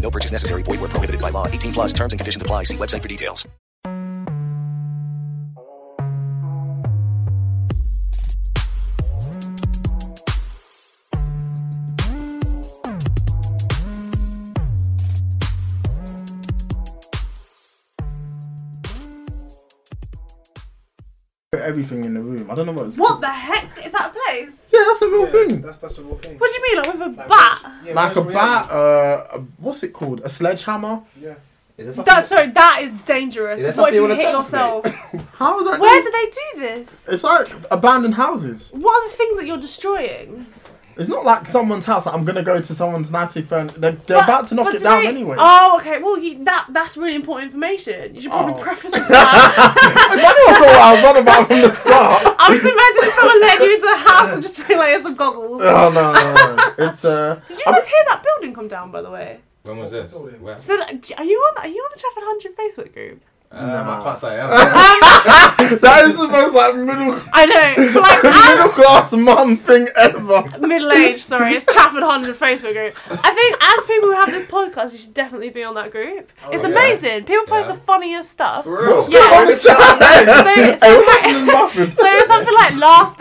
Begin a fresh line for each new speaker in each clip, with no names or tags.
No purchase necessary. Void where prohibited by law. 18 plus terms and conditions apply. See website for details.
everything in the room. I don't know what it's
What the heck? Is that a place?
Yeah, that's a real thing.
That's that's the real thing.
What do you mean, like with a bat?
Yeah,
like a
most
bat, uh, a, what's it called? A sledgehammer?
Yeah.
Is there something-
That, sorry, that is dangerous.
Yeah, that's
what if
something
you
you
hit
wanna tell
yourself?
How is that?
Where
doing-
do they do this?
It's like abandoned houses.
What are the things that you're destroying?
It's not like someone's house. Like, I'm gonna go to someone's nasty friend. They're, they're
But-
about to knock
but
it
do
down
they-
anyway.
Oh, okay. Well, you, that that's really important information. You should probably
Oh.
preface with that.
I don't know what I was on about from the start.
I'm just imagining someone letting you into a house and just being like, "Here's some goggles."
Oh no, no, no. it's uh.
Did you guys hear that building come down, by the way?
When was this? Where?
So, that- d- are you on? Are you on the Trafford Hundred Facebook group?
Um, I can't say. I
That is the most like middle
I know, but like,
middle
as-
class mum thing ever.
middle age. Sorry, it's Trafford Hundred Facebook group. I think as people who have this podcast, you should definitely be on that group. it's
Oh, yeah.
amazing. People post
Yeah.
the funniest stuff.
For real?
Yeah. So-
Hey, what's happening in the bathroom?
So it was something like last,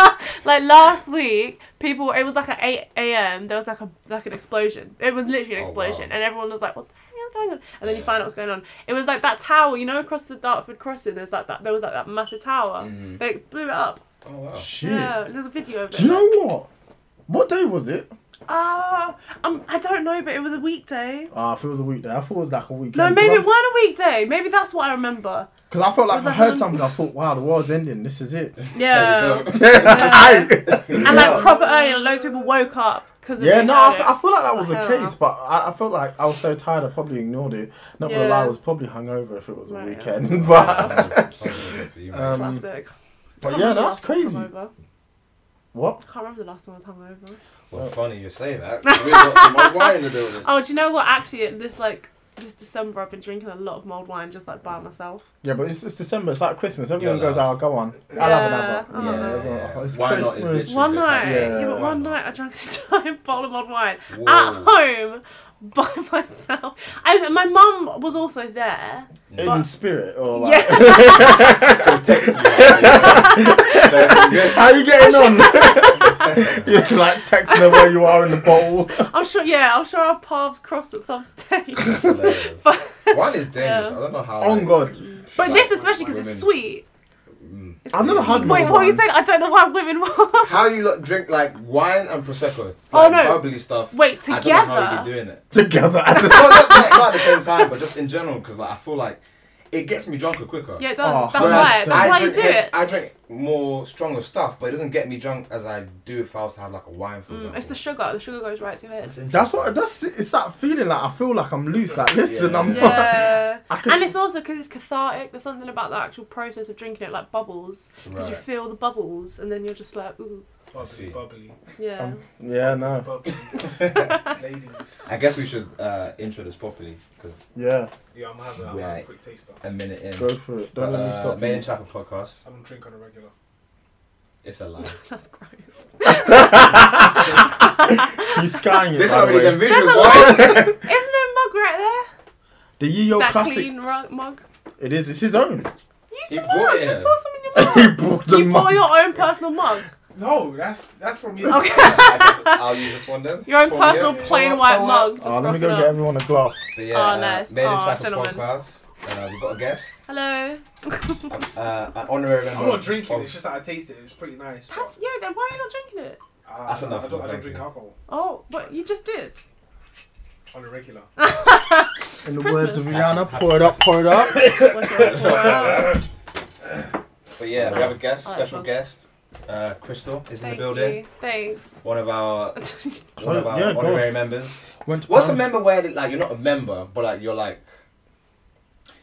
like last week, people. It was like at eight a.m. There was like a like an explosion. It was literally an
Oh,
explosion,
wow.
and everyone was like, "What the hell is going on?" And then you find out what's going on. It was like that tower, you know, across the Dartford crossing. There's like that. There was like that massive tower.
Mm-hmm.
They blew it up.
Oh wow.
Shit.
Yeah, there's a video of it.
Do you know what? What day was it?
Ah, um, I don't know, but it was a weekday.
Ah, if it was a weekday, I thought it was like a weekend.
No, maybe it
Because
weren't a weekday. Maybe that's what I remember.
I felt like
was
I
a
heard
hun-
something. I thought, wow, the world's ending. This is it.
Yeah.
Aye.
And like proper early, and loads of people woke up because
yeah, no, I, fe- I feel like that was
I
the
don't
case,
know.
but I, I felt like I was so tired, I probably ignored it. Not gonna lie, I
Yeah.
was probably hungover if it was a
Right, yeah.
weekend. But
Um,
um, but
Classic. Can't
yeah,
remember the
that's
last time I was
crazy.
hungover.
What?
Can't remember the last time I was hungover.
well, funny you say that. We've got some old wine in the building.
Oh, do you know what? Actually, this like this December, I've been drinking a lot of mulled wine just like by myself.
Yeah, but it's, it's December. It's like Christmas. Everyone
You're
goes,
allowed.
"Oh, go on. I'll have
Yeah.
another."
Oh,
yeah,
no.
everyone-
yeah.
oh, it's
Why not? It's
Christmas.
literally
One
the
night,
best.
yeah, but
Yeah.
one night I drank a giant bowl of mulled wine at
Whoa.
home by myself. And my mum was also there.
In spirit, or like,
Yeah.
So it's Texas, yeah. So it's good.
how you getting on? You're like texting her where you are in the bowl.
I'm sure. Yeah, I'm sure our paths crossed at some stage.
That's hilarious.
but
Wine is dangerous. I don't know how.
oh
like,
God,
but this especially because it's
Women's-
sweet.
I've never had.
Wait,
mulled
what were you
wine.
saying? I don't know why women. were-
How you lot drink like wine and prosecco? It's
Oh,
like
no.
bubbly stuff.
Wait,
I don't know how
together?
you be doing it.
together at the
Well, not, like, not at the same time, but just in general, because like I feel like it gets me drunker quicker.
yeah, it
Oh,
does. that's
whereas
why. That's
I
why you
drink
do
heavy-
it.
I drink more stronger stuff, but it doesn't get me drunk as I do if I was to have like a wine. For example.
Mm, It's the sugar. The sugar goes right to your head.
That's what. That's it's that feeling like I feel like I'm loose. Like listen,
Yeah.
I'm.
Yeah,
could-
and it's also because it's cathartic. There's something about the actual process of drinking it, like bubbles, because you
Right.
feel the bubbles, and then you're just like, ooh,
see.
Bubbly, bubbly,
yeah.
Um, Yeah, no.
bubbly. Ladies,
I guess we should uh, intro this properly because
Yeah,
yeah, I'm having I'm having a
Right.
quick taster.
a minute in.
go for it. Don't let me
Uh,
stop.
Main and
you.
Chapel podcast.
I don't drink on a regular.
It's a lie.
that's gross.
He's skying it.
this is
by the
already the
way.
visual. boy.
Isn't there a mug right
The
there?
Yo
that
Oh, classic.
clean ru- mug.
It is. It's his own.
Use
He
the
bought
mug.
it.
Just pour some in your mug.
he bought the
you bought
mug.
your own personal mug.
No, that's that's from you.
I guess I'll use this one then.
Your own
Pour me
personal
up, pour
plain
up,
white
pour up.
mug. Just
Oh, let me
rock
go
it
get
up.
everyone a glass.
But yeah,
Oh, nice.
uh, Made in
Oh,
Chapel
gentlemen.
podcast. Uh, we've got a guest,
Hello.
uh, an honorary member.
I'm not drinking.
of-
It's just that I tasted it. It's pretty nice.
Have,
But,
yeah, then why are you not drinking it?
uh,
That's enough
I don't, I don't
thank
drink
you.
alcohol
Oh, but you just did.
on a regular.
Oh,
In the
Christmas.
words of Rihanna, pour it up, pour it up.
What's your- wow.
But yeah, we have a
Nice.
guest,
Alright,
special
fun.
guest. Uh, Crystal is in the
Thank
building.
you. Thanks.
One of our one of our
Oh, yeah, go
honorary
on.
members.
Went to
What's a
Paris.
member where like you're not a member, but like you're like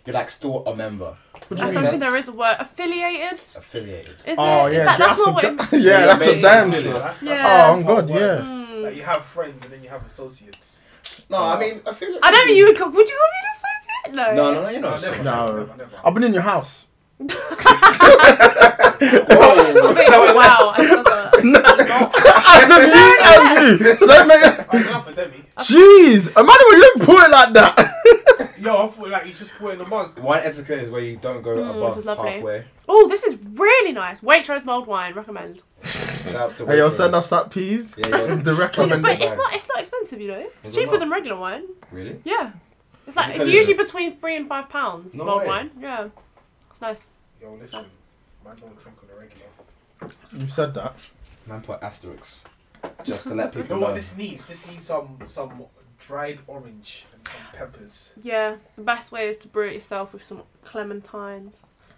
you're like still a member,
What do
I
you
don't
mean?
think there is a word. Affiliated? Is
affiliated.
Oh
it? Is
yeah,
that, that's
that's,
not what it
a da- yeah, that's a
Maybe.
damn
Maybe.
sure.
That's,
Yeah. Mm.
that's
Oh, I'm good,
Word.
yeah.
Like you have friends and then you have associates.
No, I mean affiliated.
I don't know you would call. Would you call me an associate? No.
Uh, No, no, no, you're not.
never,
No,
never, never.
I've been in your house.
Oh, wait, wow. I love that.
As of you and me. So don't make it.
I'm not for Demi.
Jeez, Emmanuel, you didn't put it like that.
Yo, I thought like you just pour in a mug.
One etiquette is where you don't go
Mm, this is
above
lovely.
halfway.
Oh, this is really nice. Waitrose mulled wine. Recommend.
That's the
hey, yo,
way
send
it
us that, please.
is. Yeah,
The
yeah.
But
recommended.
it's not. It's not expensive, you know. It's
Is it
cheaper
not?
than regular wine.
Really?
Yeah. It's like
it
it's
colours?
usually between three and five pounds.
No
mulled
way.
wine. Yeah. It's nice.
Yo, listen, man, don't drink on a regular.
You said that.
Man, put asterisks just to let
You know
people
what
know.
this needs? This needs some some dried orange and some peppers.
Yeah. The best way is to brew it yourself with some clementines,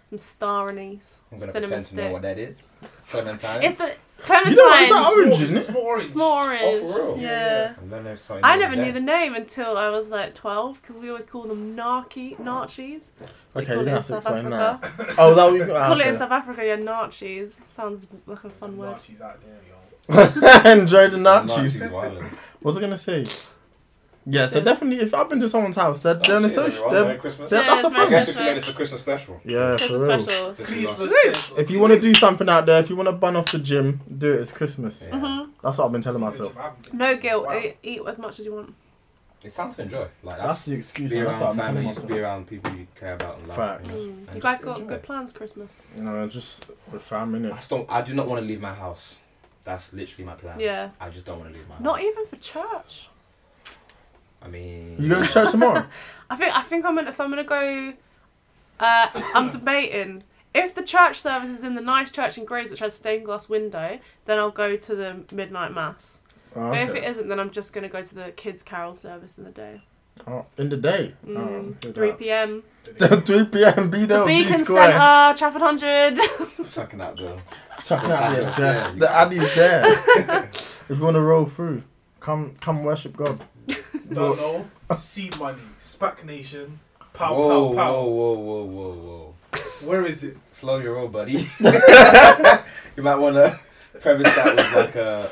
some star anise,
I'm gonna
cinnamon
pretend
sticks.
to know what that is. Clementines.
It's the
You know, is
clementines.
that orange, isn't
It's
it?
more orange.
Small orange.
Oh, for real?
Yeah.
I don't know if something
I
like
never
that.
knew the name until I was like 12 because we always call them narky, narchies. So we
Okay, you're
call it
gonna
in
have to
South
explain
Africa.
that. Oh, that we
Call it in
got
South Africa, yeah, narchies. Sounds like a fun word.
Archie's out there, yo.
Enjoy the
Nazis
nachos.
wilding.
What was I gonna say? Yeah, so definitely, if I've been to someone's house, they're, they're an
Cheers,
associate.
everyone. Merry
They're,
Christmas.
they're, that's a
Cheers, Merry
I guess
family.
we can make this a Christmas special.
Yeah,
Christmas
for real.
special.
Since we
Please,
lost-
let's-
If you want to do something out there, if you want to bun off the gym, do it. It's Christmas.
Yeah.
That's what I've been telling myself.
Mm-hmm. No guilt.
Wow.
e- Eat as much as you want.
It's time to enjoy. Like
That's
that's,
the excuse.
be
Man. That's what
around
I'm telling
family, just
myself.
be around people you care about and love.
Facts.
you know,
Mm, You
and
guys
just
got
enjoy.
good plans Christmas.
You know, just with family.
I
innit?
just don't. I do not want to leave my house. That's literally my plan.
Yeah.
I just don't want to leave my
Not
house.
even for church.
I mean,
You going to church tomorrow?
I think I think I'm gonna so I'm gonna go. Uh, I'm debating if the church service is in the nice church in Grays, which has stained glass window, then I'll go to the midnight mass.
Oh,
But if it
okay.
isn't, then I'm just gonna go to the kids' carol service in the day.
Oh, in the day.
Mm,
Oh,
3 p.m.
3 p.m. Be
Oh,
there. Be
Beacon
square.
Centre, Trafford Hundred.
checking out the.
Chucking out the
Yeah,
address.
you
The
can.
addy's there. if you want to roll through, come come worship God.
Don't know. Seed money. Spac Nation. Pow,
Whoa,
pow, pow.
whoa, whoa, whoa, whoa, whoa!
Where is it?
Slow your roll, buddy. you might want to preface that with like a,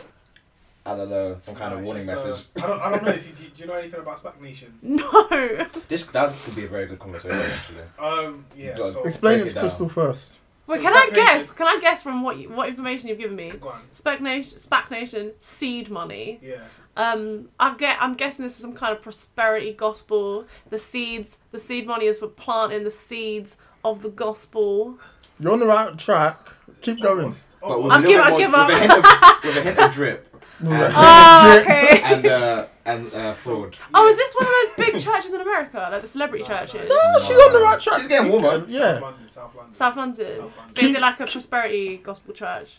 I don't know, some kind
Nah,
of
it's
warning
just, uh,
message.
I don't. I don't know if you do, do. you know anything about Spac Nation?
no.
This that could be a very good conversation actually.
Um. Yeah.
Go on.
So,
Explain
break
it
it
to
down.
Crystal first.
Well,
So
can I
Spac
guess?
Nation-
Can I guess from what you, what information you've given me?
Go on.
Spac Nation, Spac Nation, seed money.
Yeah.
Um, I'm get. I'm guessing this is some kind of prosperity gospel. The seeds, the seed money is for planting the seeds of the gospel.
You're on the right track. Keep going.
But with
oh,
a little
give
bit
up,
more-
give up.
With a hint of, with a hint of drip and
Oh, okay.
and uh, and uh, fraud.
oh, is this one of those big churches in America, like the celebrity churches?
Oh, she's on the right track.
She's getting warmer.
South
Yeah.
London. South London.
South London.
South
But Is it
London.
like a prosperity gospel church?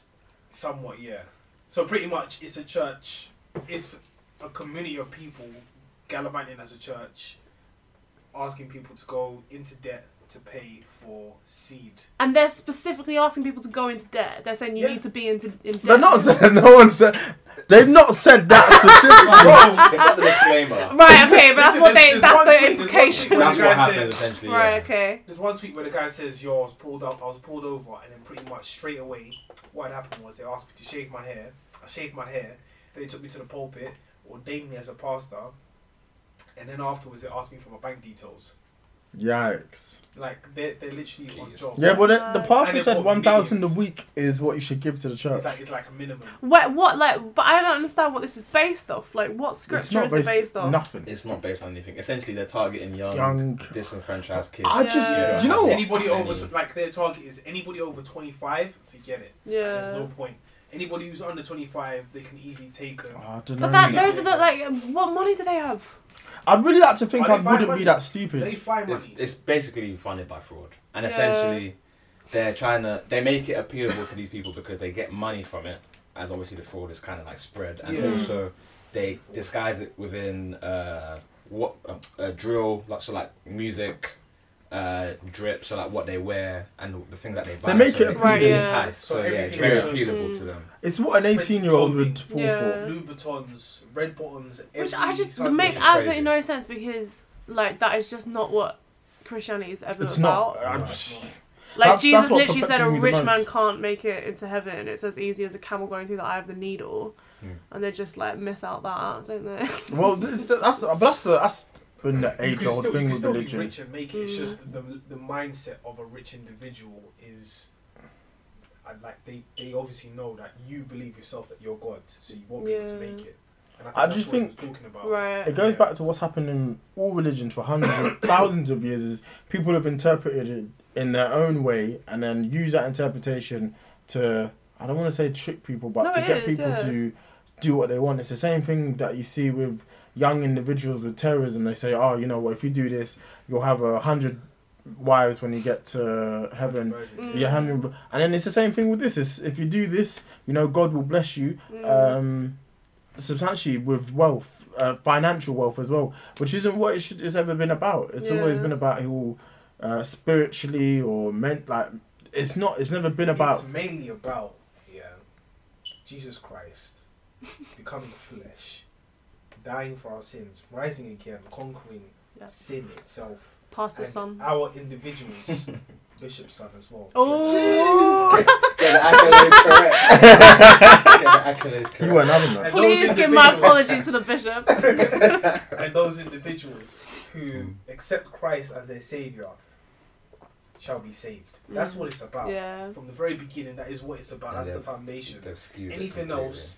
Somewhat. Yeah. So pretty much, it's a church. It's a community of people gallivanting as a church, asking people to go into debt to pay for seed.
And they're specifically asking people to go into debt. They're saying you
Yeah.
need to be into in debt.
They're not saying, no one said, they've not said that specifically.
It's not the disclaimer.
Right, okay, but that's
Listen,
what
there's-
they
there's
that's
one
the
tweet- there's one tweet
implication.
where
That's
the
what
guy
happens
says-
essentially. yeah.
Right, okay.
There's one tweet where the guy says, "Yo, I was pulled up. I was pulled over, and then pretty much straight away, what had happened was they asked me to shave my hair. I shaved my hair. They took me to the pulpit, ordained me as a pastor, and then afterwards they asked me for my bank details.
Yikes.
Like they're they're literally on
Jesus.
job.
Yeah, but the, the pastor
And
said
they've got
1,000 a
millions.
week is what you should give to the church.
it's like it's like a minimum.
What, what like? But I don't understand what this is based off. Like, what
It's
scripture
not
is it
based,
based off?
nothing.
It's not based on anything. Essentially, they're targeting young,
Young.
disenfranchised kids.
I just,
Yeah.
do you know what?
Anybody
Any-
over like their target is anybody over 25. Forget it.
Yeah.
There's no point. Anybody who's under 25, they can easily take them.
I don't know.
But that,
Yeah.
those are the like. What money do they have?
I'd really like to think
Are
I
they buying
wouldn't
money?
be that
They
stupid.
find
It's,
money.
it's basically funded by fraud, and
Yeah.
essentially, they're trying to they make it appealable to these people because they get money from it, as obviously the fraud is kind of like spread, and
Yeah.
also they disguise it within uh, what uh, a drill, like so like music. Uh, drip, so like what they wear and the things that they buy.
make
so
it
they
Right,
can
yeah.
entice. So,
So
yeah, it's very
everything
shows-
appealable to
Mm.
them.
It's what an
Expensive
18 year old would
clothing.
fall
Yeah.
for.
Louboutins, red buttons.
Which
every
I just
Sunday.
makes
is
absolutely
crazy.
no sense because like that is just not what Christianity is ever
It's
about.
not. I'm
Right,
just-
right.
like
that's-
Jesus
that's what
literally said, a
perplexes me the
rich
most.
man can't make it into heaven. It's as easy as a camel going through the eye of the needle,
Hmm.
and they just like miss out that, don't they?
Well, this, that's, but that's, the- that's been the
You
age
can
old
still,
thing
you can
with
still
religion.
be rich and make it. It's
Mm.
just the, the mindset of a rich individual is. I like they, they obviously know that you believe yourself that you're God, so you won't be able to
Yeah.
make it. And
I
that's
just
what he
think-
was talking about.
right.
It goes
Yeah.
back to what's happened in all religions for hundreds of thousands of years is people have interpreted it in their own way and then use that interpretation to I don't want to say trick people but
No,
to
it
get
is,
people
yeah.
to do what they want. It's the same thing that you see with young individuals with terrorism. They say, Oh, you know what, if you do this you'll have a hundred wives when you get to heaven.
Virgin.
Mm.
Yeah, how many- and then it's the same thing with this. It's, if you do this, you know, God will bless you
Mm.
um, substantially with wealth, uh, financial wealth as well, which isn't what it should, it's ever been about. It's always
Yeah.
been about who uh, spiritually or meant like it's not. It's never been about.
It's mainly about yeah, Jesus Christ becoming flesh, dying for our sins, rising again, conquering
Yeah.
sin itself,
Past the
and
sun.
our individuals, Bishop's son as well.
Oh,
Get the accolades correct. Get the accolades correct.
you weren't having that.
And
please
those
give my
individuals-
apologies to the bishop.
and those individuals who
Hmm.
accept Christ as their savior shall be saved. That's what it's about.
Hmm. Yeah.
From the very beginning, that is what it's about.
And
That's the
they've-
foundation.
they've skewed it
Anything
completely.
else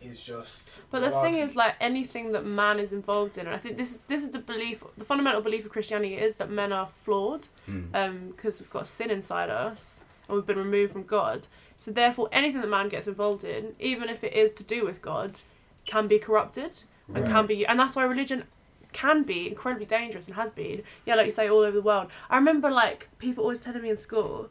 is just.
But the thing
malarkey.
is, like anything that man is involved in, and I think this is this is the belief, the fundamental belief of Christianity is that men are flawed, because we've got sin inside us and we've been removed from God. So therefore, anything that man gets involved in, even if it is to do with God, can be corrupted and can
Right.
be, and that's why religion can be incredibly dangerous and has been. Yeah, like you say, all over the world. I remember like people always telling me in school,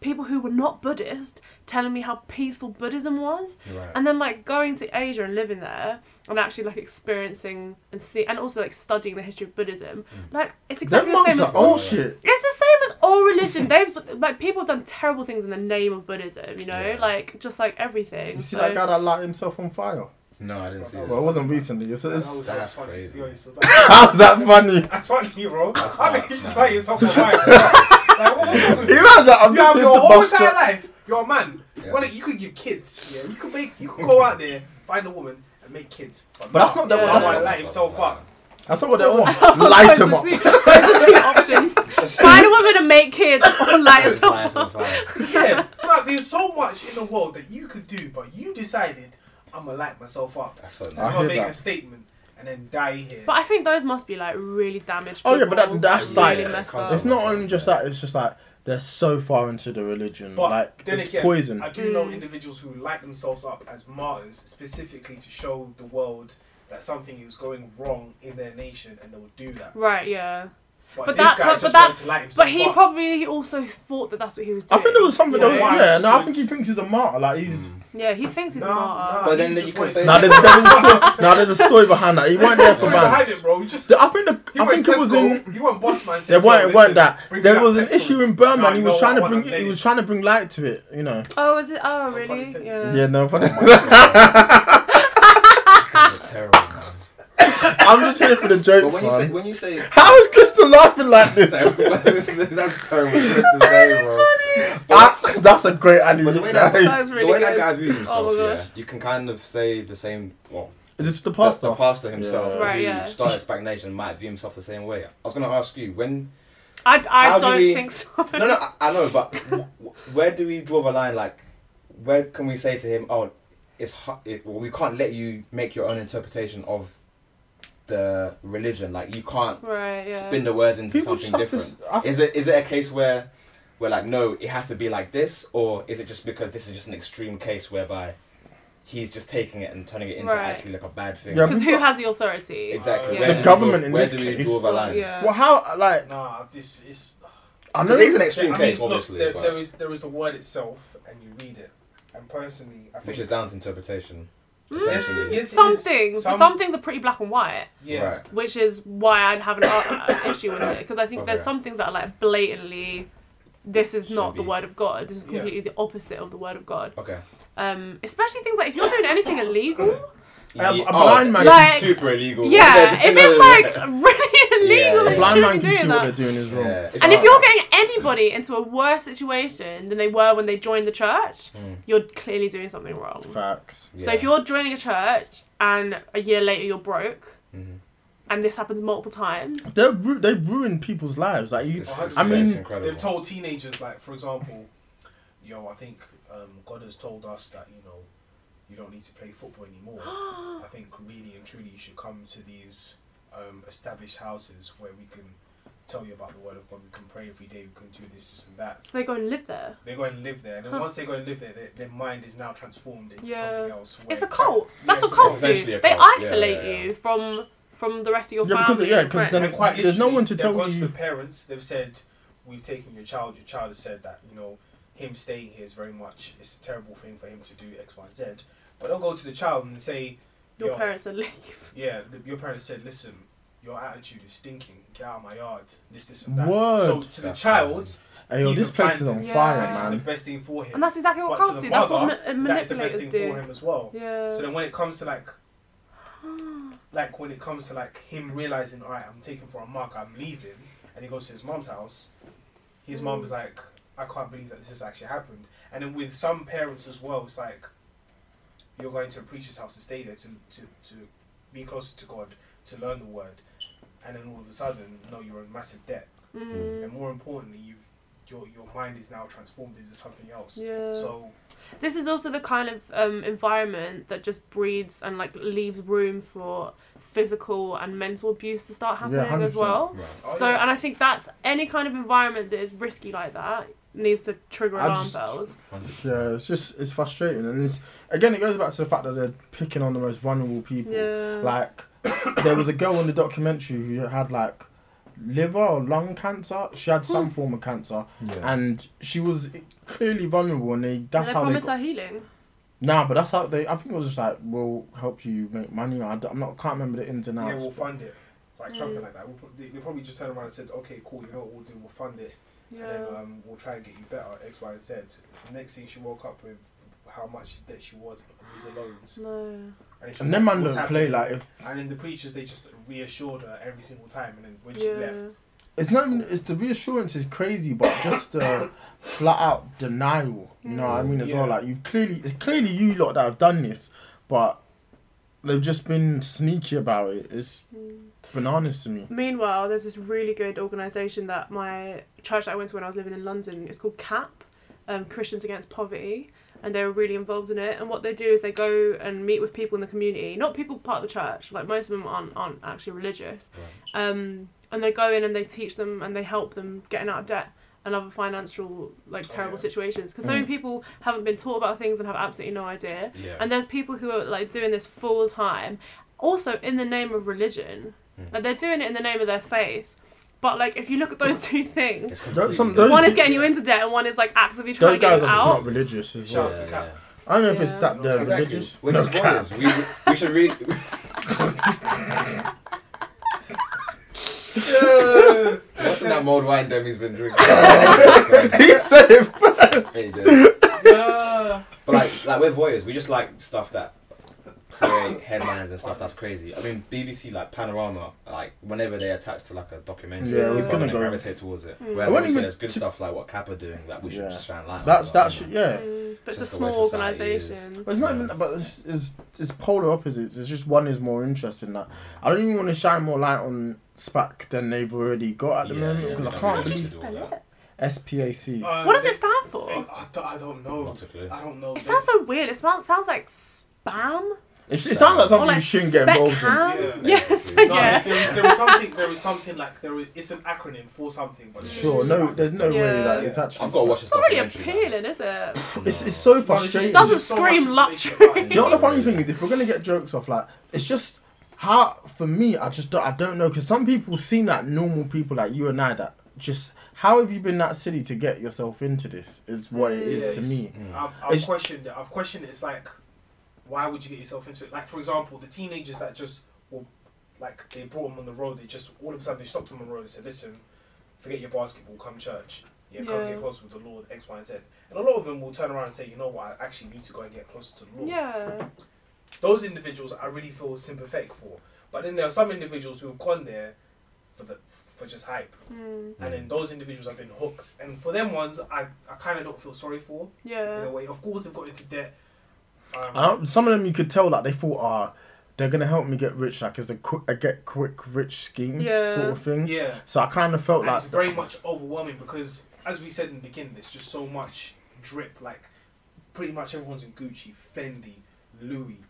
people who were not Buddhist telling me how peaceful Buddhism was,
Right.
and then like going to Asia and living there and actually like experiencing and see and also like studying the history of Buddhism.
Mm.
Like it's
Them
exactly the
monks
same as
are old shit.
it's the same as all religion. They've like people have done terrible things in the name of Buddhism, you know,
Yeah.
like just like everything.
You see
so-
that guy that light himself on fire?
No, I didn't see
Well, it
it.
wasn't recently. It's,
That
it's,
was- that was
That's
funny, to be
crazy.
honest. That-
how's that funny?
That's funny, bro.
That's
I mean,
nuts,
you just
man.
like yourself on fire. like, what was wrong with
You
you?
had that. I'm
You
just
have
here
your
to
whole
bust
entire
your-
life. You're a man.
Yeah.
Why don't you could give kids. Yeah, you could make. You could go out there, find a woman, and make kids.
But that's not the-
one.
that's
That's
not-
light himself up.
That's not what they want. Light him
Those
up.
are the two- those are the two options. Find a woman and make kids or light yourself up.
yeah, no, there's so much in the world that you could do, but you decided I'm gonna light myself up.
That's so
I'm
nice.
I
gonna
hear
make
that.
a statement and then die here.
But I think those must be like really damaged.
Oh, yeah, but that-
people,
that's,
really
like,
messed
it's
up.
It's not only just that. It's just like they're so far into the religion.
But
like
then
it's
again,
poison.
I do
Mm.
know individuals who light themselves up as martyrs specifically to show the world that something is going wrong in their nation, and they will do that.
Right, yeah.
But,
But
this
that,
guy
but,
just
but that,
wanted to light himself
but he
up.
probably also thought that that's what he was doing.
I think there was something.
Yeah,
that was,
yeah, Mm.
yeah, no, I
absolutely.
think he thinks he's a martyr. Like he's
Yeah, he thinks he's
Nah,
a martyr.
nah,
But
he
then
just
you can
wanted
say-
to-
now there's, there is a story, now there's a story behind that. He weren't there for
Don't hide it,
bands.
bro. You just
The- I think the,
He
I
went
think it was
Tesco,
in.
He went boss man.
There
said, "Yo,
weren't, it
listen,
weren't that.
bring me
There
that
was an
petrol."
issue in Burma.
Nah,
and he
you
was
know
trying
what,
to
I wanna
bring. He
make
was
it.
trying to bring light to it. You know.
Oh, is it? Oh, really?
content.
Yeah.
Yeah, no. But
terrible. Man.
I'm just here for the
But
jokes,
when you say
man.
when you say
How is Crystal laughing like this?
that's terrible, that's terrible shit to say, bro.
Ah, That's a great alley.
But the way that,
That was really
the way that
good.
guy views himself,
Oh my
yeah,
gosh.
you can kind of say the same. Well,
Is this the
the-
pastor?
the pastor himself,
Yeah.
Right,
who
yeah.
started Spagnation, might view himself the same way. I was gonna ask you when
I,
How
I
do
don't
we-
think so.
no, no, I, I know, but w- w- where do we draw the line? Like, where can we say to him, "Oh, it's hu- it, well, we can't let you make your own interpretation of the religion. Like, you can't
Right, yeah.
spin the words into
People
something
just have
different."
this- I-
Is it is it a case where we're like, no, it has to be like this, or is it just because this is just an extreme case whereby he's just taking it and turning it into
Right.
actually like a bad thing?
Yeah,
Because who has the authority?
Exactly.
Yeah.
Where
The
do we
government
draw,
in
where
this
do we
case.
draw the line?
Yeah.
Well, how like
Nah, this is.
I know
It is an extreme
I mean,
case,
look,
obviously,
there,
but-
there is there is the word itself, and you read it. And personally, I think
which is down to interpretation.
Mm,
yes, it
Essentially.
is-
some
it is-
things, some, things are pretty black and white,
Yeah.
Right.
which is why I'd have an uh, an issue with it because I think there's
Okay.
some things that are like blatantly, this is
Should
not the
be.
word of God. This is
Yeah.
completely the opposite of the word of God.
Okay.
Um, especially things like if you're doing anything illegal.
A- a
Ye-
blind man-
this is
oh, Like-
super illegal.
Yeah, if it's like really illegal,
Yeah,
then
yeah.
blind man
shouldn't
can
be
see what
doing that.
they're doing Oh. is wrong.
Yeah, it's
And if
like-
you're getting anybody into a worse situation than they were when they joined the church,
Hmm.
you're clearly doing something wrong.
Facts.
So if
Yeah.
you're joining a church and a year later you're broke,
Mm-hmm.
and this happens multiple times,
They're ru- they ruin people's lives. Like you,
It's- it's-
I
it's
mean,
incredible.
They've told teenagers, like for example, yo, I think um, God has told us that you know you don't need to play football anymore. I think really and truly you should come to these um, established houses where we can tell you about the Word of God. We can pray every day. We can do this, this, and that.
so they go and live there.
They go and live there, and then once they go and live there, their, their mind is now transformed into
Yeah.
something else. where-
It's a cult. That's
Yes,
what cults
it's
do.
essentially
They
a cult. Yeah,
isolate
yeah, yeah.
you from from the rest of your
Yeah, because-
family.
yeah,
and
'cause
friends.
then-
And quite
There's no
literally,
one to
they've
tell
gone to
you-
the parents. They've said, "We've taken your child. Your child has said that you know him staying here is very much it's a terrible thing for him to do X, Y, and Z." But they'll go to the child and say,
your
"Yo,
parents are leave.
Yeah, th- your parents said, listen, your attitude is stinking. Get out of my yard. This, this, and that."
Word.
So to the
That's
child,
hey, yo,
He's
this
a
place is
blind
on
man.
fire,
Yeah.
this is the
man.
best thing for him.
And that's exactly what
But
cults
to
do.
the
That's what
mother,
ma-
that is the best thing
manipulators
for him
do.
as well.
Yeah.
So then when it comes to like, like when it comes to like him realizing, all right, I'm taken for a mark, I'm leaving, and he goes to his mom's house. His mom
Mm.
is like, I can't believe that this has actually happened. And then with some parents as well, it's like, you're going to a preacher's house to stay there to to to be closer to God, to learn the word, and then all of a sudden, no, you're in massive debt.
Mm.
And more importantly, you've your, your mind is now transformed into something else.
Yeah.
So
this is also the kind of um, environment that just breeds and like leaves room for physical and mental abuse to start
Yeah,
happening as well.
100%.
Right.
So,
Oh, yeah.
and I think that's any kind of environment that is risky like that needs to trigger
I
alarm
just-
bells.
Yeah, it's just it's frustrating, and it's again it goes back to the fact that they're picking on the most vulnerable people.
Yeah.
Like there was a girl in the documentary who had like liver or lung cancer. She had
Hmm.
some form of cancer,
Yeah.
and she was clearly vulnerable. And they that's
and they
how they
promise
got,
her healing.
nah, but that's how they. I think it was just like we'll help you make money. I am not can't remember the ins and
yeah,
outs.
we'll fund it, like
Mm.
something like that. We'll, pro- they, they probably just turned around and said, okay, cool, you know what we'll do? We'll fund it,
Yeah.
and then um, we'll try and get you better X, Y, and Z. Next thing she woke up with how much debt she was with the
Mm.
loans.
no.
she
and
was
them
like,
man
"What's
don't play
happening?"
like if
And then the preachers they just reassured her every single time, and then when she
Yeah.
left,
It's not. even- It's the reassurance is crazy, but just the flat out denial. You know what I mean? As well,
Yeah.
like you've clearly, it's clearly you lot that have done this, but they've just been sneaky about it. It's bananas to
Mm.
me.
Meanwhile, there's this really good organisation that my church that I went to when I was living in London. It's called CAP, um, Christians Against Poverty, and they're really involved in it. And what they do is they go and meet with people in the community, not people part of the church. Like most of them aren't aren't actually religious. Um, and they go in and they teach them and they help them getting out of debt and other financial like terrible
yeah.
situations because so many people haven't been taught about things and have absolutely no idea
Yeah.
and there's people who are like doing this full time also in the name of religion like they're doing it in the name of their faith but like if you look at those two things
It's completely
some-
different.
one is getting you into debt and one is like actively trying
Those guys
to get you
are just
out
not religious as well.
shouts to
Yeah,
Cap.
yeah.
I don't know if it's
Yeah.
that they're
Exactly.
religious.
Which is what it is. We, we should read. What's in that mulled wine Demi's been drinking?
He said it.
Hey, dude. but like, like we're voyeurs. We just like stuff that create headlines and stuff. That's crazy. I mean, BBC like Panorama, like whenever they attach to like a documentary,
Yeah,
people
it's
are
gonna
gonna
go-
gravitate towards it.
Hmm.
Whereas
won't
obviously
even
there's good
t-
stuff like what Cap are doing that we should
Yeah.
just shine light. on
That's
as well,
that
you
should
know?
yeah.
Mm, but it's a
Just the way
small
society is.
organisation
But it's not even. But it's, it's it's polar opposites. It's just one is more interesting. That I don't even want to shine more light on SPAC than they've already got at the
Yeah,
moment
yeah,
because
we
I
don't
can't
really
believe
need to do all that.
SPAC.
Uh,
what does
they-
it stand for
I don't, I don't know.
Not a clue.
I don't know.
it
They-
sounds so weird it sounds sounds like spam
It, it sounds like something
Or like
you shouldn't
spec
get involved in.
ham.
Yeah.
Yes,
No, I
No,
yeah.
there, was, there was something. There was something like there was. It's an acronym for something, but
Sure, no, there's no way
Yeah.
that it's actually.
I've got to watch this
It's not really
documentary.
appealing, is it?
It's, it's so
Well, it's
frustrating.
just-
Doesn't
there's so much
scream
information
luxury.
about it.
Do you know what the funny thing is? If we're gonna get jokes off, like it's just how for me, I just don't, I don't know because some people seem like normal people like you and I that just how have you been that silly to get yourself into this? Is what it is
Yeah,
to
it's-
me.
Hmm.
I've, I've
It's-
questioned it. I've questioned it. It's like, why would you get yourself into it? Like, for example, the teenagers that just were, like, they brought them on the road. They just all of a sudden they stopped them on the road and said, "Listen, forget your basketball. Come church. Yeah, come
Yeah.
get close with the Lord. X, Y, and Z." And a lot of them will turn around and say, "You know what? I actually need to go and get closer to the Lord."
Yeah.
Those individuals, I really feel sympathetic for. But then there are some individuals who've gone there for the for just hype,
Mm,
and then those individuals have been hooked. And for them ones, I I kind of don't feel sorry for in a
yeah.
way. Of course, they've got into debt.
I
Um,
don't, some of them you could tell like they thought ah. they're gonna help me get rich, like as a quick, a get quick rich scheme
Yeah.
sort of thing.
yeah,
So I kind of felt
and
like
it's very much overwhelming because, as we said in the beginning, it's just so much drip. Like, pretty much everyone's in Gucci, Fendi, Louis,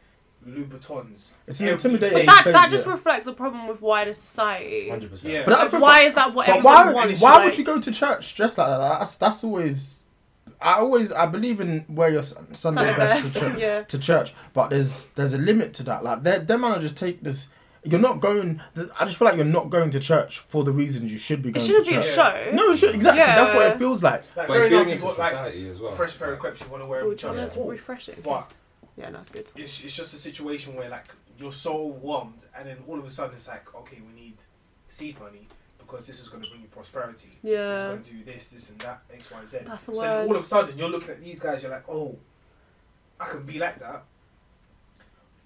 Louboutins.
It's an intimidating-
Every-
That,
Yeah.
that just reflects a problem with wider society.
100%.
Yeah,
But I
Like,
feel
why
like-
is that what
But
everyone
why,
wants?
why would
Like,
you go to church dressed like that? That's, that's always. I always I believe in wear your Sun- Sunday
Sunday
best to
best,
church,
yeah.
to church, but there's there's a limit to that. Like their their managers take this. You're not going. I just feel like you're not going to church for the reasons you should be
It
going.
shouldn't
to
be a
church.
show.
No, it should, exactly. That's what
Yeah.
it feels like.
like,
But it's
fair enough,
feeding
you've
into
got like
society as well.
a fresh pair of crepes you want to wear
Oh,
in
do you
church.
wanna
cool.
refresh it?
But
Yeah, no, it's good.
it's it's just a situation where like you're so overwhelmed, and then all of a sudden it's like, okay, we need seed money because this is going to bring you prosperity. This is
Yeah.
going to do this, this, and that, X, Y, Z.
That's the
so then
word.
all of a sudden you're looking at these guys, you're like, oh, I can be like that.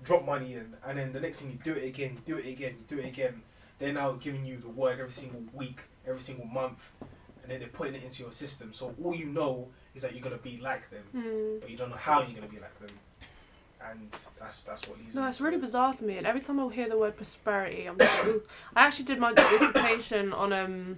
Drop money in, and then the next thing you do it again, do it again, do it again. They're now giving you the word every single week, every single month, and then they're putting it into your system. So all you know is that you're gonna be like them,
Mm.
but you don't know how you're gonna be like them, and that's that's what leads.
No,
them
it's
to-
really bizarre to me. And every time I hear the word prosperity, I'm like, "Ooh." I actually did my dissertation on um,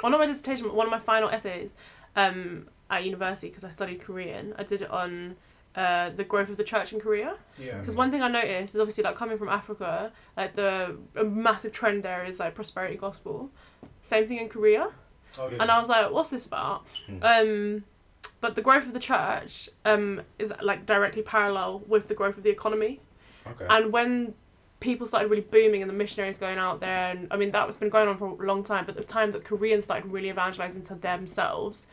well, not my dissertation, but one of my final essays um at university because I studied Korean. I did it on uh the growth of the church in Korea.
Yeah.
Because one thing I noticed is obviously like coming from Africa, like the a massive trend there is like prosperity gospel. Same thing in Korea.
Oh, yeah. Hmm.
and I was like, "What's this about?" Um, but the growth of the church um, is like directly parallel with the growth of the economy.
Okay.
And when people started really booming and the missionaries going out there, and I mean that was been going on for a long time. But the time that Koreans started really evangelizing to themselves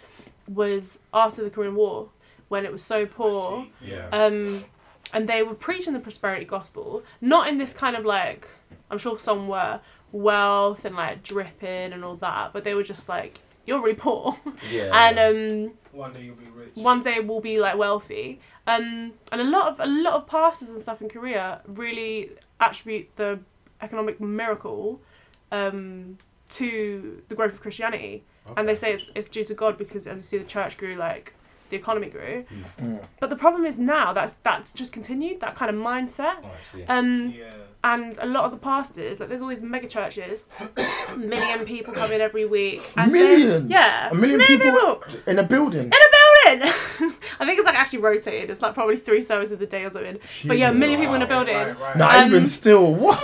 was after the Korean War, when it was so poor
See, yeah.
um, and they were preaching the prosperity gospel, not in this kind of like, I'm sure some were wealth and like dripping and all that, but they were just like, you're really poor,
yeah.
and um,
One day you'll be rich.
one day we'll be like wealthy. Um, and a lot of a lot of pastors and stuff in Korea really attribute the economic miracle um, to the growth of Christianity, and they say it's it's due to God because as you see the church grew like the economy grew.
Hmm.
But the problem is now that's that's just continued that kind of mindset.
Oh, I see.
Um,
Yeah.
and a lot of the pastors, like there's all these mega churches, million people come in every week. And they're-
million.
yeah,
A million people in a building.
in a building. I think it's like actually rotated. It's like probably three services a day or something. But yeah, a
Jesus.
million people in a building.
Right, right.
Nah,
Um,
even still, what?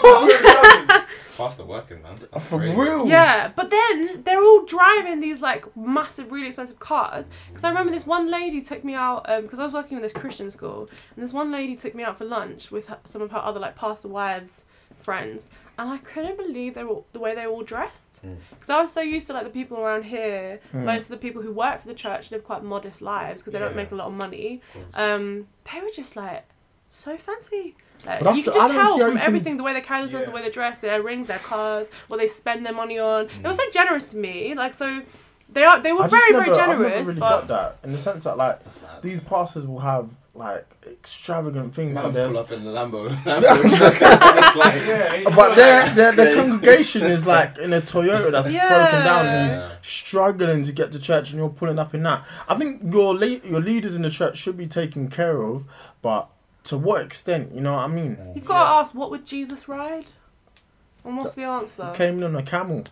Past the working, man. That's
For
crazy.
real?
Yeah, but then they're all driving these like massive, really expensive cars. Because I remember this one lady took me out because I was working in this Christian school, and this one lady took me out for lunch with her, some of her other like pastor wives, friends, and I couldn't believe they were all- the way they were all dressed. Because I was so used to like the people around here. Most of the people who work for the church live quite modest lives because they don't
Yeah.
make a lot of money. Um, they were just like so fancy. Like,
But that's-
you
I
could just
don't see
tell
how you
from
can-
everything the way they carry themselves,
Yeah.
the way they dress, their rings, their cars, what they spend their money on. They were
Mm.
so generous to me. Like so, they are. They were
I just
very,
never,
very
I've
generous.
never really got
but
that in the sense that like
mad.
these pastors will have like extravagant things, but
Man,
they're
pull up in the Lambo. It's like-
Yeah,
But their their, their
crazy.
congregation is like in a Toyota that's
Yeah.
broken down and
Yeah.
is struggling to get to church, and you're pulling up in that. I think your le- your leaders in the church should be taken care of, but to what extent? You know what I mean?
you've got to ask, what would Jesus ride? And what's the answer?
Came in on a camel.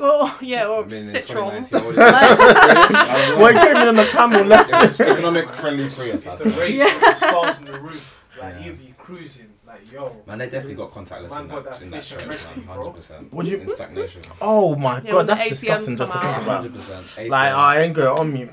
Oh yeah,
I
or
mean, in
Citroen.
2019, I would've- I would've-
Well, it came in on a camel. Left.
It's economic friendly for
It's
yourself.
the rate of the stars on the roof. Like
Yeah.
you'd be cruising. Like yo,
Man, they definitely got contactless
Man
in
got
that,
that
in that
fish
show,
and recipe,
man,
bro.
100%.
Would you-
In stagnation.
Oh my
Yeah,
god,
when the
that's
ATMs
disgusting just to
come
think
out.
about.
100%.
Like, oh, I ain't going on me.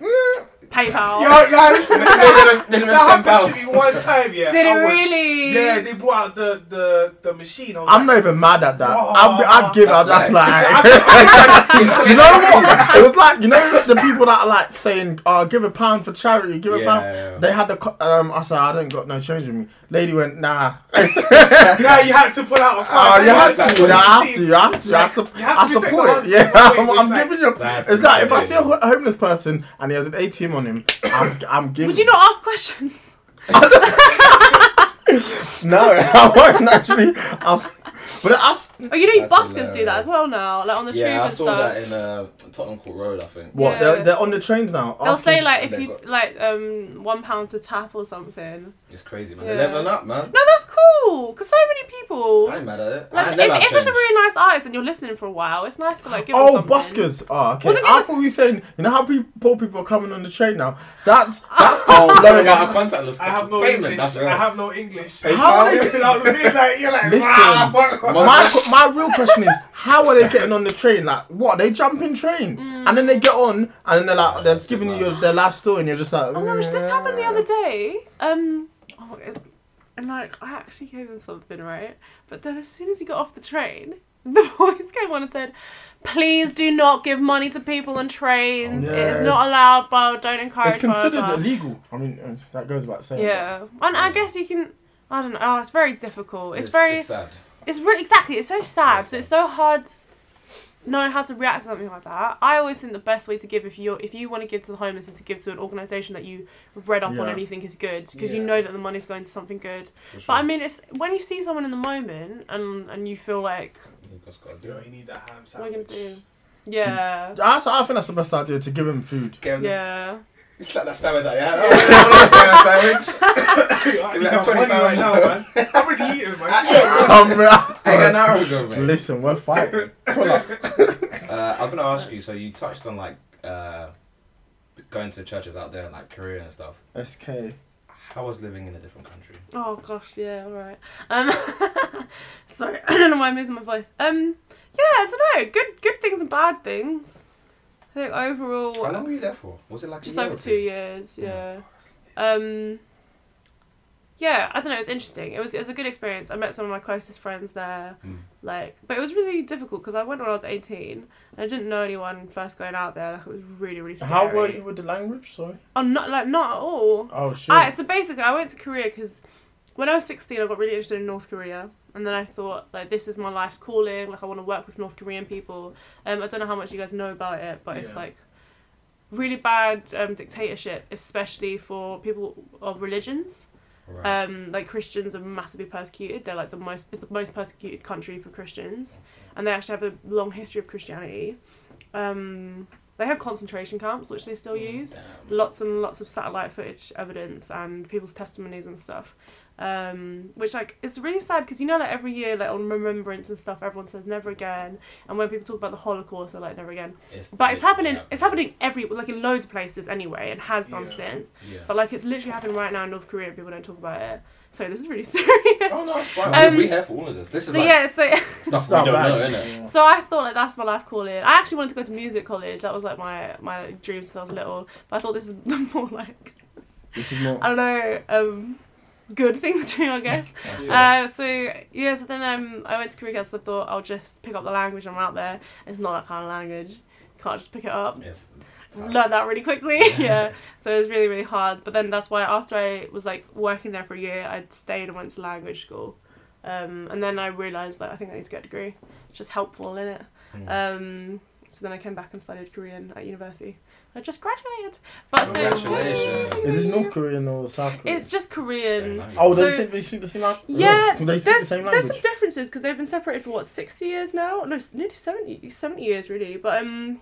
PayPal.
Yo, yeah, listen, that,
Minimum
that
£10.
happened to me one time, yeah.
Did it
I was-
really?
Yeah, they brought out the the the machine. I was
I'm not
like,
even mad at that.
Oh,
I'd, be- I'd give up.
that's
That's
right.
like, you know what? It was like you know the people that are like saying, "Oh, give a pound for charity, give a
Yeah,
pound."
yeah, yeah.
They had the co- um. I said, "I don't got no change with me." Lady went, "Nah."
Yeah, you had to pull out a
Oh,
card.
you have to.
You
I have to. You have to. I, sup-
You have to
I
be
support it.
second
Yeah,
class.
I'm,
Wait,
I'm
wait,
giving you.
that's
It's like if I see a
incredible.
ho- homeless person and he has an ATM on him, I'm, I'm giving.
Would you not ask questions?
No, I won't actually. I was, but I, s-
Oh, you know,
That's
buskers do that
hilarious.
as well now, like on the tube
Yeah, I
and
saw
stuff.
that in uh, Tottenham Court Road, I think.
what?
Yeah.
They're, they're on the trains now.
They'll
asking-
say like if
They've
you
got-
like um one pound to tap or something.
It's crazy, man.
Yeah.
They're leveling up, man.
No, that's cool because so many people.
I ain't mad at it. I
Like,
ain't
if,
never had
if it's a
change.
really nice artist and you're listening for a while, it's nice to like give. them
Oh,
something.
buskers! Oh, okay.
Well, the
I
thing
thought we were saying, you know how pe- poor people are coming on the train now. That's
Ah,
that's
Oh, blowing out a contactless
I have no
payment,
English.
that's
I have no English.
How are they-
You're like, you're like,
Listen.
"Rah, what- what-"
my my real question is, how are they getting on the train? Like, what? They jump in train
Mm.
and then they get on and then they're like, they're giving you their life story and you're just like,
Oh my gosh, this happened the other day. Um, oh, it- and like I actually gave him something, right? But then as soon as he got off the train, the voice came on and said, "Please do not give money to people on trains. It
Yes.
is not allowed. Blah, don't encourage."
It's
blah, blah,
considered
blah."
illegal. I mean, uh, that goes without saying.
Yeah, and I guess you can. I don't know. Oh, it's very difficult. It's,
It's
very.
it's sad.
It's re- exactly. It's so sad. So it's so hard knowing how to react to something like that. I always think the best way to give if you are if you want to give to the homeless is to give to an organisation that you read up on
Yeah.
and you think is good because you
Yeah.
know that the money's going to something good.
For
But
sure.
I mean, it's when you see someone in the moment and and you feel like
You just gotta do
Yo,
it.
you need that ham
what are we gonna
sandwich.
do? Yeah.
I, I think that's the best idea to give him food.
Get him-
Yeah.
It's like that sandwich that you had. Oh, yeah, sandwich.
Give
me
that money
that 20
right
pound.
now, man. I'm already eating, man.
Hey, an
Um,
hour ago, mate.
Listen, we're fighting.
Uh, I was gonna ask you. So you touched on like uh, going to churches out there and like Korea and stuff.
SK.
How was living in a different country?
Oh gosh, yeah, all right. Um, sorry, I don't know why I'm losing my voice. Um, yeah, I don't know. Good, good things and bad things. I think overall,
How long were you there for? Was it like
just
a year
over
or
two years. Yeah. Um. Yeah, I don't know. It was interesting. It was it was a good experience. I met some of my closest friends there.
Hmm.
Like, but it was really difficult because I went when I was eighteen and I didn't know anyone first going out there. Like, it was really really scary.
How were you with the language? Sorry.
Oh, not like not at all.
Oh shit.
I, so basically, I went to Korea because when I was 16, I got really interested in North Korea. And then I thought, like, this is my life's calling. Like, I want to work with North Korean people. Um, I don't know how much you guys know about it, but it's
Yeah.
like really bad um, dictatorship, especially for people of religions.
Right.
Um, like Christians are massively persecuted. They're like the most it's the most persecuted country for Christians, and they actually have a long history of Christianity. Um, they have concentration camps, which they still use. Lots and lots of satellite footage evidence and people's testimonies and stuff. Um, which like it's really sad because you know like every year like on remembrance and stuff everyone says never again and when people talk about the Holocaust they're like never again but it's
literally
happening it's happening every like in loads of places anyway and has done
Yeah.
since
Yeah.
but like it's literally happening right now in North Korea and people don't talk about it. So this is really serious.
Oh no, it's fine.
Um,
we're here for all of this. This is
So
like
yeah, so
stuff
It's not
we don't
bad.
know, innit?
so I thought like that's my life calling. I actually wanted to go to music college. That was like my my dream since I was little. But I thought this is more like
This is more.
I don't know, um good things to do, I guess. Uh, so yeah, so then um, I went to Korea because I thought I'll just pick up the language when I'm out there. It's not that kind of language. Can't just pick it up.
Yes. it's tough.
learned that really quickly. yeah. So it was really, really hard. But then that's why after I was like working there for a year, I stayed and went to language school. Um, and then I realised that I think I need to get a degree. It's just helpful, isn't it? Um, so then I came back and studied Korean at university. I just graduated. But so-
Congratulations.
Is this North Korean or South Korean?
It's just
Same
Korean.
language.
Oh, they,
So-
speak, they speak the same language.
Yeah,
they
there's,
speak the same
there's
language.
some differences because they've been separated for what sixty years now, no, s- nearly 70, 70 years really. But um,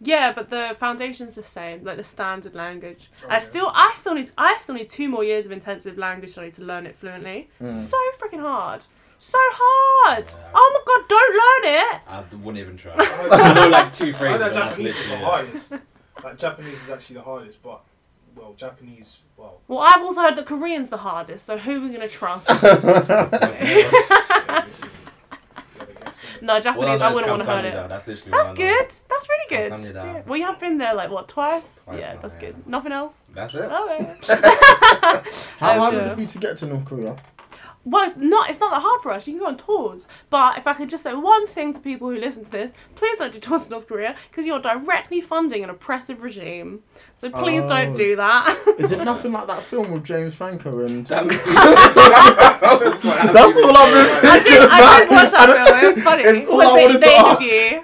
yeah, but the foundation's the same, like the standard language. I
yeah.
still, I still need, I still need two more years of intensive language study to learn it fluently. So freaking hard, so hard.
Yeah.
Oh my god, don't learn it.
I wouldn't even try. I know like two
I know
phrases. and that's
Japanese is the
literally it.
hardest. Like Japanese is actually the hardest, but well, Japanese, well,
Well, I've also heard that Korean's the hardest, so who are we going to trust?
yeah, this is- yeah, I guess, yeah.
no,
All I
Japanese,
know
I
is
wouldn't want to hurt
Kamsamnida.
it.
That's literally
That's
all I know.
good. That's really
Come
good.
Sunday down.
Yeah. Well, you have been there like what twice?
Twice
yeah,
now,
that's
yeah.
good. Nothing else. eh.
That's it.
Okay.
How
Oh,
hard would
yeah.
it be to get to North Korea?
Well, it's not. It's not that hard for us. You can go on tours. But if I could just say one thing to people who listen to this, please don't do tours to North Korea because you're directly funding an oppressive regime. So please don't
Oh.
do that.
Is it nothing like that film with James Franco and?
That means-
That's all I've
I did. I did watch that film. It was funny.
It's all
When
I
they-
wanted to
they
ask.
interview-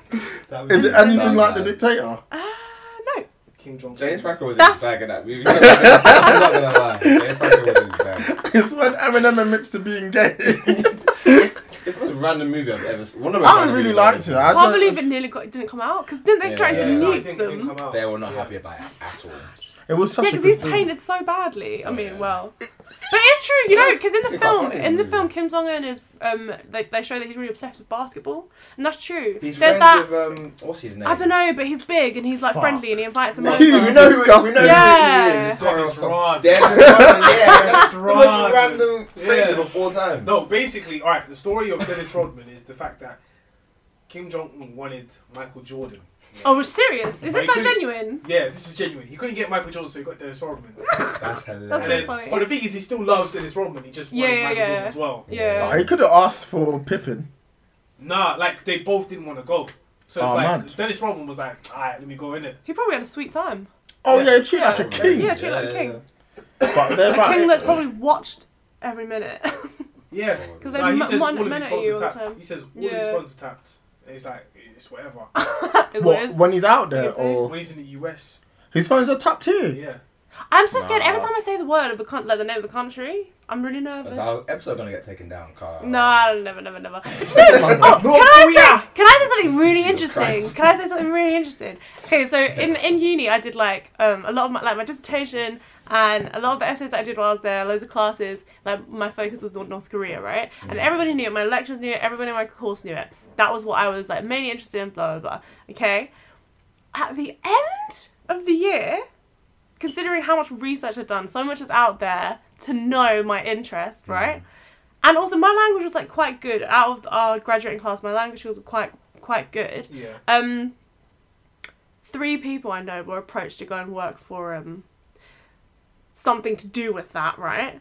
that
Is
means-
it anything
Bad
like the
man.
dictator?
No.
Kim Jong
James Franco was
That's-
his bag in that movie. I'm not gonna lie. James Franco was his bag.
It's when Eminem admits to being gay.
It's the most random movie I've ever seen. One of the
I
random
really
movies I've
liked
ever
it. I
Can't
don't-
believe it nearly got, it didn't come out because then they
Yeah,
tried
yeah,
to
yeah.
No, it
nuke
didn't, it didn't
them.
come out.
seen. They were not happy
Yeah.
about it at all.
It was such
Yeah,
a
because
good
he's
film.
painted so badly. I mean,
yeah.
well, but it's true, you know, because in
It's
the
quite
film,
funny,
in the
really.
film, Kim Jong Un is um, they, they show that he's really obsessed with basketball, and that's true.
He's
There's
friends
that.
with um, what's his name?
I don't know, but he's big and he's like
Fuck.
friendly and he invites them
No,
over.
you know- disgusting.
Yeah.
Dennis Rodman.
Dennis Rodman, yeah, that's the most
Rodman.
random phrase
Yeah.
of all time.
No, basically, all right. The story of Dennis Rodman is the fact that Kim Jong Un wanted Michael Jordan.
Oh, we're serious. Is
Well,
this like
he couldn't-
genuine?
Yeah, this is genuine. He couldn't get Michael Jordan, so he got Dennis Rodman.
that's
That's
hilarious.
And
really
then,
funny.
but the thing is, he still loves Dennis Rodman. He just wanted
Yeah, yeah,
Michael
yeah.
Jordan as well.
Yeah.
He could have asked for Pippin.
Nah, like they both didn't want to go. So it's
Oh,
like
mad.
Dennis Rodman was like, all right, let me go in it.
He probably had a sweet time.
Oh
Yeah.
yeah, treat like a
Yeah.
king.
Yeah, treat like a king.
But they're
A king
like,
that's probably watched every minute.
Yeah,
Oh,
Because they
Nah, he
m-
says all
mon-
of his
minute at
phones
you
are
all the
tapped.
time.
He says all of his
Yeah.
phones are tapped. And he's like, it's whatever.
Is what it
what,
is.
when he's out there,
Yeah, too.
or
when he's in the US,
his phones are tapped too.
yeah.
I'm so scared every
Nah.
time I say the word of the con- like the name of the country. I'm really nervous.
That's our episode gonna get taken down, Carl.
No, never, never, never. But you know, oh, can I say can I say something really
Jesus
interesting?
Christ.
Can I say something really interesting? Okay, so in, in uni I did like um a lot of my like my dissertation and a lot of the essays that I did while I was there, loads of classes, like my focus was on North Korea, right?
Mm.
And everybody knew it, my lecturers knew it, everybody in my course knew it. That was what I was like mainly interested in, blah blah blah. Okay. At the end of the year, considering how much research I've done, so much is out there to know my interest,
Mm.
right? And also, my language was like quite good. Out of our graduating class, my language was quite quite good.
Yeah.
Um, three people I know were approached to go and work for um something to do with that, right?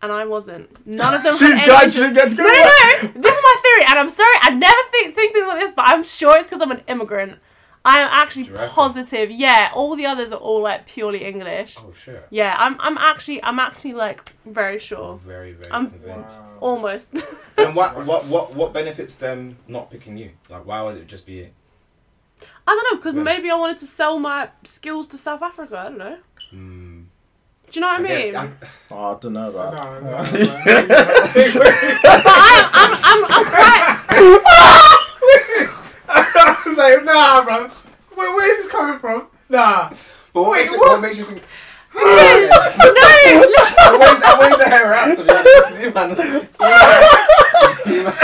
And I wasn't. None of them.
She's
had any
glad she didn't get to go.
no, no, no. This is my theory, and I'm sorry. I never think think things like this, but I'm sure it's because I'm an immigrant. I am actually
Do you reckon?
positive. Yeah, all the others are all like purely English.
Oh shit.
Yeah, I'm. I'm actually. I'm actually like very
I'm
sure.
very, very
I'm-
convinced.
Almost.
And what, what, what, what benefits them not picking you? Like, why would it just be it?
I don't know, because
Yeah.
maybe I wanted to sell my skills to South Africa. I don't know.
Mm.
Do you know what I,
get-
mean?
I-
Oh, Hmm. I don't know about.
No, no, no.
But I'm, I'm, I'm, I'm quite.
I was like, nah, bro. Where, where is this coming from? Nah.
but what,
Wait,
makes you,
what?
what makes you think?
Yes. no, listen,
I went, I went to hear her out to be honest. You man. You man.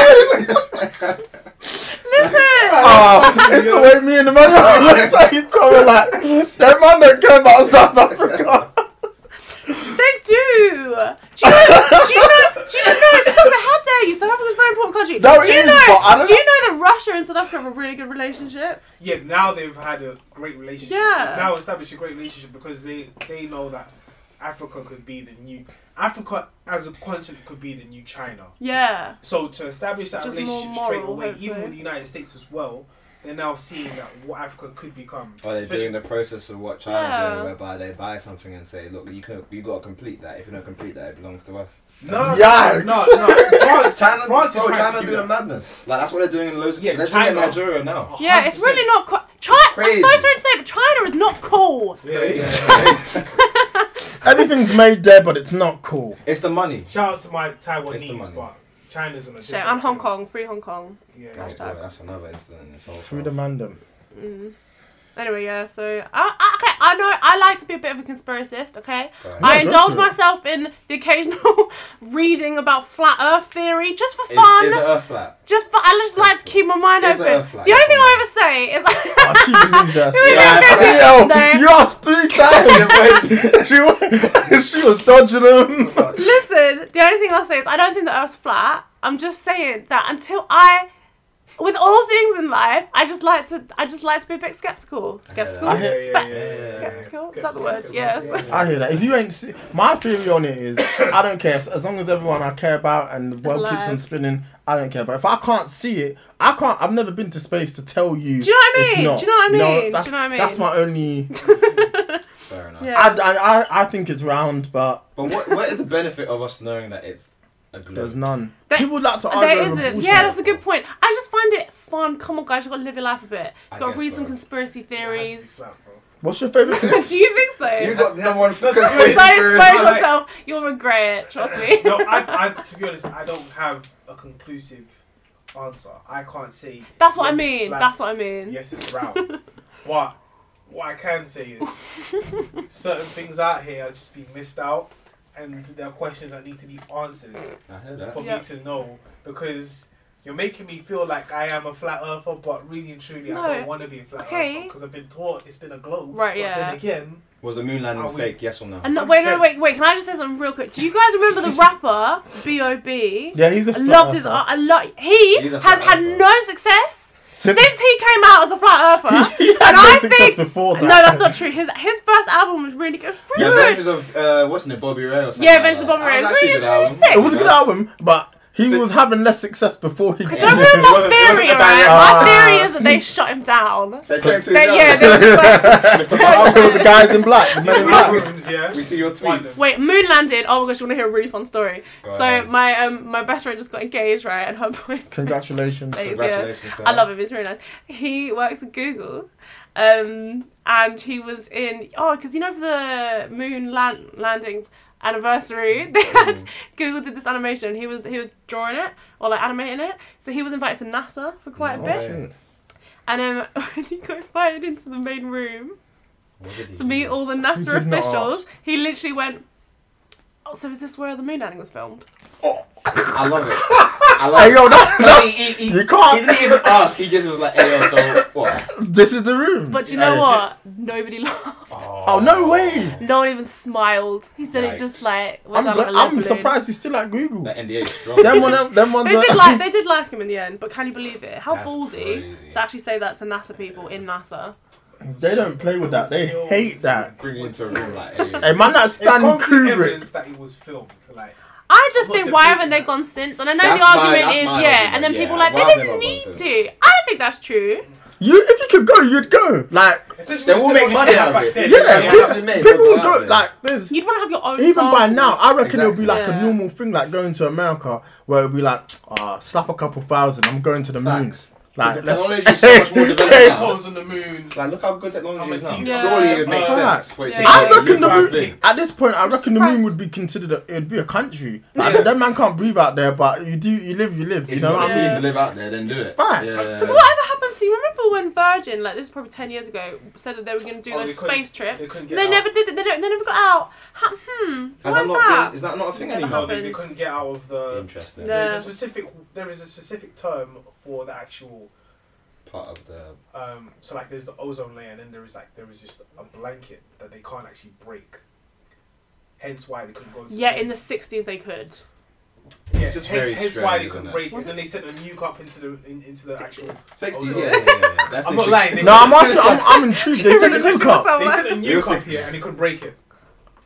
listen.
Oh, it's the way me and the man are. It's like you coming like that man don't care about South Africa.
They do. Do you know? Do you know? Do you know? Stop it! How dare you? South Africa's a very important country.
No,
do
it
you
is,
know,
but I don't
Do you know that Russia and South Africa have a really good relationship?
Yeah, now they've had a great relationship.
Yeah.
They've now established a great relationship because they, they know that Africa could be the new. Africa as a continent could be the new China.
Yeah.
So to establish that
Just
relationship
more
straight
moral,
away, even
hopefully.
with the United States as well, they're now seeing that what Africa could become.
Or they're
Especially-
doing the process of what China
Yeah.
did, whereby they buy something and say, look, you can, you got to complete that. If you don't complete that, it belongs to us.
No,
Yikes.
no, no. France,
China,
France is
bro,
trying to
China
do
doing
that.
a madness. Like that's what they're doing in loads.
Yeah,
they're doing
China.
it in Nigeria now.
Yeah, it's
100%.
really not. Co- China. I'm so
Crazy.
sorry to say, but China is not cool.
Yeah, yeah, yeah.
Everything's made there, but it's not cool.
it's the money.
Shout out to my
It's the
Taiwanese,
money.
but China's on a
Shit,
different.
and Hong
scale.
Kong, free Hong Kong.
Yeah,
Oh,
yeah.
boy, that's another incident in this whole
Through
thing.
the mandem.
Anyway, yeah. So I, I okay, I know I like to be a bit of a conspiracist, okay?
Go ahead.
I
Yeah, go
indulge
for it.
myself in the occasional reading about flat earth theory just for
Is,
fun.
is the Earth flat?
just for, I just like to keep my mind
Is
open.
the
The only
Earth flat?
thing
Come on.
I ever say is
Oh, she believes that.
Yeah.
There.
Yo, you asked three times.
Wait.
she, wa- she was dodging them.
Listen, the only thing I'll say is I don't think the Earth's flat. I'm just saying that until I, with all things in life, I just like to I just like to be a bit skeptical. Skeptical.
I hear-
Spe-
yeah.
Skeptical. Is that the word?
Skeptical.
Yes.
I hear that. If you ain't see, my theory on it is, I don't care. As long as everyone I care about and the world keeps on
alive.
spinning, I don't care. But if I can't see it, I can't. I've never been to space to tell you.
Do you know what I
it's
mean?
not.
Do you know what I mean? Do you
that's,
know what I mean?
That's my only.
Fair enough.
Yeah.
I, I, I, I think it's round, but
But what, what is the benefit of us knowing that it's a globe?
there's none.
There-
People would like to argue.
there
over
isn't.
bullshit.
Yeah, that's a good point. I just find it fun. Come on, guys, you gotta live your life a bit.
I
You gotta
guess
read
so.
some conspiracy theories.
What's your favorite?
Do you think so?
You got number one
Don't
conspiracy
expose
theory.
Conspiracy.
yourself. You'll regret it. Trust me.
no, I, I, to be honest, I don't have a conclusive answer. I can't say.
That's what I
yes, it's
mean.
flat,
That's what I mean.
Yes, it's round. but what I can say is certain things out here are just being missed out, and there are questions that need to be answered
I heard that.
for
Yeah.
me to know because. You're making me feel like I am a flat earther, but really and truly,
No.
I don't want to be a flat
Okay.
earther because I've been taught it's been a globe.
Right,
But
yeah.
Then again,
Was the moon landing
Are we-
fake? Yes or no?
And no, wait, no,
100%.
wait, wait. Can I just say something real quick? Do you guys remember the rapper B.O.B.?
Yeah, he's a
I
flat
loved his.
earther.
I love. He
He's a
has
flat
had
earther.
no success
Since-
since he came out as a flat earther.
He had
and
no
I
success
think
before that.
no, that's not true. His his first album was really good. It was
Yeah,
really good.
Avengers of uh, what's in it, Bobby Ray or something.
Yeah,
like
Avengers of
that.
Bobby Ray.
That
It's
actually
really-
a
it's
good
really
It was a good
album.
album, but he
So-
was having less success before he.
Don't
came in.
ruin my
wasn't- it
theory,
wasn't about
right?
him.
My theory is that they shut him down.
They came to
They, yeah,
each
they were
other.
just like,
it was the guys in black. the men in black.
algorithms, yeah.
We see your
One.
tweets.
Wait, moon landed. Oh my gosh, you want to hear a really fun story?
Go
so
ahead.
my um my best friend just got engaged, right? And her boyfriend.
Congratulations.
Yeah.
Congratulations to
I
her.
love him. He's really nice. He works at Google, um, and he was in oh, because you know for the moon land landings anniversary, they had
Mm.
Google did this animation. He was he was drawing it or like animating it. So he was invited to NASA for quite a bit,
shit.
and um, when he got invited into the main room
What did he
to meet
do?
all the
He
NASA
did not
officials,
ask.
he literally went. Oh, so is this where the moon landing was filmed?
I love it. I love
Hey, yo,
it.
that-
he, he, he,
you can't-
He didn't even ask. He just was like, "Hey, yo, so what?"
This is the room.
But you know
Yeah.
what? Nobody laughed.
Oh no way!
No one even smiled. He said it just
Yikes.
like was
I'm,
done
gla-
like a lead
I'm
balloon.
surprised he's still at Google.
That NDA is strong.
them one, them ones.
They did
that-
like they did like him in the end, but can you believe it? How
That's
ballsy
crazy.
to actually say that to NASA people in NASA.
they don't play with that. They hate that.
Bring you into a room like, "Hey,
Hey, man, that's
It's
Stan
concrete
Kubrick.
evidence that it was filmed. Like,
I just
What
think
the
why
big-
haven't they gone since? And I know
That's
the
my-
argument
that's
is
my
yeah,
argument,
and then
yeah.
people are like
Why
they
have they
didn't
not gone
need
since?
to. I don't think that's true.
You, if you could go, you'd go. Like,
especially
They
with
will make money
technology
out of
back
it.
then,
yeah,
Yeah,
people,
that's amazing.
people would
Wow.
go. Like, there's
You'd want to have your own.
even by
samples.
now, I reckon it'll be like a
Exactly.
normal thing, like going to America, where it'll be like, ah, slap a couple thousand, I'm going to the moon.
Facts.
Like,
The
let's-
technology is so much more developed
They
now.
Holes on the moon.
Like, look how good technology
I'm
is
a
now.
senior.
Surely it would make
Facts.
sense. for it
Yeah.
to be
I
a
reckon the
lucrative
moon.
thing.
At this point, I reckon the moon
surprised.
would be considered. A, it would be a country. Like, That man can't breathe out there, but you do. You live. You live. you
If
know
got
what
the
I mean?
means to live out there, then do it.
Facts.
Yeah.
Because whatever happened to you remember when Virgin, like this was probably ten years ago, said that they were going to do
Oh,
those
they couldn't-
space trips?
they couldn't get
They
out.
never did it. They, don't, they never got out. Ha- hmm.
Has
Why
that
is
not
that?
been, is that not a thing
Never
No,
anymore?
they, they
Happens.
couldn't get out of the.
Interesting.
No.
There's a specific. There is a specific term for the actual.
Part of the
Um, so like, there's the ozone layer, and then there is like there is just a blanket that they can't actually break. Hence why they couldn't go. To
Yeah,
the
in the
moon.
sixties they could.
Yeah,
It's
hence,
just very
hence
strange,
why they
isn't
couldn't
it?
break it. And then they sent a nuke up into the in, into the actual.
60s.
ozone
Yeah, yeah,
layer.
yeah, yeah. Definitely
I'm not
60s.
lying. They
No, I'm
sent-
asking. I'm, I'm intrigued. They said look up.
They sent a
It was
nuke up
60s.
here and they couldn't break it.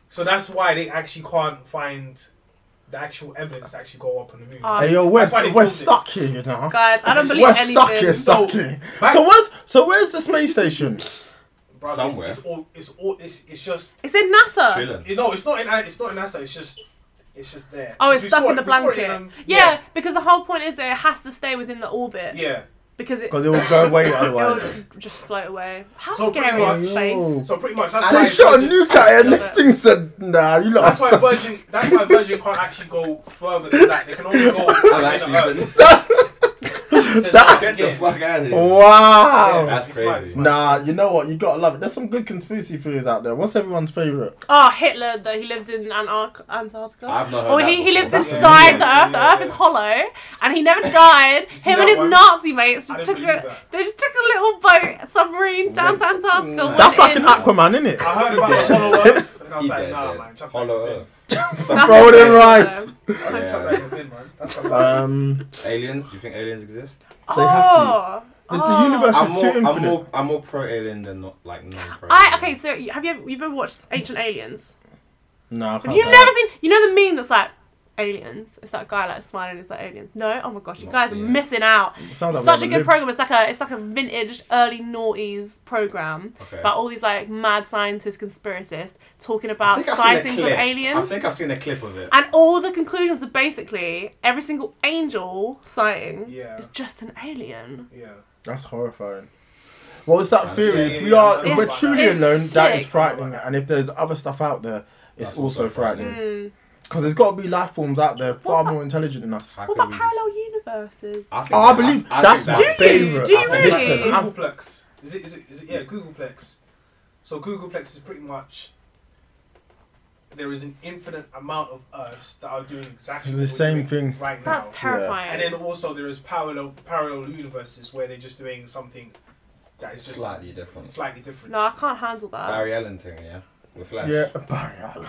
So that's why they actually can't find the actual evidence to actually go up on the moon.
Ah.
Hey, yo, we're,
That's why they
we're
filmed it.
stuck here, you know.
Guys, I don't believe
We're stuck here,
anything.
stuck here. So where's so where's the space station?
Bruv, it's-
Somewhere.
It's, all. It's all. It's, it's just.
It's in NASA.
Chilling.
You know, it's not in. It's not in NASA. It's just. It's just there.
Oh,
Because
it's
we
stuck
saw
in the
it- we saw it
blanket.
in, um,
yeah, because the whole point is that it has to stay within the orbit.
Yeah.
Because it,
Because it will go away
it'll
otherwise.
just float away. How
So
scary
pretty
is
much-
Yo.
space?
So pretty much that's
And
why.
They shot a
Virgin-
nuke at it, and this thing said, "Nah, you
That's
lost."
why Virgin. That's why Virgin can't actually go further than that. They can only go.
I'm
within the
actually.
Earth. said,
That-
"Get
Get the
the fuck
fuck out of here.
Wow.
That's
It's fine,
crazy.
it's fine.
Nah, you know what? You gotta love it. There's some good conspiracy theories out there. What's everyone's favorite?
Oh, Hitler, though, he lives in Antarc- Antarctica.
I've not heard
Or
that
he, he
before.
lives
That's
inside
amazing.
the earth.
Yeah.
The earth is hollow, and he never died.
see
Him and
that
his
one?
Nazi mates
I
just
don't
took
believe
a
that.
they just took a little boat submarine down to Antarctica. went
That's like
in.
an Aquaman, isn't it?
I heard about the Hollow Earth, and I was
He
like,
dead,
nah,
dead.
man, chuck
Hollow
that in the bin.
That's
Bro,
a-
them rights.
I said, chuck that in the bin, man. That's what I'm-
Um,
Aliens? Do you think aliens exist?
Oh,
They have to. the, the
Oh.
universe
I'm
is too
more, I'm
infinite.
more, I'm more pro alien than not like non pro.
I okay. So you- have you ever, you've ever watched Ancient Aliens?
Nah, I can't
Have you
say
never
that.
seen? You know the meme that's like aliens. It's that guy like smiling. It's like aliens. No. Oh my gosh, you
Not
guys are
seen it.
missing out.
Sounds like
Such a
we
good
lived.
program. It's like a it's like a vintage early noughties program
Okay.
about all these like mad scientists, conspiracists talking
I
about
think I've seen a
sightings of
clip. I
aliens.
think I've seen a clip of it.
And all the conclusions are basically every single angel sighting
Yeah.
is just an alien.
Yeah.
That's horrifying. What was that theory?
yeah,
if
yeah,
we are,
yeah,
if we're
it's-
truly
it's
alone, that is
sick.
frightening. And if there's other stuff out there, it's
That's
also
also frightening.
Mm.
frightening. Because there's got to be life forms out there far more intelligent than us.
How
What
could
about
we
parallel universes?
Just,
Oh, I believe that's my
Do you?
favorite.
Do you
I think-
really?
Listen, I'm-
Googleplex. Is it, is it, is it, yeah, Googleplex. So Googleplex is pretty much, there is an infinite amount of Earths that are doing exactly
It's the
what we're
same
doing
thing.
right now.
That's terrifying.
And then also there is parallel parallel universes where they're just doing something that is just
Slightly different.
slightly different.
No, I can't handle that.
Barry Allen thing, yeah, with Flash.
Yeah, Barry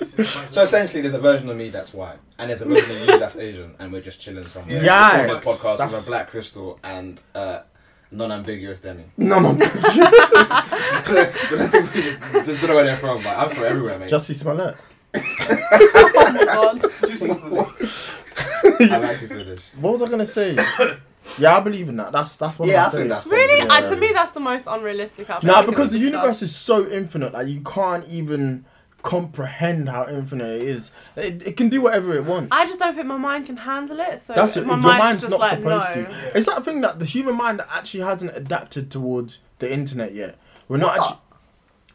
It's just massive.
So essentially, there's a version of me that's white, and there's a version of you that's Asian, and we're just chilling somewhere.
Yeah.
Doing this podcast
That's-
with a black crystal and uh, non-ambiguous Demi.
No, no.
just don't know where they're from, but I'm from everywhere, mate.
Jussie Smollett.
Oh my god.
Do you see something?
I'm actually British.
What was I gonna say? yeah, I believe in that. That's that's one
Yeah, I
of my
think that's
favorites.
Really?
Yeah.
Uh, to me, that's the most unrealistic. outfit
No,
I could
because the
discuss.
universe is so infinite that you can't even comprehend how infinite it is. It, it can do whatever it wants.
I just don't think my mind can handle it. So
That's it.
My
Your
mind's,
mind's
just
not
like,
supposed
no.
to. It's that thing that the human mind actually hasn't adapted towards the internet yet. We're not actually.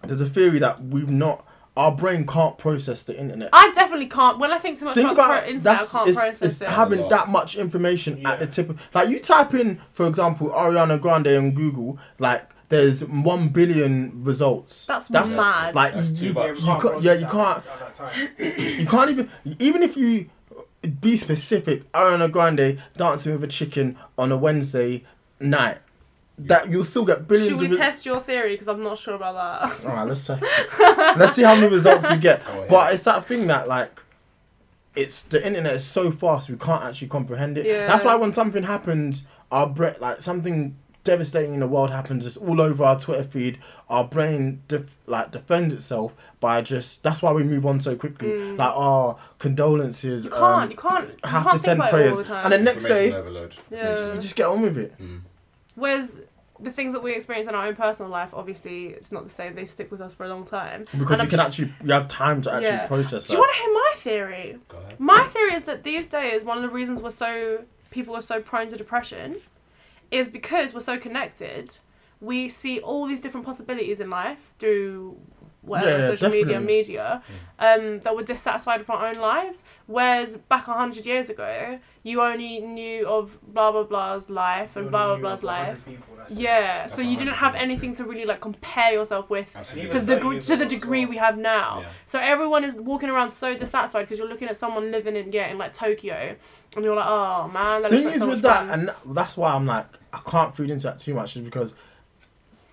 There's a theory that we've not. Our brain can't process the internet.
I definitely can't. When I think too much
Think
about,
about
the pro-
it.
internet,
That's
I can't
it's,
process
it's
it.
having
A lot.
that much information
Yeah.
at the tip. Of, like you type in, for example, Ariana Grande on Google, like there's one billion results.
That's mad.
Like
That's
you,
too
you,
Yeah,
much.
you
we
can't,
can't
yeah, you
process
can't.
that at that time.
You can't even, even if you be specific, Ariana Grande dancing with a chicken on a Wednesday night, that you'll still get billions
Should
of.
we
re-
test your theory? Because I'm not sure about that.
All right, let's test. it. let's see how many results we get.
Go ahead.
But it's that thing that like, it's the internet is so fast we can't actually comprehend it.
Yeah.
That's why when something happens, our brain like something devastating in the world happens. It's all over our Twitter feed. Our brain def- like defends itself by just. That's why we move on so quickly. Like our condolences.
Mm.
um,
You can't. You can't. You
have
can't
to
think
send
about It all
prayers,
the time.
and then next
Information
day
overload.
Yeah.
you just get on with it.
Whereas the things that we experience in our own personal life, obviously, it's not the same. They stick with us for a long time.
Because
And
you
I'm
can
sh-
actually, you have time to actually
Yeah.
process
Do
that.
you want to hear my theory?
Go ahead.
My theory is that these days, one of the reasons we're so people are so prone to depression is because we're so connected. We see all these different possibilities in life through whatever
Yeah,
social media,
definitely.
media, um, that we're dissatisfied with our own lives. Whereas back a hundred years ago, you only knew of blah blah blah's life and
You're
blah blah
new,
blah's
you're
life.
100 people, that's it.
Yeah, so
That's
you didn't have
100%
anything to really like compare yourself with
Absolutely.
to
Even
the
30
gr-
years
to the
ago as
degree
well.
we have now.
Yeah.
So everyone is walking around so dissatisfied because you're looking at someone living in yeah in like Tokyo, and you're like, oh man, that
thing
looks like
is
so
with
much
that,
fun."
and that- that's why I'm like, I can't feed into that too much, is because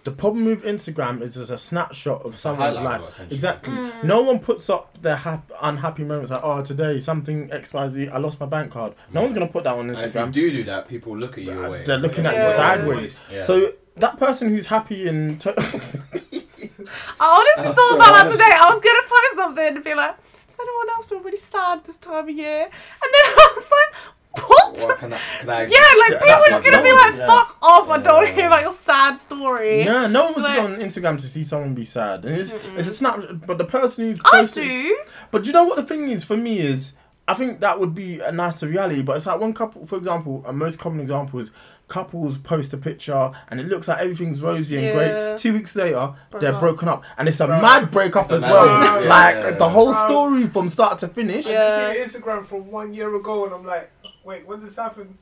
the problem with Instagram is there's a snapshot of someone's
highlight
life.
reel, essentially.
Exactly.
Mm.
No one puts up their hap- unhappy moments like, oh, today something X Y Z, I lost my bank card. No one's gonna put that on
Mm. And if
Instagram. Uh,
you do do that, people look at you away.
They're looking at you
Yeah.
sideways.
Yeah.
So that person who's happy in to-
I honestly
I'm
thought
so
about that
honest.
today. I was gonna post something and be like, does anyone else feel really sad this time of year? And then I was like, what?
Well, can I, can I,
Yeah, like people
Yeah, that's
are
my
just gonna be
problem.
like,
Yeah.
fuck off! I don't want to
Yeah.
hear about your sad story.
yeah, no one wants to
Like-
go on Instagram to see someone be sad. And it's, it's a snapshot, but the person who's
I
posting-
do.
But you know what the thing is for me is I think that would be a nice reality, but it's like one couple, for example, a most common example is couples post a picture and it looks like everything's rosy and
Yeah.
great. Two weeks later, they're
up.
broken up, and it's a mad breakup
a
as
mad
well.
breakup, yeah,
like
yeah,
the
yeah.
whole
Bro.
story from start to finish.
Yeah.
I just see an Instagram from one year ago, and I'm like, wait, when this happened?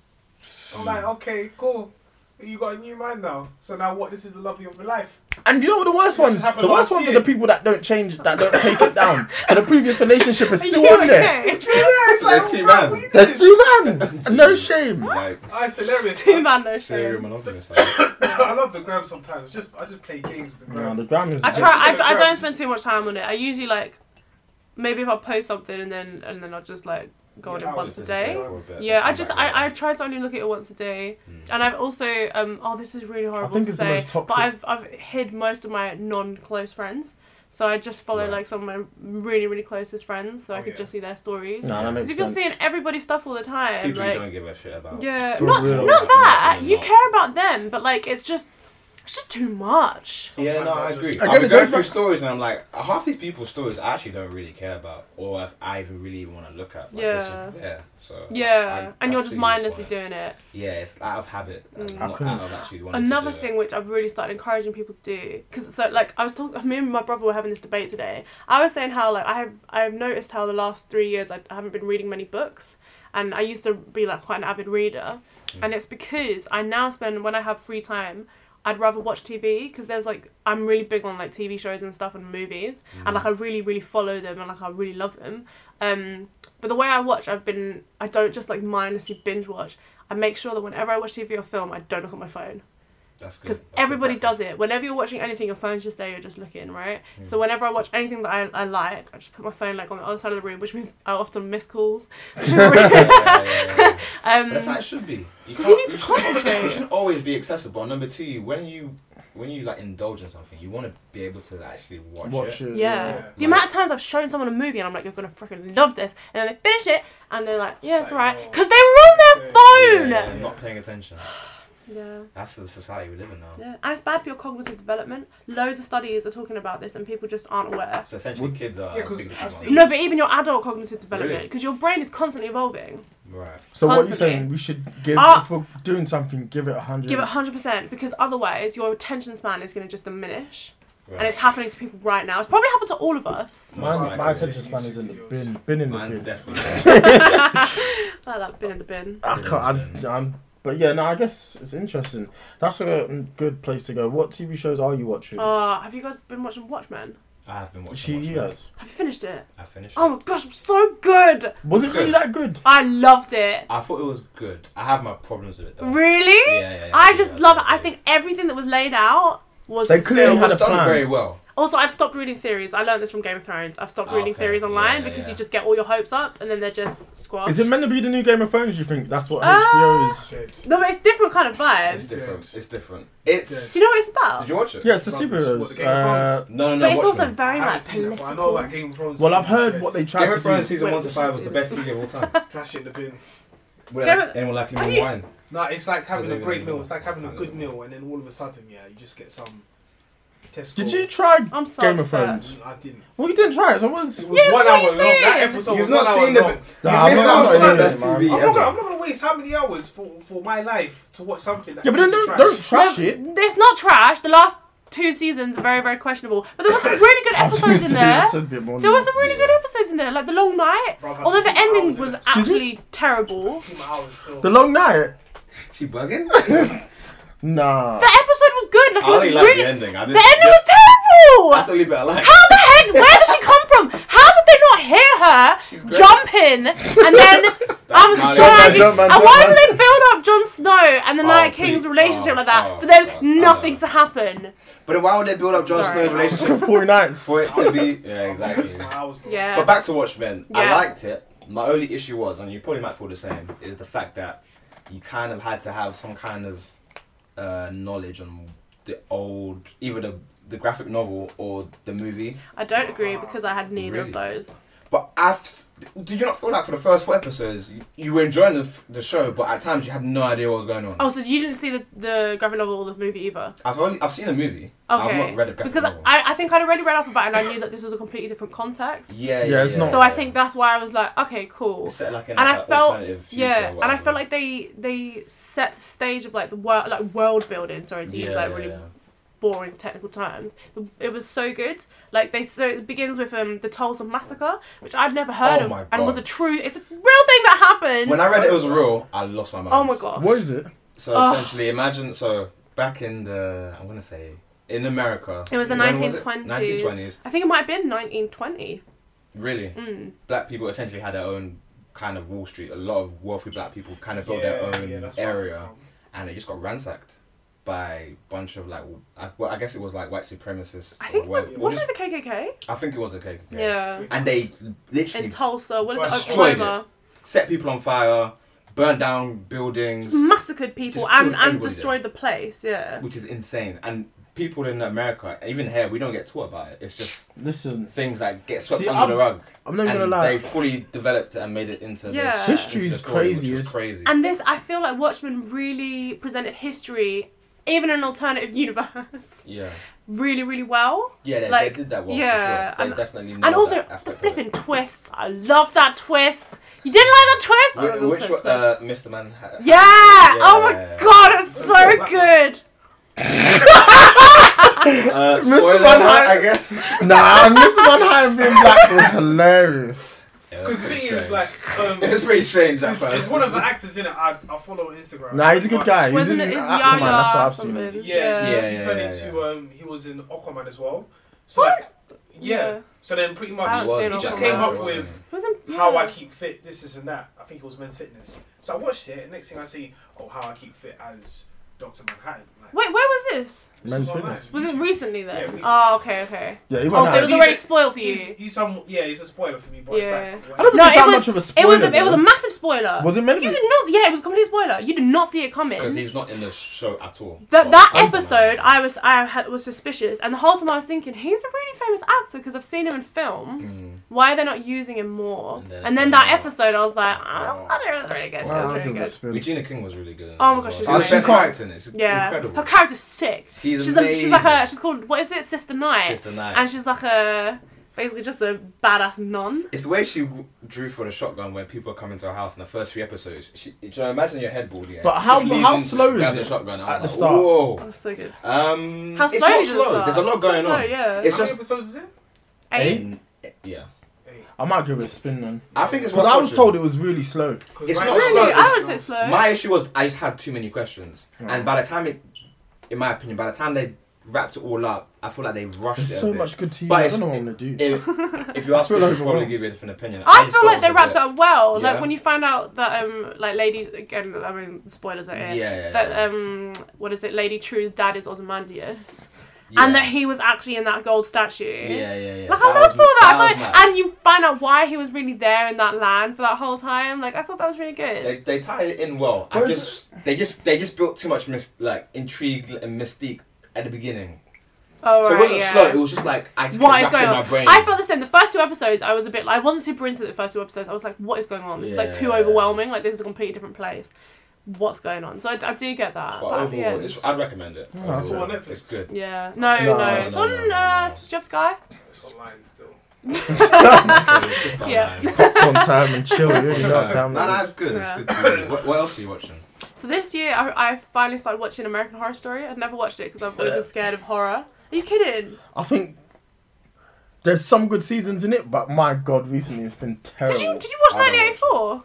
I'm like, okay, cool. You got a new man now. So now what? This is the love of your life.
And you know what the worst ones?
happened
The worst
last
ones
year.
are the people that don't change, that don't take it down. So the previous relationship is still
you
on there.
okay?
Yeah, it's like,
There's two
wow,
men.
what you
There's
did.
two men. No shame.
Like,
Ah, it's hilarious.
Two man no
serial
shame.
monogamous. Like,
I love the gram sometimes. Just I just play games with the
No,
gram.
the gram is.
I
just-
try. I, I don't spend too much time on it. I usually like maybe if I post something and then and then I'll just like go on
Yeah,
it
I'll
once a
just
day.
disappear for a bit and
Yeah, I
come
just
back
I, I
later. Hmm.
try to only look at it once a day, and I've also um oh this is really horrible
think
to
it's the
say,
most toxic-
but I've I've hid most of my non-close friends, so I just follow
Right.
like some of my really really closest friends, so I
Oh,
could
yeah.
just see their stories.
No, that makes
Because if you're
sense.
seeing everybody's stuff all the time,
people you
like
don't give a shit about.
yeah,
For
not
real.
not that
Nothing
you
about.
care about them, but like it's just it's just too much.
Yeah, no, I
Sometimes I
agree.
just-
I'll
Again,
be
it
going
goes
through
back-
stories and I'm like, half these people's stories I actually don't really care about, or if I even really even want to look at. Like, It's
Yeah.
just there. So
Yeah,
I- I
and you're
see
just
your
mindlessly
point.
doing it.
Yeah, it's out of habit, and
I
not
couldn't-
out of actually wanting to
Another
do it.
thing which I've really started encouraging people to do, because so like I was talking, me and my brother were having this debate today. I was saying how like I have I've noticed how the last three years I haven't been reading many books, and I used to be like quite an avid reader,
Mm.
and it's because I now spend when I have free time. I'd rather watch TV because there's like I'm really big on like TV shows and stuff and movies
Mm.
and like I really really follow them and like I really love them. Um, but the way I watch, I've been I don't just like mindlessly binge watch. I make sure that whenever I watch TV or film, I don't look at my phone
That's good.
because
That's good
everybody does
practice.
it. Whenever you're watching anything, your phone's just there. You're just looking, right? So whenever I watch anything that I, I like, I just put my phone like on the other side of the room, which means I often miss calls. Which is really,
Yeah, yeah, yeah, yeah.
um,
That's how it should be.
you
You,
need
can't-
to
should-
concentrate.
You should always be accessible. And number two, when you when you like indulge in something, you want to be able to actually watch,
Watch it.
yeah. The amount of times I've shown someone a movie and I'm like, you're gonna freaking love this, and then they finish it and they're like, yeah, it's
Like,
alright,
oh.
because they were
Yeah,
on their
yeah,
phone.
Not paying attention.
Yeah.
That's the society we live in now.
Yeah, and it's bad for your cognitive development. Loads of studies are talking about this, and people just aren't aware.
So essentially, kids are.
Yeah,
a
'cause
big
I
disadvantage.
see-
No, but even your adult cognitive development,
Really?
because your brain is constantly evolving.
Right.
So what you're
Constantly.
saying? We should give
Ah.
if we're doing something, give it a hundred.
Mm.
Give it 100% because otherwise your attention span is going to just diminish.
right.
And it's happening to people right now. It's probably happened to all of us.
My,
Right.
my attention span is in the bin. Bin in the
Mine's
bin.
definitely there.
Like that bin in the bin.
I can't. I'm, I'm, but yeah, no. I guess it's interesting. That's a good place to go. What TV shows are you watching?
Uh, have you guys been watching Watchmen?
I have been watching.
she
Watchmen.
yes.
Have you finished it?
I finished.
Oh
it.
my gosh, it's so good!
Was it really that good?
I loved it.
I thought it was good. I have my problems with it though.
Really?
Yeah, yeah, yeah.
I just
Yeah,
love it.
yeah,
I
yeah.
think everything that was laid out was
They
It
clearly
was
had a
done very
plan.
well.
Also, I've stopped reading theories. I learned this from Game of Thrones. I've stopped
Ah,
reading
okay.
theories
Yeah,
online
yeah,
because
yeah.
you just get all your hopes up and then they're just squashed.
Is it meant to be the new Game of Thrones? You think that's what
Ah.
HBO is?
Dead.
no, but it's different kind of
It's
vibes.
different. It's different. It's.
Do you know what it's about?
Did you watch it?
Yeah, it's the
Rubbish. What,
superheroes.
the Game of
Uh,
Thrones?
No, no, no.
but it's
Watchmen.
also very
I haven't
like
seen it,
political.
but I know about Game of Thrones.
well, I've heard what they
Game
tried
of Thrones
to do.
season
Wait,
one to
we
five
should
was the
do
best TV of all time.
Trash it in the bin.
Would
Game of-
anyone like him
Are
more
you-
wine?
No, it's like having a
Doesn't
great
even-
meal. It's like having a
Can't
good
even-
meal, and then all of a sudden, yeah, you just get some. Tesco.
Did you try
I'm so
Game of
upset.
Thrones?
I didn't.
Well, you didn't try it. So was
It was
Yes,
one
what are
hour
you
long. That
saying?
episode
You've
was
not
one hour
seen the.
long.
You
Nah, I'm
missed out
not
on some
gonna
of the best
do it, man.
TV
I'm not, gonna, I'm
ever.
not gonna waste how many hours for, for my life to watch something that
yeah, but then
is
don't
trash.
don't trash
No,
it.
It's not trash. The last two seasons are very, very questionable. But there were some really good episodes in there. There were some really good episodes in there, like the Long Night.
Bruv, I
Although the
think I
ending
was in
was
it.
me?
actually terrible.
Keep my hours still.
The long night.
She bugging?
Nah.
The episode was good. Like,
I only
it was
like
really...
the ending. I
The
didn't.
ending was terrible.
That's the only bit I like.
How the heck? Where did she come from? How did they not hear her
great.
jumping? And then I'm
not-
sorry.
Jump man, jump man,
and why
jump
do
man.
they build up Jon Snow and the
Oh,
Night
please.
King's relationship
Oh,
like that
oh,
for then
God.
nothing
Oh.
to happen?
But then why would they build up Jon
Sorry.
Snow's relationship
49th.
for it to be? Yeah,
Waste
exactly.
my hours, bro.
Yeah.
But back to Watchmen. I
Yeah.
liked it. My only issue was, and you probably might feel the same, is the fact that you kind of had to have some kind of uh, knowledge on the old, either the the graphic novel or the movie.
I don't agree because I had neither of
Uh, Really?
those.
But I've, did you not feel like for the first four episodes you, you were enjoying the, f- the show, but at times you had no idea what was going on?
Oh, so you didn't see the, the graphic novel or the movie either?
I've only I've seen a movie. I've
Okay.
not read a graphic
because
novel.
I, I think I'd already read up about it and I knew that this was a completely different context.
yeah, yeah,
Yeah, it's
yeah.
not-
So I think that's why I was like, okay, cool.
Set like in
and
like
I
a
felt
alternative future
yeah, and
or
I
whatever.
felt like they they set the stage of like the world like world building. Sorry to
yeah,
use like really
yeah.
boring technical terms. The, it was so good. Like they so it begins with um the Tulsa massacre, which I'd never heard
Oh
of,
my
and
God.
was a true. It's a real thing that happened.
When I read it, it was real. I lost my mind.
oh my god.
What is it?
So
Oh.
essentially, imagine so back in the I'm gonna say in America.
It was the
when
1920s.
1920s.
I think it might have been 1920.
Really,
Mm.
black people essentially had their own kind of Wall Street. A lot of wealthy black people kind of built their own
that's where I'm
area,
from.
and it just got ransacked by a bunch of like, I, well, I guess it was like white supremacists.
I think it
or
was
whatever.
wasn't it the KKK?
I think it was okay.
Yeah.
And they literally
In Tulsa, what is it,
Destroyed
Oklahoma?
set people on fire, burned down buildings,
Just massacred people
Just
and,
killed
and
everybody
destroyed the place. Yeah.
which is insane. And people in America, even here, we don't get taught about it. It's just
Listen,
things that get swept
See,
under the
I'm-
rug.
I'm not
and
gonna lie.
They fully developed it and made it into
Yeah.
the
History
into the
is
story,
crazy.
Which is
It's-
crazy.
And this, I feel like Watchmen really presented history, even in an alternative universe,
yeah,
really, really well.
yeah, they,
Like,
they did that well.
yeah,
for sure.
and-
they definitely nailed
and also
that
the
aspect of
flipping
it.
twist. I love that twist. You didn't like that twist? I
Wh-
love
Which,
that
one-
twist.
uh, Mr. Man? ha-
yeah! Oh my
Yeah.
god, it's so good.
Uh, spoiler
Manhattan.
alert, I guess.
nah, Miss Manhattan being black was hilarious.
Yeah, it was
Because the
pretty
thing is,
strange.
like, um,
it was pretty strange at first.
it's one of the actors in it. I, I follow on Instagram.
Nah, he's a good guy. He's
Wasn't
in
it his
Aquaman.
Yaya?
That's what I've seen.
something?
Yeah, yeah,
Yeah,
he
yeah,
turned
yeah,
into
yeah.
um, he was in Aquaman as well. So Like, yeah.
Yeah.
So then, pretty
I
much,
haven't seen
he just
Aquaman.
came up
Wasn't
with
it?
Wasn't-
how
yeah.
I keep fit, this, this, and that. I think it was Men's Fitness. So I watched it, and next thing I see, oh, how I keep fit as Doctor Manhattan. Like,
Wait, where was this?
this
Men's
was online.
Fitness.
Was it recently then?
Yeah, recently.
Oh, okay, okay.
Yeah, he
Oh,
went
so
out.
it was
He's
already
a-
spoiled for you.
He's, he's some, yeah, he's a spoiler for me, but
Yeah.
it's like,
I don't
No,
think it's
it
that
was,
much of a
it was
spoiler,
a, it was
though.
a massive spoiler.
Was it meant to
You
be-
did not. Yeah, it was a complete spoiler. You did not see it coming.
Because he's not in the show at all.
That
Well,
that
Aquaman.
episode, I was I had, was suspicious, and the whole time I was thinking he's a really famous actor because I've seen him in films. Why are they not using him more? And
And
then,
then-
that episode, I was like, oh, I thought it was really good.
Nah,
it was
I'll give
really
it a
good.
spin.
Regina King was really good. in it
Oh my
as
gosh,
well.
she's
she's the best
amazing.
character in it. She's
Yeah,
incredible.
her character's sick.
She's
a, she's like a
amazing.
she's called what is it, Sister Knight?
Sister Knight.
And she's like a basically just a badass nun.
It's the way she w- drew for the shotgun when people come into her house in the first three episodes. She, do you know, imagine your head bald, yeah.
But how-
Just leans
how
into it,
slow is
grabs
it
the shotgun, I'm
at the
like,
start?
Whoa.
Oh, so good.
Um,
How
it's
slow
not
does it
slow.
start?
There's a lot
So
going
slow,
on.
yeah.
It's
how many
just
episodes is it?
Eight.
Mm, yeah.
I might give it a spin then.
I think it's
Because
worth
I was
watching.
told it was really slow.
'Cause
It's
right
not
now-
slow,
Really,
it's-
I would say slow.
My issue was I just had too many questions, and by the time it, in my opinion, by the time they wrapped it all up, I feel like they rushed
There's
it. a
so
bit.
much good TV.
But
I
it's-
don't know what I'm gonna do.
If, if you ask
feel
me, I'll probably
overwhelmed.
give you a different opinion.
I
just
feel
thought
like
it was
they
a
wrapped
bit-
it up well. Like
Yeah.
when you find out that um like Lady again I mean spoilers are here.
Yeah, yeah,
that
yeah.
um what is it, Lady True's dad is Ozymandias.
Yeah.
And that he was actually in that gold statue.
Yeah, yeah, yeah.
Like I loved all that.
was
Like,
mad.
and you find out why he was really there in that land for that whole time. Like I thought that was really good.
They, they tie it in well. I
Whereas-
just they just they just built too much mis- like intrigue and mystique at the beginning.
oh,
so
right,
it wasn't
yeah.
slow. It was just like I just
what
kept
is going
racking my
on?
brain.
I felt the same. The first two episodes, I was a bit. like I wasn't super into the first two episodes. I was like, "What is going on? It's like too
Yeah.
overwhelming. Like this is a completely different place. What's going on?" So I, I do get that.
but
but at the
overall,
end-
it's, I'd recommend it.
that's
Overall,
all on Netflix.
It's good.
yeah. No, no.
No,
It's
no,
on
no, no, no.
uh, Jeff Sky.
It's online still.
So it's just
Yeah.
online.
Popcorn time and chill. You already know what
no,
time
no,
it
it's
is.
good. It's
Yeah.
good. to do. What, what else are you watching?
So this year, I, I finally started watching American Horror Story. I'd never watched it because I've always been scared of horror. Are you kidding?
I think there's some good seasons in it, but my god, recently it's been terrible.
Did you did you watch
I don't watch it.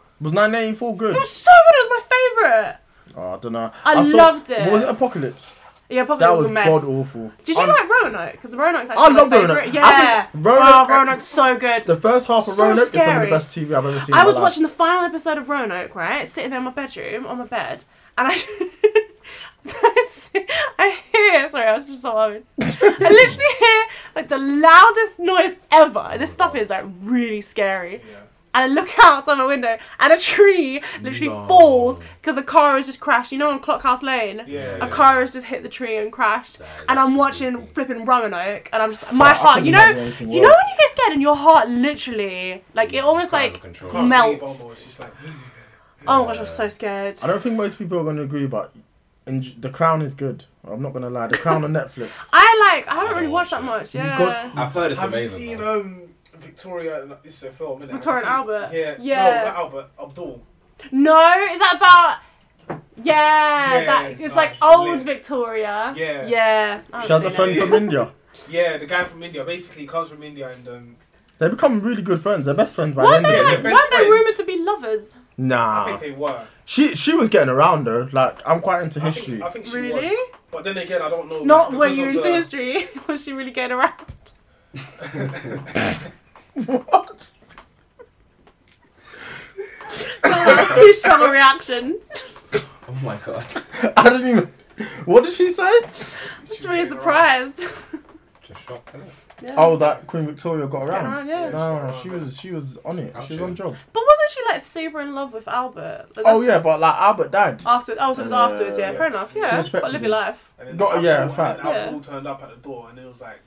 1984?
Was 1984 good?
It was so good. It was my favorite.
Oh, I don't know.
I loved it.
Was it Apocalypse?
Yeah, Apocalypse
That
was,
was
a mess.
god awful.
Did you
Um,
like Roanoke? Because Roanoke's actually
I
my
love
favorite.
Roanoke. I
Yeah,
think Roanoke-
Oh, Roanoke's so good.
The first half of
So
Roanoke is some of
scary.
the best TV I've ever seen. in
I
my
was
life.
watching the final episode of Roanoke, right? Sitting there in my bedroom on my bed, and I, I, see- I hear. Sorry, I was just so laughing. I literally hear like the loudest noise ever. This stuff is like really scary.
Yeah.
And I look outside my window, and a tree literally
No.
falls because a car has just crashed. You know, on Clockhouse Lane,
Yeah.
a car has just hit the tree and crashed.
That is
and I'm
actually
watching
creepy.
flipping Roanoke, and I'm just my
I
heart.
couldn't
You know,
imagine
you
anything
know
worse.
when you get scared and your heart literally like it almost
Just out Mm, of
like
control.
Can't
Melts.
believe Elmo, it's just like,
oh my gosh, I'm so scared.
I don't think most people are going to agree, but in, The Crown is good. I'm not going to lie. The Crown on Netflix.
I like I haven't
don't
really watched that
watch
much.
Oh, You
Yeah.
got-
I've heard it's
Have you
amazing.
seen
though.
um, Victoria? It's a film, is
Victoria and Albert.
Yeah.
Yeah.
No, not Albert. Abdul.
No, is that about Yeah,
Yeah,
that it's
oh,
like
it's
old
lit.
Victoria.
Yeah.
yeah. I
Shout
haven't
out
seen
friend
it.
from India.
Yeah, the guy from India basically comes from India and um,
They become really good friends. They're best friends by the
Weren't
end
they
of
Yeah,
like?
it.
they're best
Weren't they
friends.
rumored to be lovers?
Oh
I
Nah,
think they were.
she she was getting around though. Like I'm quite into
I think,
history.
I think she
Really?
was. But then again, I don't know.
Not
because
were
of
you into
the-
history? Was she really going around?
What?
That's too strong a reaction.
Oh my god.
I didn't even. What did she say?
Just really surprised.
Just shocked, innit?
Oh, that Queen Victoria got around.
around, yeah.
No, she was she was on it.
Oh,
She was on job.
But wasn't she like super in love with Albert? Like,
Oh
that's-
yeah, but like Albert died.
After, oh, so it was
Yeah,
afterwards. Yeah,
yeah.
fair enough.
She
Yeah,
respected
but live
him.
your life.
And then
Got-
the
yeah,
apple- and then
facts.
the apple turned up at the door, and it was like,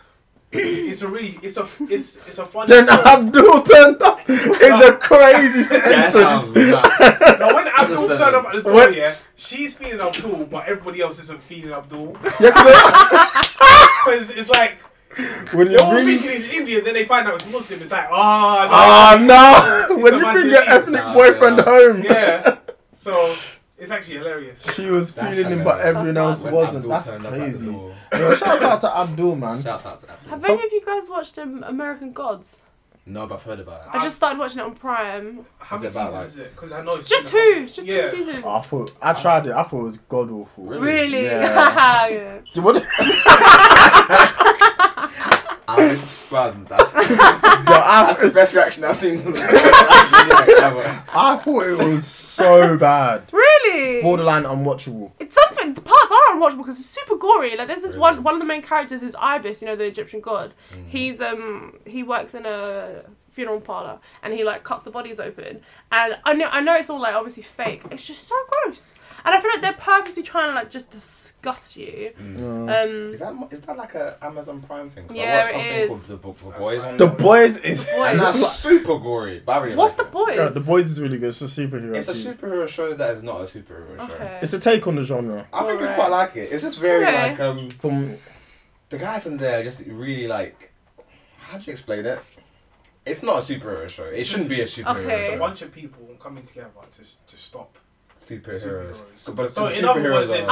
it's a really, it's a, it's, it's a funny.
Then
story.
Abdul turned up. It's a crazy
That sounds
sentence.
nuts.
now when Abdul
Listen.
turned up at the door,
What?
yeah, she's feeding Abdul, but everybody else isn't feeding Abdul
Yeah, 'cause
because it's like
they- when you
they're all
bring,
thinking he's Indian, then they find out it's Muslim. It's like, ah,
ah no,
no. It's
when
a
you
man's
bring your
disease.
ethnic
Nah,
boyfriend
yeah.
home,
yeah. So it's actually hilarious.
she was
That's
feeling him, but
hilarious.
everyone
That's
else
mad.
When
wasn't.
Abdul
That's
turned up at the
crazy.
door-
Yo, shout out to Abdul, man.
Shout out to Abdul.
Have
So-
any of you guys watched um, American Gods?
No, but I've heard about it.
I just started watching it on Prime.
How
Is
many
it about,
seasons
like-
is it? Because I know it's
Just
been a
two,
couple.
just
yeah.
two seasons.
I thought I tried it. I thought it was god awful.
Really?
Yeah.
Yeah.
What?
I was just glad that's,
Yo, I,
that's the best reaction I've seen. ever.
I thought it was so bad,
Really?
borderline unwatchable.
It's something. The parts are unwatchable because it's super gory. Like there's this
Really?
one. One of the main characters is Ibis. You know the Egyptian god. He's um he works in a funeral parlor and he like cuts the bodies open. And I know I know it's all like obviously fake. It's just so gross. And I feel like they're purposely trying to like just disgust you. Um.
Is that mo- is that like a Amazon Prime thing? 'Cause
Yeah,
I watched
it
something
is.
called The Book for Boys on
The
there.
boys is
And that's
Boys.
super gory. but I really
What's the
like it.
boys?
Yeah, the boys is really good. It's a superhero.
It's a
team.
superhero show that is not a superhero show.
Okay.
It's a take on the genre.
I think we
Alright.
quite like it. It's just very
Okay.
like um
From
the guys in there are just really like how do you explain it? It's not a superhero show. It shouldn't be a superhero
Okay.
A
show.
bunch of people coming together to to stop
Superheroes.
Superheroes.
But
So
the
in other words,
superheroes
they're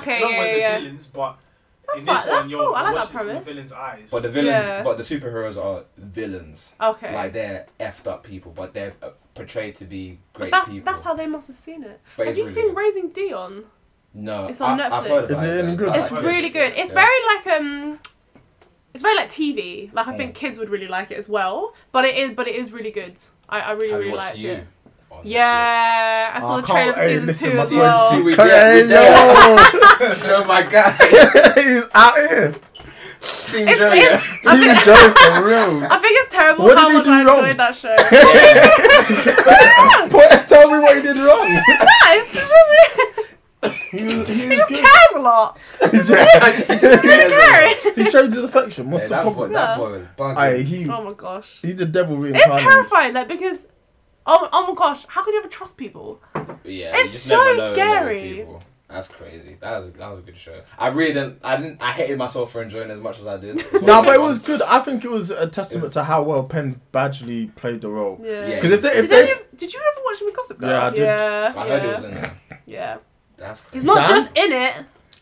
Ah,
super villains.
okay,
In other words,
yeah,
they're
yeah.
villains, but in
quite-
this
that's
one, you're
cool. I like
watching
that
through the
premise.
villain's eyes.
but the villains
Yeah.
but the superheroes are villains.
Okay.
Like they're effed up people, but they're uh, portrayed to be great
That's
people.
that's how they must have seen it.
But
have
it's
you
really
seen
good.
Raising Dion?
No,
It's on
I, I've
Netflix.
heard
Is
about
it any
though.
good?
I
It's
like it.
really good. It's
Yeah.
very like um, it's very like TV. Like I think kids would really like it as well. But it is, but it is really good. I, I really
Have you
really
watched
liked
you?
it.
on Netflix?
Yeah, I saw
Oh,
the trailer
hey,
for season
listen,
two
my
as
boy
well.
Dude,
is
we did- we
crazy.
Joe, my guy.
He's out here.
Team
It's-
Joe,
it's-
yeah.
Team Joe for real.
I think it's terrible
What
how
did he
much
do
I
wrong?
enjoyed that show. yeah,
Boy, tell me what he did wrong.
it's just really,
He was, he
he
was
just cares a lot.
good. Yeah.
Caring.
He showed his affection. What's
Hey,
the
that, boy,
problem?
that boy was bugging.
Aye, he
Oh my gosh,
he's the devil
it's
reincarnated.
terrifying. Like because. Oh, oh my gosh! How can you ever trust people?
yeah,
it's
you just
so
never know with
scary.
people. That's crazy. That was that was a good show. I really didn't. I didn't. I hated myself for enjoying it as much as I did. It's one
No,
of
but it
the
was
ones-
good. I think it was a testament to how well Penn Badgley played the role.
Yeah.
Yeah.
Because if they, if
Did,
they,
any of- did you ever watch him in Gossip Girl?
Yeah, I did.
Yeah,
I
yeah,
heard it was in there.
yeah.
That's crazy.
He's not
Nah.
just in it.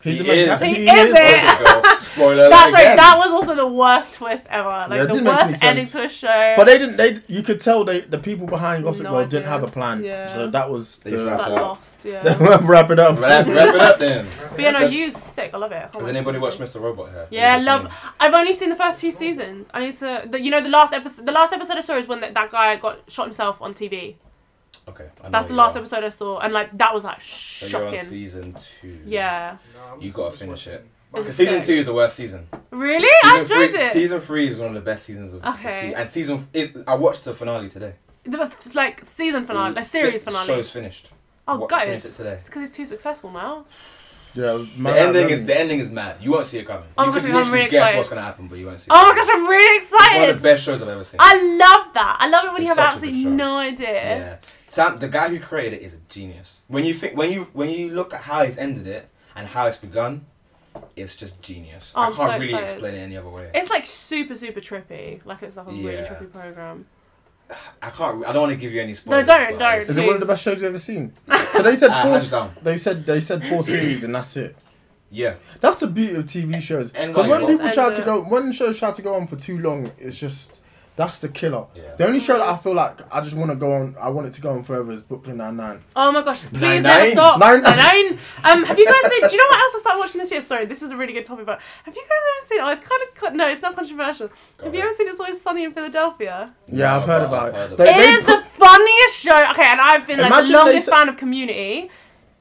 he's
He
the main
is.
character.
He is it.
Gossip Girl. Spoiler.
That's
alert
right.
again.
That was also the worst twist ever. Like
Yeah, it
the
didn't make any
worst ending
sense.
to a show.
But they didn't. They you could tell they the people behind Gossip
No
Girl didn't
idea.
have a plan.
Yeah.
So that was.
They just
It's
The,
wrapped
like
it up.
lost. Yeah.
wrap it up.
Wrap, wrap it up then.
but you know, you's sick. I love it. I can't
Has
wait
anybody
to
watched
see it.
Mr. Robot here?
Yeah, I
Just
love.
me.
I've only seen the first two seasons. I need to. The, you know, the last episode. The last episode I saw is when that, that guy got shot himself on TV.
Okay. I know
That's the
you
last
are.
episode I saw, and like that was like
So you're on
shocking.
season two.
Yeah.
No, I'm-
You gotta
I'm just
finish it.
watching.
Is it
Season
sick?
two is the worst season.
Really? I
Season
enjoyed
three,
it.
season three is one of the best seasons of of
Okay.
TV. And season, it, I watched the finale today.
The f- like season finale, like series
Fi-
finale.
Show's finished.
oh,
What-
guys.
finished it today.
It's because it's too successful now.
Yeah.
The ending is the ending is mad. You won't see it coming.
Oh my
you
gosh,
just
I'm
literally
really
guess
excited.
what's gonna happen, but you won't see.
Oh
it
my gosh, I'm really
It's one
excited.
of the best shows I've ever seen.
I love that. I love it when you
It's
have
such a
absolutely
good show.
no idea.
yeah, Sam, the guy who created it is a genius. When you think, when you when you look at how he's ended it and how it's begun, it's just genius.
Oh,
I
I'm
can't
so
really
excited.
explain it any other way.
It's like super, super trippy. Like it's like a really
Yeah.
trippy program.
I can't. I don't want to give you any
No,
spoilers.
don't,
but
don't.
Is it one of the best shows you've ever seen? So they said
Ah,
four.
hands down.
They said they said four series, and that's it.
Yeah,
That's the beauty of TV shows.
And
Because
like-
when people try
And
to
the-
go, when shows try to go on for too long, it's just that's the killer.
Yeah.
The only show that I feel like I just want to go on, I want it to go on forever is Brooklyn Nine Nine.
Oh my gosh, please
Nine,
never
nine,
stop.
nine, nine.
Nine, nine. Um, have you guys seen, do you know what else I started watching this year? Sorry, this is a really good topic, but have you guys ever seen, oh, it's kind of, con- no, it's not controversial. have you
ahead.
ever seen It's Always Sunny in Philadelphia?
Yeah, I've
I've
heard
heard-
about
I've heard
it.
of
They,
it.
It
they
is the funniest show. Okay, and I've been like the
Imagine they
longest
sa-
fan of Community.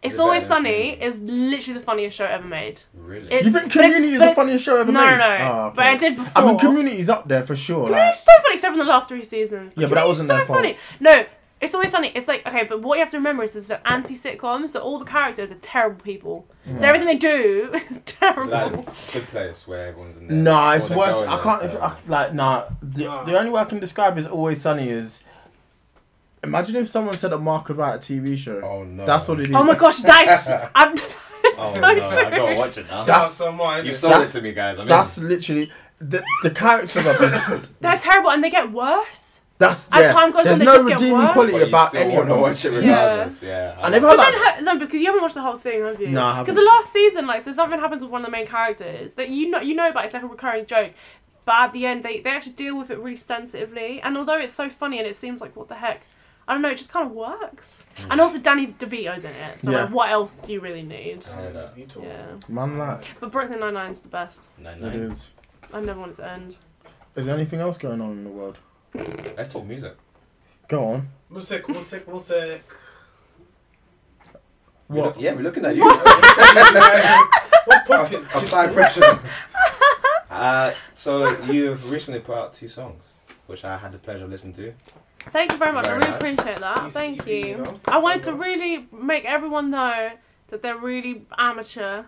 It's
You're
Always
better than
Sunny
Community.
is literally the funniest show ever made.
really.
It's-
you think
but it's-
Community is
but
the
it's-
funniest show ever
no,
made?
No, no,
Oh, okay.
But I did before.
I mean, Community's up there for sure. like-
It's so funny, except for the last three seasons.
Yeah, but that
It's
wasn't
so
their fault.
funny. No, it's always funny. It's like okay, but what you have to remember is it's an anti-sitcom, so all the characters are terrible people. So everything they do is terrible.
Like a good place where everyone's in there.
Nah, it's
Before they
worse.
go in
I
there,
can't.
so-
I, like, nah. The,
Nah.
the only way I can describe is always sunny is. Imagine if someone said that Mark could write a TV show.
Oh, no.
That's what it is.
oh my gosh, that's I'm, that's
Oh,
so
no, I
true.
gotta watch it now.
That's-
That's so much.
You've sold it
that's-
to me, guys. I mean,
That's literally the the characters are just.
They're terrible and they get worse.
That's
As
yeah.
time goes
There's
on, they
no
just get
redeeming
worse.
quality
but you
about
still
any of
wanna
them.
watch it regardless. Yeah.
And if I
But
like,
then, ha- no, because you haven't watched the whole thing, have you?
No, I
Because
haven't.
the last season, like, so something happens with one of the main characters that you know you know about. It's like a recurring joke, but at the end, they they actually deal with it really sensitively. And although it's so funny and it seems like what the heck, I don't know, it just kind of works. And also, Danny DeVito's in it, so
Yeah.
like, what else do you really need?
Yeah.
You talk.
Yeah,
man, like
but Brooklyn Nine Nine's the best.
Nine,
it
nine.
is.
I never want it to end.
Is there anything else going on in the world?
Let's talk music.
Go on.
Music, music, music.
We
What?
look- yeah, we're looking at you. What's popping? Apply pressure. Uh, so you've recently put out two songs, which I had the pleasure of listening to.
Thank you very much. I
Very
really
nice.
appreciate that.
Easy
Thank
evening, you
you.
know?
I wanted to
Well
really make everyone know that they're really amateur.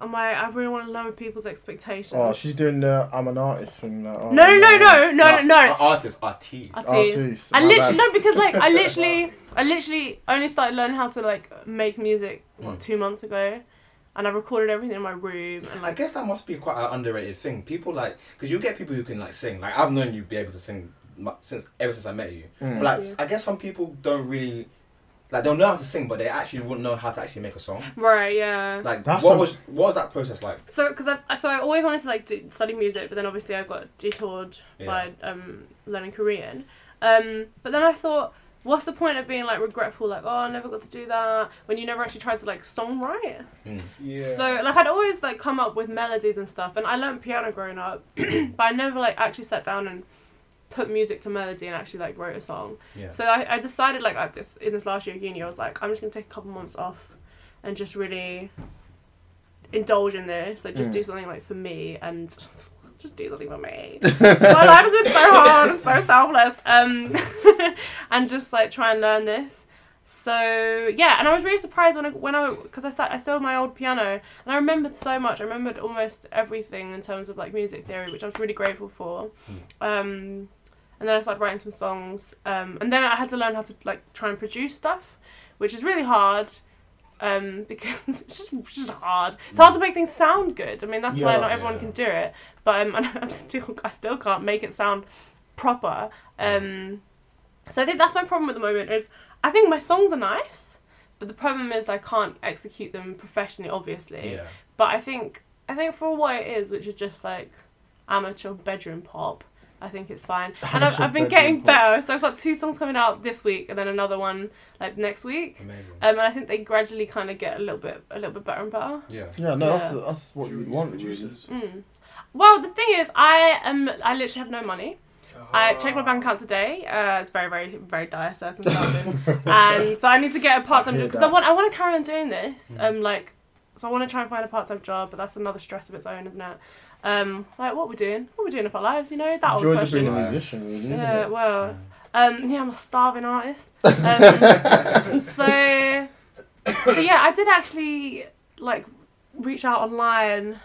And my, I really want to lower people's expectations.
Oh, she's doing the I'm an artist thing. Like, oh,
no, no, no, no, no, no,
Ar-
no.
Artists, artists.
Artiste.
Artiste,
I
my bad.
literally no because like I literally I literally only started learning how to like make music what two months ago, and I recorded everything in my room and
I
like
guess that must be quite an underrated thing. People like because you get people who can like sing. Like I've known you be able to sing mu- since ever since I met you.
Hmm.
But like I guess some people don't really like they'll know how to sing, but they actually wouldn't know how to actually make a song.
right yeah.
Like
That's
what
a-
was what was that process like?
So, because I so I always wanted to like do, study music, but then obviously I got detoured by um, learning Korean. Um, but then I thought, what's the point of being like regretful, like oh I never got to do that when you never actually tried to like songwrite?
Hmm.
Yeah.
So like I'd always like come up with melodies and stuff, and I learned piano growing up, but I never like actually sat down and put music to melody and actually like wrote a song.
Yeah.
So I, I decided like I this in this last year of uni, I was like I'm just gonna take a couple months off, and just really indulge in this. Like just do something like for me and. Just do something for me. My life has been so hard, it's so selfless. Um, and just like try and learn this. So yeah, and I was really surprised when I when I because I sat I still had my old piano and I remembered so much. I remembered almost everything in terms of like music theory, which I was really grateful for. Um, and then I started writing some songs, um, and then I had to learn how to like try and produce stuff, which is really hard. Um, because it's just, it's just hard. It's hard to make things sound good. I mean, that's why
Yeah.
not everyone
Yeah.
can do it. But um, I'm still, I still can't make it sound proper. Um, so I think that's my problem at the moment is I think my songs are nice, but the problem is I can't execute them professionally, obviously.
Yeah.
But I think I think for what it is, which is just like amateur bedroom pop, I think it's fine. And I've,
Amateur
I've been
bedroom
getting
pop.
better, so I've got two songs coming out this week, and then another one like next week. Um,
Amazing.
and I think they gradually kind of get a little bit a little bit better and better.
Yeah.
Yeah, no, That's,
Yeah.
that's what you want. Really.
Well, the thing is, I am I literally have no money. I checked my
Oh.
bank account today. Uh, it's very, very, very dire circumstances, and so I need to get a part-time
hear
job because I
that. Hmm.
want, I want to carry on doing this. Um, like, so I want to try and find a part-time job, but that's another stress of its own, isn't it? Um, like what we're doing, what we're doing with our lives, you know, that old
Joy to
question.
being a musician, really, isn't
Yeah,
it?
Uh, well, um, yeah, I'm a starving artist. Um, so, so yeah, I did actually like reach out online,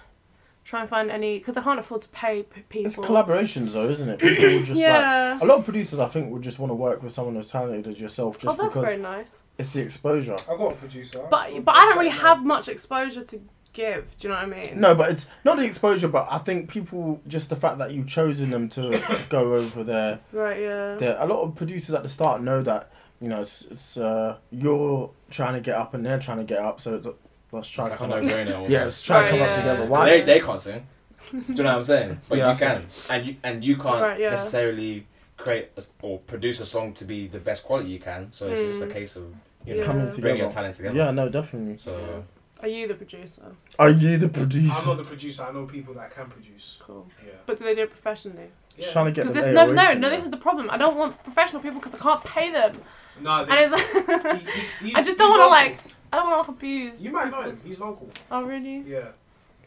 try and find any because I can't afford to pay p- people.
It's collaborations, though, isn't it? People will just
Yeah.
like a lot of producers. I think would just want to work with someone as talented as yourself,
Oh,
just
that's
because
very nice.
it's the exposure.
I got a producer.
But but I don't really have much exposure to give. Do you know what I mean?
No, but it's not the exposure, but I think people just the fact that you've chosen them to go over there.
Right, yeah.
there a lot of producers at the start know that you know it's, it's uh, you're trying to get up and they're trying to get up, so it's uh, let's try to
Like a
come up.
no-brainer.
Yeah, let's try to
Right,
come
Oh, yeah.
up together.
Well,
Why?
they, they can't sing. Do you know what I'm saying? But
Yeah, I
you can, and you and you can't
Right, yeah.
necessarily create a s or produce a song to be the best quality you can. So it's just a case of you know,
coming
Hmm. Yeah.
together.
bringing your talent together.
Yeah, no, definitely.
So
Are you the producer?
Are you the
I'm not
producer?
the producer. I know people that can produce.
Cool.
Yeah.
But do they do it professionally?
yeah.
Trying to get
Because
the
this no,
AOA
no,
to
no.
know.
This is the problem. I don't want professional people because I can't pay them,
No,
and
they,
it's like,
he- he- he's-
I just don't
he's
want to
local.
like. I don't want to abuse.
You might know him. He's local.
Oh really?
Yeah.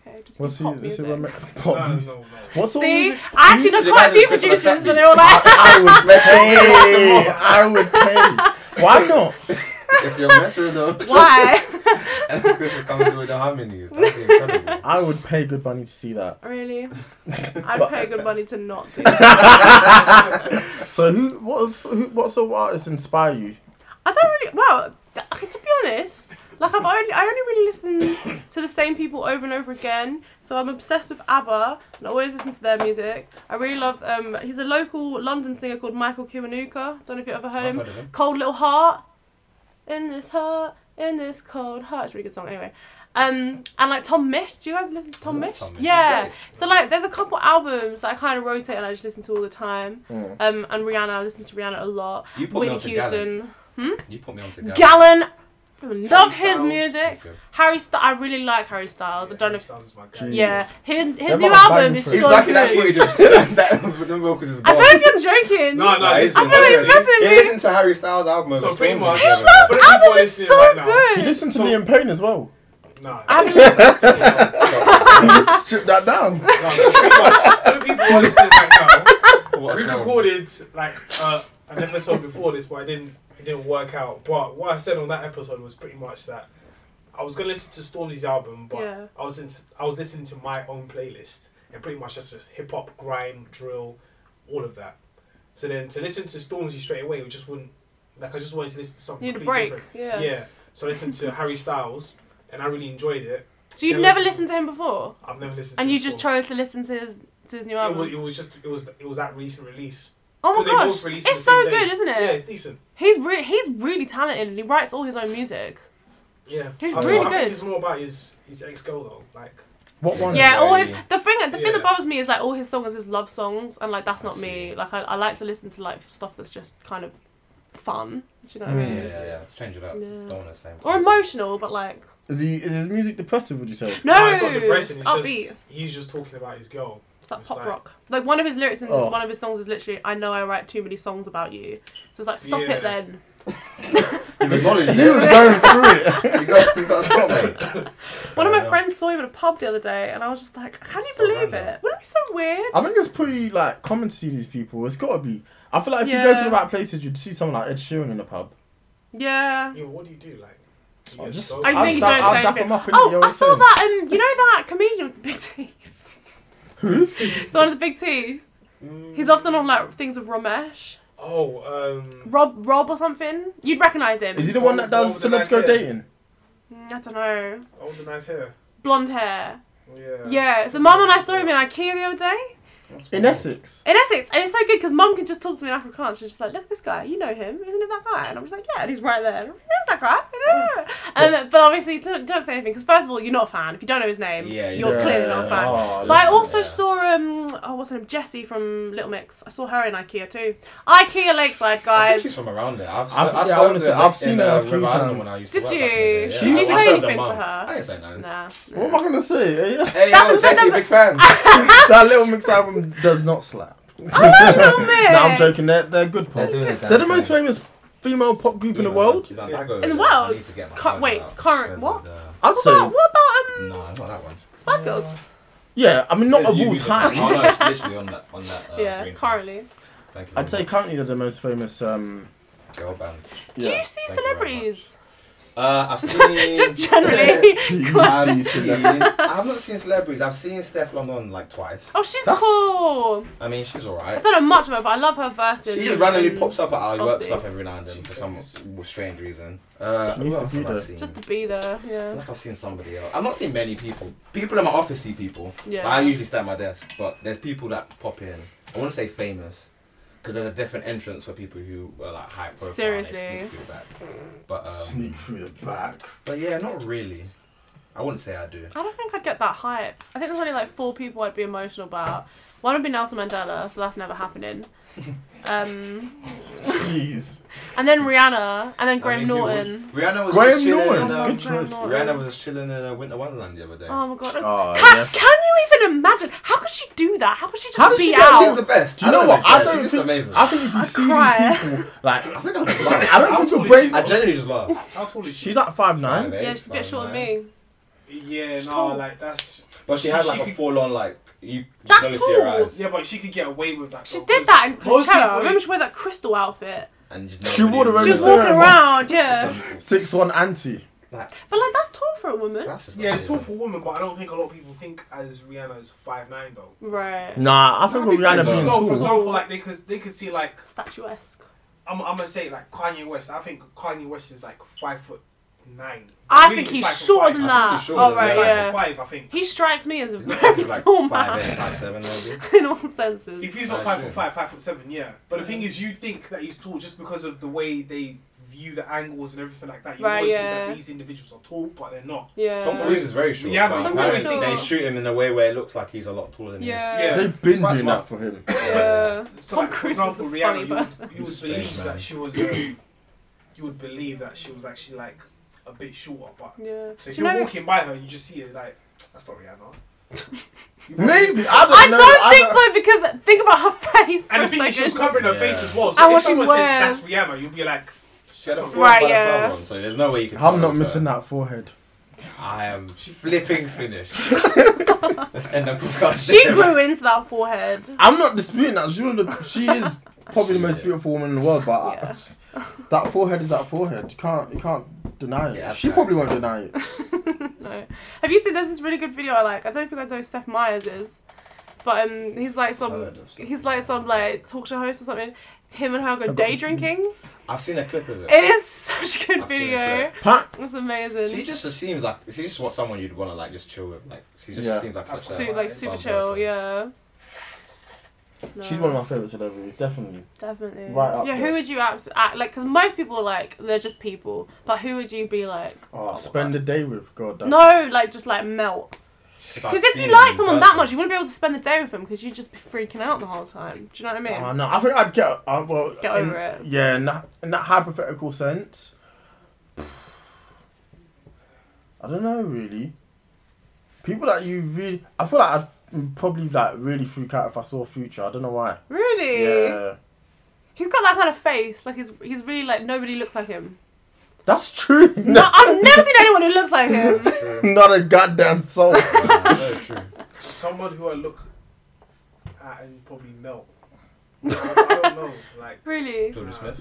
Okay, just
What's
What's
he?
pop
This is
music.
what ma-
No,
pop
no,
music.
no.
What sort of
See,
music?
I actually know
Music
quite a few
management
producers,
is gonna
but they were like,
I would pay. I would pay. Why not?
if you're measuring them,
why?
and Chris will come through with the harmonies. That'd be incredible.
I would pay good money to see that.
really? I'd pay good money to not do. That.
So who? What's who? What sort of artists inspire you?
I don't really. Well, th- okay, to be honest, like I've only I only really listen to the same people over and over again. So I'm obsessed with ABBA and I always listen to their music. I really love. Um, he's a local London singer called Michael Kiwanuka. Don't know if you have ever heard
I've
him.
heard of him.
Cold Little Heart. In this heart, in this cold heart. It's a really good song. Anyway. Um, and like Tom Mish, do you guys listen to Tom
love
Mish?
Tom Misch, he's
Yeah.
great.
So like, there's a couple albums that I kind of rotate and I just listen to all the time. Um, and Rihanna, I listen to Rihanna a lot.
You put me
Whitney
onto
Houston.
Gallon. You put me on to
Gallon. Love his
Styles.
That's
music.
good.
Harry Styles. I really like Harry Styles. I don't know.
Harry
If,
Styles is my guy.
Jeez.
yeah, his his
Them
new
are
album
banging
is so
fruit.
He's
good.
lucky that you just that the vocals is
I
gone.
don't know if you're joking.
No, no,
Nah,
it's
he's-
I'm not
he's-
impressing
he
me.
listened to Harry Styles' album.
So
over
pretty
Stormzy.
much-
Yeah.
His last
His album is
Listening
so
right now.
You
good.
listen to the Pain as well.
Nah.
I haven't listened to it.
Strip that down.
No, so pretty much, for the people who are listening right now,
What a
we
sound.
recorded like uh, an episode before this, but it didn't it didn't work out. But what I said on that episode was pretty much that I was gonna listen to Stormzy's album, but
Yeah.
I was in, I was listening to my own playlist and pretty much just, just hip hop, grime, drill, all of that. So then to listen to Stormzy straight away, we just wouldn't like. I just wanted to listen to something.
Need a
completely
break,
different.
yeah.
Yeah. So I listened to Harry Styles, and I really enjoyed it.
So you'd
Then
never
listen-
listened to him before,
I've never listened.
and
to
you
him
just
before.
chose to listen to his to his new
It was, it
album.
was just it was it was that recent release.
Oh my
'Cause they both
gosh,
released
it's
on the
so
same day.
good, isn't
Yeah, it's
it?
decent.
He's really he's really talented, and he writes all his own music.
Yeah,
He's
I think-
really
I think
good.
It's more about his his ex girl though. Like
What one?
Yeah, all his
Very-
the thing the thing
Yeah.
that bothers me is like all his songs is love songs and like that's not me.
see.
Like I, I like to listen to like stuff that's just kind of fun. Do you know what I
Hmm. Yeah,
mean?
yeah, yeah. Let's change it up.
Yeah.
Don't want the same.
Or emotional, but like
Is he? Is his music depressive? Would you say?
no,
nah, it's not depressing. It's
upbeat.
just he's just talking about his girl.
it's like
it's
pop
like-
rock. Like one of his lyrics in
Oh.
one of his songs is literally, "I know I write too many songs about you." So it's like, stop
Yeah.
it then.
You acknowledge
He was
it.
going through it.
You got, you got to stop it.
One of my
Yeah.
friends saw him at a pub the other day, and I was just like, "Can you
So
believe
random.
it? Wouldn't it be so weird?"
I think it's pretty like common to see these people. It's gotta be. I feel like if you go
Yeah.
to the right places, you'd see someone like Ed Sheeran in the pub.
yeah.
Yeah, what do you do? Like, you
I'm
get
just-
so-
I
I'll
think you
dap-
don't
I'll
say
dap
anything.
him up, innit? You
oh, I
always
saw
say.
that, and you know that comedian with the big teeth.
Who?
The one with the big T.
Mm.
He's often on like things with Ramesh,
oh, um,
Rob, Rob or something. You'd recognize him.
Is he the one that does
What would I
celebs go
say?
dating?
Mm, I don't know.
all the nice hair. Oh,
Blonde hair.
Yeah.
Yeah. So mum and I saw him in IKEA the other day
In
Oh.
Essex.
in Essex, and it's so good because mum can just talk to me in Afrikaans. She's just like, "Look at this guy. You know him, isn't it that guy?" And I'm just like, "Yeah." And he's right there. And I'm like, There's that
Oh.
guy. Yeah. Um, but obviously, don't, don't say anything because first of all, you're not a fan. If you don't know his name,
Yeah, you
you're
don't.
clearly not a fan.
Oh,
But I
listen.
also
yeah.
saw um oh what's her name Jessie from Little Mix. I saw her in IKEA too. IKEA Lakeside
I think
guys.
she's from around there. I've,
I've-
I
yeah, I
saw
wanna
her
say,
in,
I've seen her a
uh,
few
Rhode Island
times.
when I used
Did
to work
you?
back in the day,
Did
yeah.
you say
I- I served her
anything to
mum.
her?
I didn't say nothing.
Nah.
What am I gonna say? Yeah, yeah.
Hey, yo, Jesse, big fan.
that little mix album does not slap.
Little Mix.
No, I'm joking. They're they're good pop. They're, the most famous female pop group in the world.
In the world? Can't- wait, current what?
I'd
What
say.
about, what about um
No, it's uh, not that one.
Spice Girls?
Yeah, I mean not of all
Oh,
time.
no, it's literally on that. On that uh,
yeah,
green thing.
currently.
Thank you.
I'd
very
say
much.
currently they're the most famous. Um,
girl band.
Do
yeah.
you see
Thank you very
celebrities?
Uh, I've seen
Just generally.
I've
Mad, you
seen.
said that.
I've not seen celebrities. I've seen Steph London like twice.
oh, she's
That's-
cool.
I mean, she's
I
alright.
don't know much about her, but I love her verses. Mm.
She just
um,
randomly pops up at our
I'll
work
see.
stuff every now and then for some strange reason. Uh,
She
who
needs to
else
do
have I
that.
seen?
Just to be there,
I feel
yeah.
like I've seen somebody else. I've not seen many people. People in my office see people.
Yeah.
Like, I usually stay at my desk, but there's people that pop in. I want to say famous, because there's a different entrance for people who are like high profile. And
Seriously.
they sneak through back. But um,
Sneak through the back.
but yeah, not really. I wouldn't say I do.
I don't think I'd get that hype. I think there's only like four people I'd be emotional about. One would be Nelson Mandela, so that's never happening. Um,
Please.
and then Rihanna, and then
I
Graham
mean, who
Norton.
would- Rihanna was
Graham
just chilling.
Norton,
In,
good
um,
choice.
Graham Norton.
Rihanna was just chilling in a Winter Wonderland the other day.
Oh my god.
Oh,
can,
yeah.
can you even imagine? How could she do that? How could she just
How does
be
she do that?
out?
She's the best.
Do you know what? I don't
She's
think.
amazing.
I think if you see
cry.
these people, like
I think I would laugh.
I don't
How
think you'll
tall is
break-
she? I genuinely just laugh.
How tall is she?
she's like five nine.
yeah, she's a bit short of me.
Yeah, no,
tall.
like that's.
But she had
She-
like
she-
a full on like you
That's
barely see her
tall.
eyes.
Yeah, but she could get away with that.
She
though,
did
'cause
that in
most
Coachella. I
people-
remember she wore that crystal outfit.
And just
She wore the
She was
Is
walking
there a-
around, yeah.
Six one auntie.
Like,
But like that's tall for a woman.
that's just
Yeah,
not
it's
good.
tough for women, but I don't think a lot of people think as Rihanna's five nine though.
Right.
Nah, I think with Rihanna
people
being
don't
No, for
tall.
example, like they could they could see like
Statuesque.
I'm, I'm gonna say like Kanye West. I think Kanye West is like five foot nine.
I
Really,
think he's
five foot
shorter
five.
than
I
that.
think he's shorter
Oh
than
right,
that.
Five foot
yeah.
five, I think.
He strikes me as a
Isn't it
very
like
small
five
man
eight, five seven maybe?
in all senses.
If he's not
Oh,
five
sure.
foot five, five foot seven, yeah. But the thing is, you think that he's tall just because of the way they view the angles and everything like that. You
Right,
always
yeah.
think that these individuals are tall, but they're not.
Yeah.
Tom Cruise is very short.
Yeah,
Yeah,
but
but
Tom
apparently
Cruise
they
is-
shoot him in a way where it looks like he's a lot taller than
Yeah.
Yeah.
They've been
Quite
doing that
smart.
for him.
he is.
Yeah.
So,
Tom
like, for
Cruise
example,
is a funny
Rihanna, you
person.
would, you would
He's a strange
believe
man.
that she was. Um, you would believe that she was actually like a bit shorter, but
Yeah.
so if
Do you
you're
know-
walking by her and you just see her like that's not Rihanna. You wouldn't
Maybe
just-
I don't
I
know.
don't think so because think about her face.
And the
for a
thing is, she was
second.
covering her
Yeah.
face as well.
And
So
what
if
she
someone said
wears.
that's Rihanna, you'd be like,
She had a full
Right,
right,
yeah.
on, so there's no way you can.
I'm
tell
not
it's
missing
her.
that forehead.
I am flipping finished. Let's end the podcast.
She
there.
grew into that forehead.
I'm not disputing that. She's one of the, she is probably the
She
most
is.
beautiful woman in the world, but I-
Yeah.
that forehead is that forehead. You can't you can't deny it.
Yeah,
she
that's
probably won't deny it.
no. Have you seen? There's this really good video I like. I don't think I know who Steph Myers is, but um, he's like some.
heard of Steph
He's like some like talk show host or something. Him and her go day drinking.
I've seen a clip of it.
It is such a good
I've seen
video.
it,
Pat,
It's amazing.
She just seems like she's just what someone you'd want to like just chill with. Like she just
Yeah.
seems like
That's
such
Su-
a
like
Myers,
super
fun
chill.
person.
Yeah. No,
she's one of my favorite celebrities, definitely.
definitely.
right up
yeah,
there.
who would you abs- act like? Because most people like they're just people, but who would you be like?
Oh, spend a day with God. That's
No, like just like melt.
I've
Because if
seen
you
her
like
in
someone that
person-
much, you wouldn't be able to spend the day with them because you'd just be freaking out the whole time. Do you know what I mean?
Oh, no, I think I'd get uh, well.
Get
in-
over it.
Yeah, in that, in that hypothetical sense, I don't know really. People that you really, I feel like I'd probably like really freak out if I saw Future. I don't know why.
Really?
Yeah,
He's got that kind of face. Like he's he's really like nobody looks like him.
that's true.
No, I've never seen anyone who looks like him.
not a goddamn soul.
Yeah, Very true.
someone who I look at and probably melt. I, I don't know. Like,
Really?
Jordan Smith.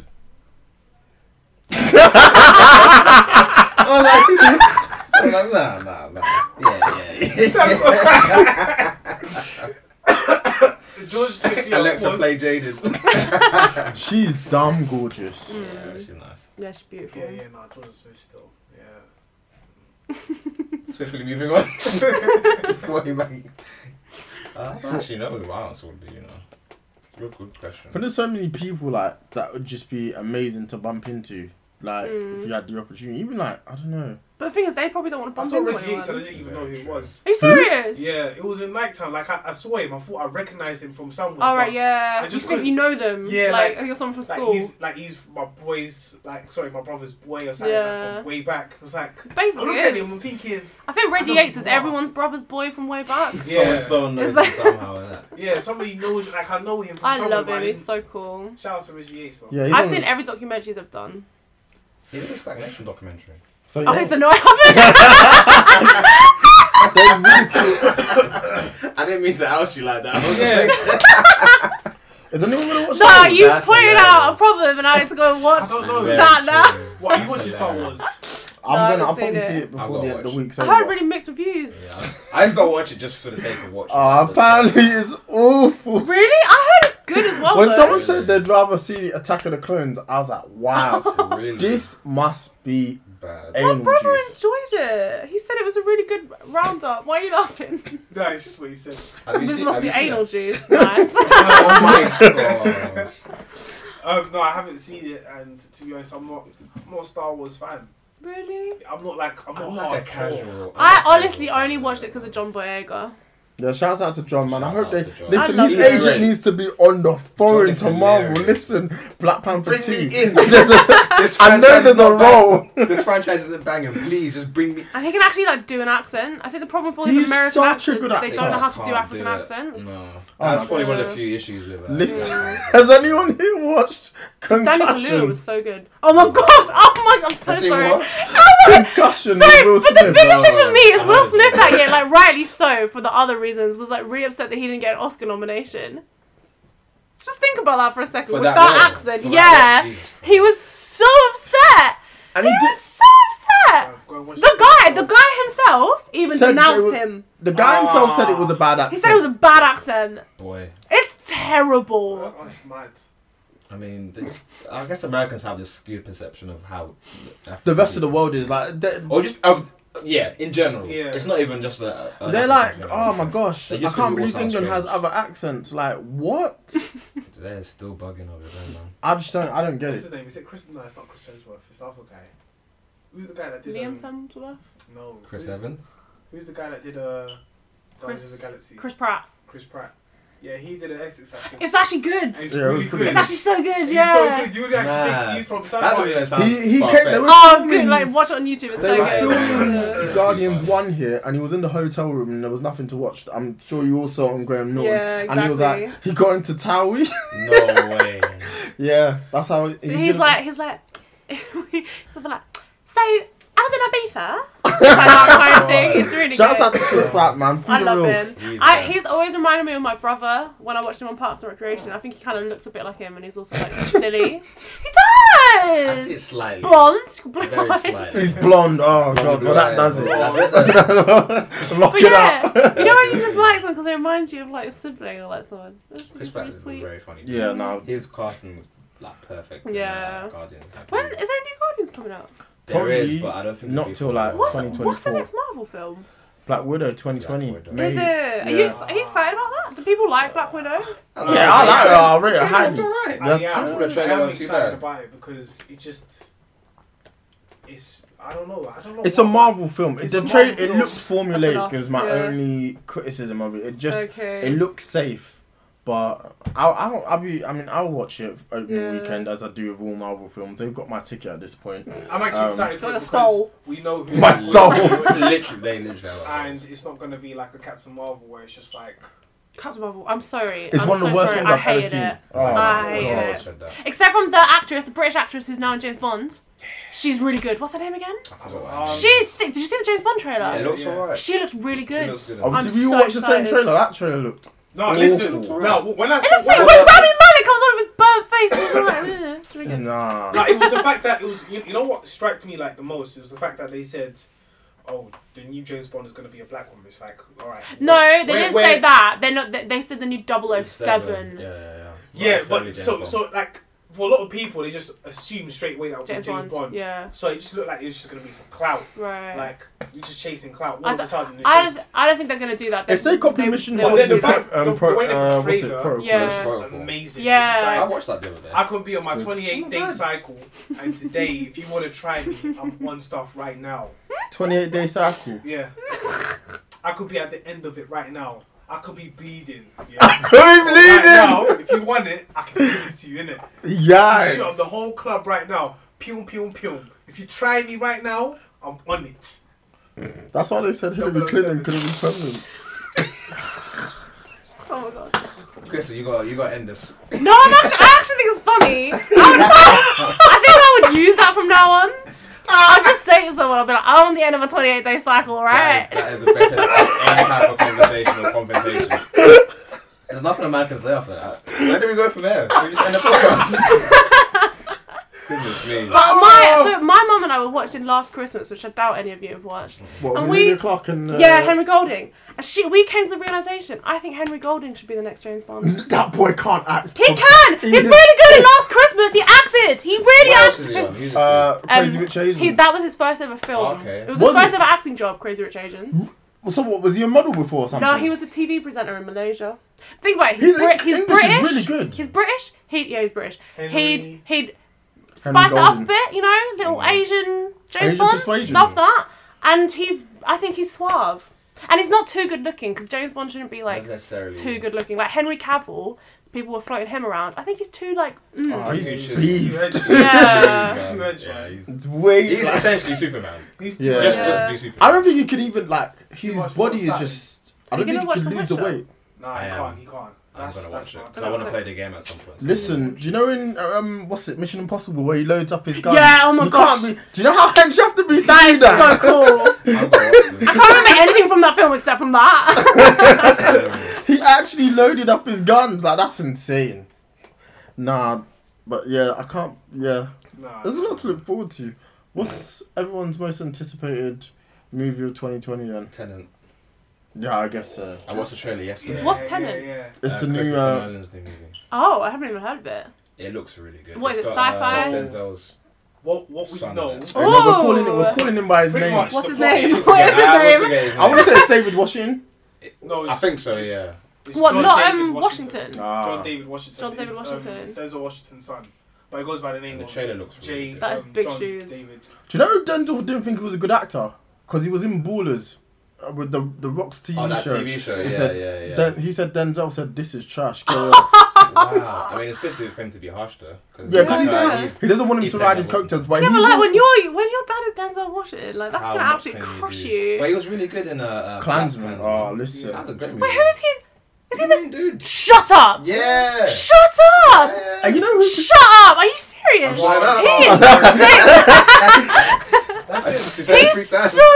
I'm like, nah, nah, nah. Yeah, yeah, yeah.
George Smith, yeah,
Alexa,
was-
play Jaden.
She's damn gorgeous.
Yeah, she's nice.
Yeah, she's beautiful.
Yeah, yeah, nah, Jordan Smith still. Yeah.
Swiftly moving on. what you mean? Uh, I don't actually know who my answer would be, you know. Real good question.
But there's so many people like that would just be amazing to bump into. Like
Mm.
if you had the opportunity, even like I don't know.
But the thing is, they probably don't want to
I
bump
saw
into
Reggie Yates and I
anyone.
didn't even know who it was.
Are you serious?
Hmm? Yeah, it was in nighttime. Like, I, I saw him. I thought I recognized him from somewhere.
All right.
but,
Yeah.
I
you
just
think
couldn't-
you know them?
Yeah,
Like,
like-
you're someone from
Like,
school.
he's, like, he's my boy's, like, sorry, my brother's boy or something
Yeah.
from way back. It's like, I'm
Basically,
looking at
it
him, I'm
is.
thinking,
I think Reggie
I don't
Yates is
know.
everyone's brother's boy from way back.
Yeah.
Someone, someone knows
It's
him
like-
somehow, innit?
yeah, somebody knows, like, I know him from
I
somewhere.
love
but
him. He's
didn't-
so cool.
Shout out to Reggie Yates. though.
Yeah,
I've seen every documentary they've done.
He did this Black Nation documentary.
So, yeah.
Okay, so no, I haven't.
They really cool.
I didn't mean to oust you like that. I was
Yeah.
just like,
Is anyone gonna watch
no,
that?
you
That's
pointed out a
hilarious.
problem, and I had to go and watch.
I don't know.
Nah, nah.
What, you watching Star Wars?
No, I
I'm gonna.
haven't
I'll probably
seen
see
it.
it before
I've
the
got
end of the
watch.
week. So
I heard really mixed reviews.
Yeah. I just gotta watch it just for the sake of watching.
Oh,
it.
apparently it's awful.
Really? I heard it's good as well.
When
though.
someone said they'd rather see Attack of the Clones, I was like, wow,
really
this must be
bad.
My
anal
brother
juice.
enjoyed it. He said it was a really good roundup. Why are you laughing?
No, it's just what he said.
Have you
this
seen-
must
have
be
you seen
anal
it?
juice. Nice.
Oh my god.
Um, no, I haven't seen it, and to be honest, I'm not. I'm not a Star Wars fan.
really?
I'm not like. I'm not
I'm like
hardcore.
a casual.
Oh I honestly only watched it because of John Boyega.
Yeah, shouts out to John, man. I
Shouts
hope
out
they
to John.
listen.
I love
This
John.
agent needs to be on the
John
phone
is
to Marvel.
hilarious.
Listen, Black Panther
Bring
two.
me in.
There's a-
This
I know
franchise
there's
is not
a
bang-
role.
This franchise isn't banging. Please just bring me.
And he can actually like do an accent. I think the problem with all these
He's
American
such a
actors
good
is they
actor.
don't know how to
Oh, Can't
do African
it.
accents.
No,
Oh
that's
my
probably one of the
God.
few issues with that.
listen, has anyone here watched
Danny Kaluuya was
Concussion?
so good. Oh my god! Oh my god! I'm so
Has he
sorry.
what?
Oh my-
Concussion
Sorry,
with Will
but the
Smith.
biggest thing for me
I
is
heard
Will
it.
Smith that year, like rightly so, for the other reasons, was like really upset that he didn't get an Oscar nomination. Just think about that for a second.
For
With
that
that,
role?
accent,
For that
yeah,
role, Jesus
he was so upset.
And
he
he did.
was so upset.
I've got to watch
The
it.
guy, the guy himself, even
Said it
denounced
was-
him.
The guy himself said it was a bad
He
accent.
said it was a bad accent.
boy.
It's terrible.
Oh, that's mad.
I mean, this, I guess Americans have this skewed perception of how
the rest of the world is like they,
or just of yeah, in general.
Yeah.
it's not even just the. uh,
they're
African
like,
general.
oh my gosh,
They
I
just
can't
think it
believe
all sounds
England has
strange.
other accents. Like what?
They're still bugging over there, man.
I just don't. I don't get
What's
it.
his name? Is it Chris? No, it's not Chris Hemsworth. It's the other guy. Who's the guy that did?
Liam
um,
Hemsworth,
no.
Chris
who's,
Evans.
Who's the guy that did uh, Guardians
Chris-
of the Galaxy?
Chris Pratt.
Chris Pratt. Yeah, he did an Essex accent.
It's actually good.
And he's
Yeah, it was
really
pretty
good.
good.
It's actually so good.
He's
Yeah.
so good. You would actually think he's from San
that doesn't even
Juan.
sound.
He- he came-
far-fetched.
they were-
Oh,
filming-
good. Like, watch it on YouTube. It's
They
so
were
Okay.
good.
filming
Yeah.
Guardians
Yeah.
One here, and he was in the hotel room, and there was nothing to watch. I'm sure you all saw it on Graham Norton.
Yeah,
And he was like,
exactly.
he got into Towie.
No way.
yeah, that's how. he
So
did
he's
it.
like, he's like, something like, so I was in Ibiza. Like that kind of thing. It's really
Shouts
good.
out to Chris Pratt, man.
I
the
love
real.
him.
He's
I,
best.
he's always reminded me of my brother when I watched him on Parks and Recreation. I think he kind of looks a bit like him, and he's also like silly. He
I see it
does.
slightly.
Blonde, blue
Very
eyes.
slightly.
He's blonde. Oh god,
blue
well that
eyes.
does it.
That's it.
Lock
But
it
yeah,
up.
you know when you just like them because they remind you of like a sibling or like someone. It's
Chris
really
Pratt is
sweet.
very funny.
yeah, no.
His casting was like perfect.
Yeah.
In, uh, Guardians. Like,
When is there a new Guardians coming out?
there
Probably
is, but I don't think
not till, like,
What's,
what's
the, what's the
2024.
next Marvel film?
Black Widow 2020.
Black Widow.
May.
Is it? Are, you,
Yeah.
are you excited about that? Do people like Black Widow?
Yeah, I like it. Oh, I rate it highly.
I
That's-
yeah,
I
I'm,
thought the trailer
I am
wasn't too
excited
bad.
about it because it just it's I don't know I don't know.
It's a
what-
Marvel film. It,
It's
the
a
tra-
Marvel
it
film.
looked formulaic.
enough,
Is my
yeah.
only criticism of it. It just
Okay.
it looks safe, but I'll, I'll I'll be. I mean, I'll watch it opening
Yeah.
weekend as I do with all Marvel films. They've got my ticket at this point.
I'm actually
Um,
excited for
Got
it
a
because
soul.
we know who
My
who-
soul.
literally, they literally. are
and it's not gonna be like a Captain Marvel where it's just like
Captain Marvel. I'm sorry.
It's
I'm
one of the
so
worst
sorry.
films
I
I've ever
hated
seen.
It.
Oh,
I uh,
my
hate
God.
it.
said that.
Except from the actress, the British actress who's now in James Bond. She's really good. What's her name again?
I forgot what
Um,
happened.
She's sick. Did you see the James Bond trailer?
Yeah, it looks
Yeah.
alright.
She looks really
She
good.
looks good.
Oh,
I'm
did you
so
watch the same
excited.
trailer? That trailer looked.
no
Awful.
listen no when I
It's just
saw
like
when
when
I
Rami Malek comes on with his burnt face. It's like, "Ugh." It's really good.
Nah.
No, it was the fact that it was. You, you know what struck me like the most? It was the fact that they said, "Oh, the new James Bond is going to be a black woman." It's like, all right.
No, they
where-
didn't
where-
say that. They're not. They, they said the new 007.
Yeah, yeah, yeah.
Yeah,
Right,
but
Saturday,
so
James
so like for a lot of people, they just assume straight away that was
James
James,
Bond.
Bond.
Yeah.
So it just looked like it was just going to be for clout.
Right.
Like you're just chasing clout all
I
of a
don't,
sudden. It's
I,
just,
don't- I don't think they're gonna do that.
If they copy Mission
But
will
Impossible,
then
do
the
that.
fact,
um,
the, the
pro-
way they
uh, what's
portrayed
it,
her
pro-
Yeah.
was
Protocol.
amazing.
Yeah.
It's
Bond. I
just like,
watched that the other day.
I couldn't be on my
It's good.
28 day cycle, and today, if you want to try me, I'm one stuff right now.
28 Day Cycle.
Yeah. I could be at the end of it right now. I could be bleeding. Yeah.
Who
right now, if you want it, I can give it to you, innit? Shit up
Yeah.
the whole club right now. Pew, pew, pew. If you try me right now, I'm on it.
That's why they said Hillary
007.
Clinton couldn't be president.
Oh my god.
Crystal, you got you got to end this.
No, I'm actually, I actually think it's funny. I'm- I think I would use that from now on. I'll just say to someone, I'll be like, I'm on the end of a 28 day cycle,
That
right?
is, that is the best any type of conversation or compensation. There's nothing a man can say after that. Where do we go from there? We just end the podcast. Goodness me.
But my
Oh.
so my mum and I were watching Last Christmas, which I doubt any of you have watched.
What,
And
Amelia
we-
Clarke and uh,
Yeah, Henry Golding. And she we came to the realization I think Henry Golding should be the next James Bond.
That boy can't act.
He can. He's really good in Last Christmas. He acted. He really
What else is he on?
acted.
Who's this
Uh,
Um,
Crazy Rich
he,
Asians. Oh,
that was his first ever film.
Okay.
It was,
Was
his first
it?
ever acting job, Crazy Rich Asians.
so what was he a model before or something?
No, he was a TV presenter in Malaysia. Think about it.
His
He's, Brit- he's
English is
British.
really good.
He's British. He yeah, he's British.
Henry-
He'd he'd spice it up a
Golden.
bit, you know, little Asian James
Asian
Bond.
persuasion.
Love that. And he's I think he's suave, and he's not too good looking because James Bond shouldn't be like
Not necessarily.
too good looking. Like Henry Cavill, people were floating him around. I think he's too like. Mm.
Oh, he's
He's
beef.
too edgy.
Yeah.
He's too
Um,
edgy.
yeah, he's,
It's way.
he's
like-
essentially Superman.
He's
Yeah.
too
Just,
edgy.
just
Yeah.
be Superman.
I don't think he could even like. His
watched
body is
Force
just. I don't
You
think
gonna
he
watch
can
The
lose the
Witcher?
weight.
Nah,
I
he
am.
can't. He can't.
I'm
That's
gonna
that's
watch it
not.
because I want to play the game at some point. so
Listen, do you know in um what's it Mission Impossible where he loads up his gun?
Yeah, oh my
you
gosh.
Can't be, do you know how hench you have to be to
That
do
is so
that?
cool.
I'm gonna watch
I can't remember anything from that film except from that.
this.
he actually loaded up his guns. Like that's insane. Nah, but yeah, I can't. Yeah,
Nah.
there's a lot to look forward to. What's everyone's most anticipated movie of 2020 then?
Tenant.
Yeah, I guess so.
I watched the trailer yesterday.
Yeah,
What's
yeah,
Tenet?
Yeah, yeah.
It's
Uh,
the new.
Christopher
Uh,
Nolan's new movie.
oh, I haven't even heard of it.
It looks really good.
What
It's
is it,
got,
sci-fi?
Uh, Denzel's
What what we
Son of
know.
it.
no, we're calling it.
Oh.
We're calling him by his
Pretty
name.
much.
What's his
Surprise.
name?
Yeah,
What is his
I forget
name?
his name.
I want to say it's David Washington.
No,
I
it's-
think so.
it's-
Yeah.
it's
What?
John
Not
David
um
Washington.
Washington.
Ah.
John David Washington.
John David
He's,
Washington.
Um, Denzel Washington's son, but he goes by the name
The
of
trailer looks
J.
really good.
That is
um,
big
John
shoes.
David.
Do you know Denzel didn't think he was a good actor because he was in Ballers uh, with the the Rock's TV
Oh, that
show.
TV show.
He
Yeah,
said,
yeah, yeah.
Den- he said Denzel said this is trash. Go away."
wow. I mean, it's good to, for him to be harsh though.
yeah, because he,
Yeah.
doesn't-
He's-
he doesn't want him
he's
to ride his
Denzel Washington.
coattails. But
Yeah,
he
but like
will-
when you're when your dad is Denzel Washington, like that's
How
gonna
much
absolutely
can
crush
do?
you.
But he was really good in a uh,
Klansman.
Black
Oh,
Klansman.
listen.
that's a great movie.
Wait, who is he? Is he the?
dude?
Shut up!
Yeah.
Shut up!
And you know who?
Shut up! Are you serious?
Shut up.
He is sick.
That's it.
He's so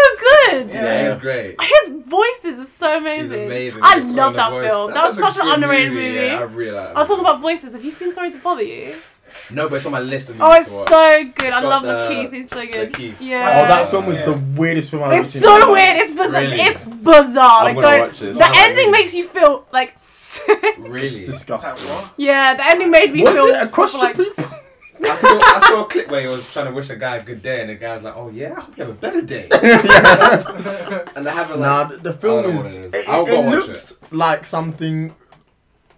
good.
Yeah, he's great.
His voices are so amazing.
He's amazing.
I
His
love
tone
that
of voice.
film.
That's
that was such
a
an
good
underrated movie.
Yeah, I really like that
I'll talk
movie.
about voices. Have you seen Sorry to Bother You?
No, but it's on my list of movies
Oh, it's
to watch.
so good. I
got
love the,
the-
Keith. He's so good.
Keith.
Yeah.
Oh, that film was
Yeah.
the weirdest film I've ever
It's
seen.
so weird. It's bizarre.
Really?
It's bizarre. like,
I'm gonna
don't-
watch this.
The
I'm
ending
really-
makes you feel like sick.
Really?
It's
It's like,
disgusting.
what?
Yeah, the ending made me
Was
feel
it across
like.
the people?
I saw, I saw a clip where he was trying to wish a guy a good day, and the guy was like, "Oh yeah, I hope you have a better day." and I haven't.
Nah,
Like,
the, the film
don't know
is.
what it
It,
is. I'll go
it
watch
looks like something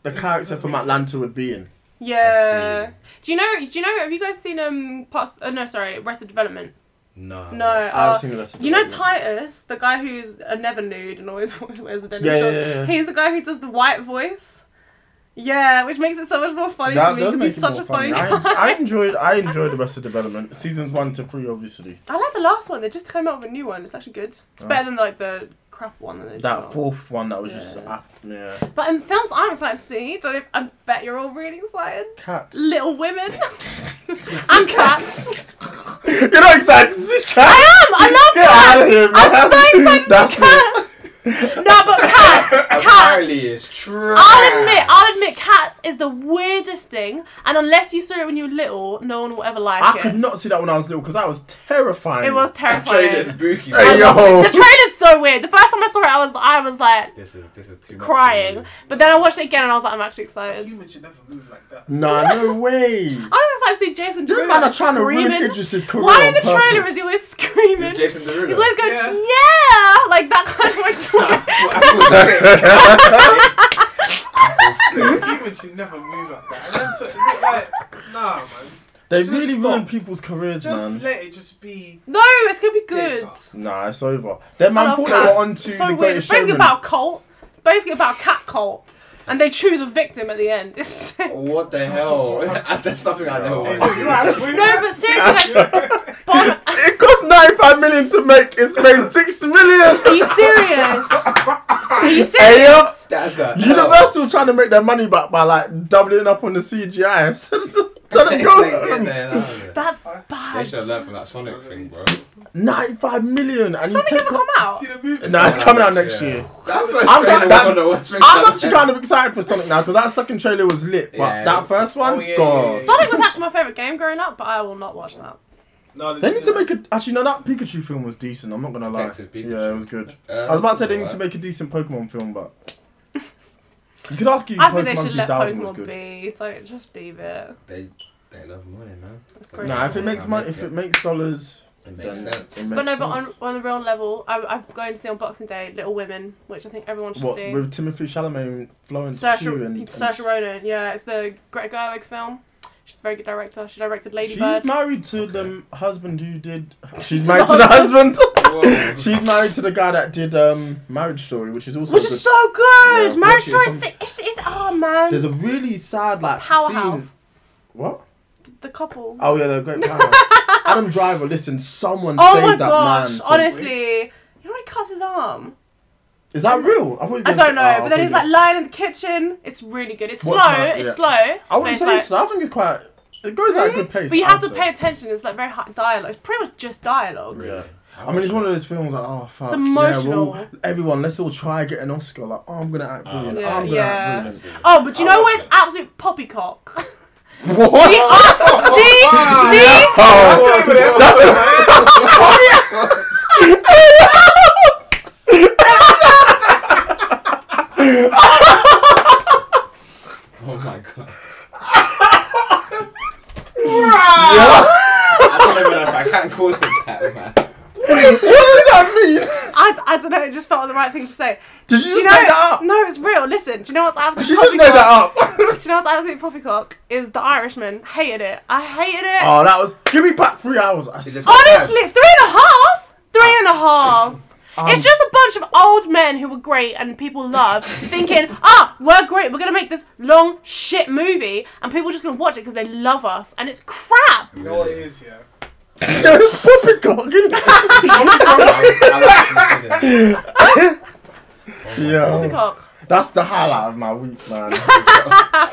the character
it's
from
mixed.
Atlanta would be in.
I
Yeah.
see.
Do you know? Do you know? Have you guys seen um? Past, oh no, sorry. Arrested Development.
no.
No.
I've
Uh,
seen the
you know Titus, the guy who's uh, never nude and always wears the denim
Yeah, yeah,
shorts?
yeah, yeah.
He's the guy who does the white voice. Yeah, which makes it so much more funny
That
to me
does
because
make
he's
it
such
more
a funny
funny. I,
guy.
I enjoyed. I enjoyed the rest of development seasons one to three, obviously.
I like the last one. They just came out with a new one. It's actually good. It's better than like the crap one that they just
That
got.
fourth one that was just
Yeah.
ah, yeah.
But in films, I'm excited to see. Don't know- I bet you're all really excited.
Cat.
Little Women and Cats.
You're not excited to see Cat.
I am. I love
Get
Cats.
out of here, man.
I'm so excited
That's
to see Cats. No, but Cats. Cats.
Apparently, it's true.
I'll admit, I'll admit, cats is the weirdest thing, and unless you saw it when you were little, no one will ever like
I
it.
could not see that when I was little because that was terrifying.
It was
That trailer is
terrifying.
spooky.
Hey yo.
The trailer's so weird. The first time I saw it, I was I was like
This is this is too much.
crying, but then I watched it again and I was like, I'm actually excited.
Humans should never move like that.
Nah, no way.
I was excited to see Jason
This
Derulo
man are
like,
trying to ruin
screaming.
Idris's career.
Why
on
in the trailer
purpose.
is he always
This is
screaming?
Jason Derulo.
He's always going, yeah,
Yeah.
like that kind of.
Well, I feel sick. I feel sick.
Humans should never move like that. And then so, is it like, nah, man.
They
Just
really
stop.
ruined people's careers,
Just
man.
let it just be.
no, it's gonna be good.
Later.
Nah, it's over. That
I
man
love
thought
cats.
they were onto
It's so
the
weird. It's
greatest
basically
showman.
about cult. It's basically about cat cult, and they choose a victim at the end. It's sick.
What the hell? That's something I never
Hey,
watched.
look, you know, we-
No, but seriously, like, Bond,
It cost 95 million to make. It's made 6 million.
are you serious? Are
Hey,
you serious?
yo.
That's a hell.
Universal trying to make their money back by like doubling up on the CGI. Tell them
They
go.
get
Um,
there, nah, yeah.
That's
They should have
bad.
learned from that Sonic thing, bro.
Ninety-five million, and you
Something
take.
never come out.
See the movie?
No, it's coming out
Yeah.
next year.
That first
I'm done-
trailer was
I'm-
on the worst
I'm actually kind of excited for Sonic now because that second trailer was lit, but
Yeah.
that first one,
Oh, yeah, yeah,
God.
yeah,
Sonic was actually my favourite game growing up, but I will not watch that.
No,
They need to make a. Actually, no, that Pikachu film was decent. I'm not gonna lie.
Detective Pikachu.
Yeah, it was good.
Uh,
I was about to say they need
alright.
to make a decent Pokemon film, but you could argue
I think they
Pokemon
should let
2000 was
Pokemon
good.
be. Don't just leave it.
They, they love money, man.
It's
Nah,
crazy.
No, if it makes money, if
Yeah.
it makes dollars,
It makes
then
sense.
It makes
But no, but on,
sense.
on a real level, I, I'm going to see on Boxing Day Little Women, which I think everyone should
what
see.
with Timothy Chalamet, Florence Pugh,
Saoirse,
and, and
Saoirse Ronan, yeah, it's the Greta Gerwig film. She's a very good director. She directed Lady
she's
Bird.
married to the husband who did. She's married to the husband.
Whoa.
she's married to the guy that did um, Marriage Story, which is also
which
a good.
is so good!
Yeah, watch
Marriage
it,
Story
it's
is, it's, it's, oh man.
There's a really sad like
powerhouse.
scene. What?
The couple.
Oh yeah, the great powerhouse. Adam Driver, listen, someone
oh
saved
my
that
gosh,
man. from-
honestly. You know he cut his arm?
Is that real? I, thought you
I
guys-
don't know,
oh, I
but
thought
then he's
you
like
guys-
lying in the kitchen. It's really good. It's slow,
What's that?
it's
Yeah.
slow.
I
but
wouldn't
it's
say
like-
it's slow. I think it's quite. It goes at a good pace.
But you
I
have to
would
pay
say.
attention. It's like very high dialogue. It's pretty much just dialogue.
Yeah. I mean, it's one of those films like, oh fuck,
emotional.
Yeah, we're all- everyone, let's all try and get an Oscar. Like, oh, I'm gonna act brilliant.
yeah,
I'm gonna
yeah.
act brilliant.
Oh, but you
I
know
like
what? It's
it.
absolute poppycock.
What?
See? See?
Oh,
Oh my god.
yeah.
I don't even know if I can call it that, man.
what does that mean?
I, I don't know, it just felt the right thing to say.
Did you just
Do you know,
make that up?
No, it's real. Listen, do you know what's absolute
She just
poppycock?
made that up.
Do you know what's absolute poppycock? Is The Irishman. Hated it. I hated it.
oh, that was. Give me back three hours. I
Is it-
s-
Honestly, three and a half? Three and a half.
um,
It's just a bunch of old men who were great and people loved, thinking, ah, we're great, we're gonna make this long shit movie, and people are just gonna watch it because they love us, and it's crap.
You know what it is, yeah.
It's poppycock. isn't it?
I like it.
yeah,
Poppycock.
that's the highlight of my week, man.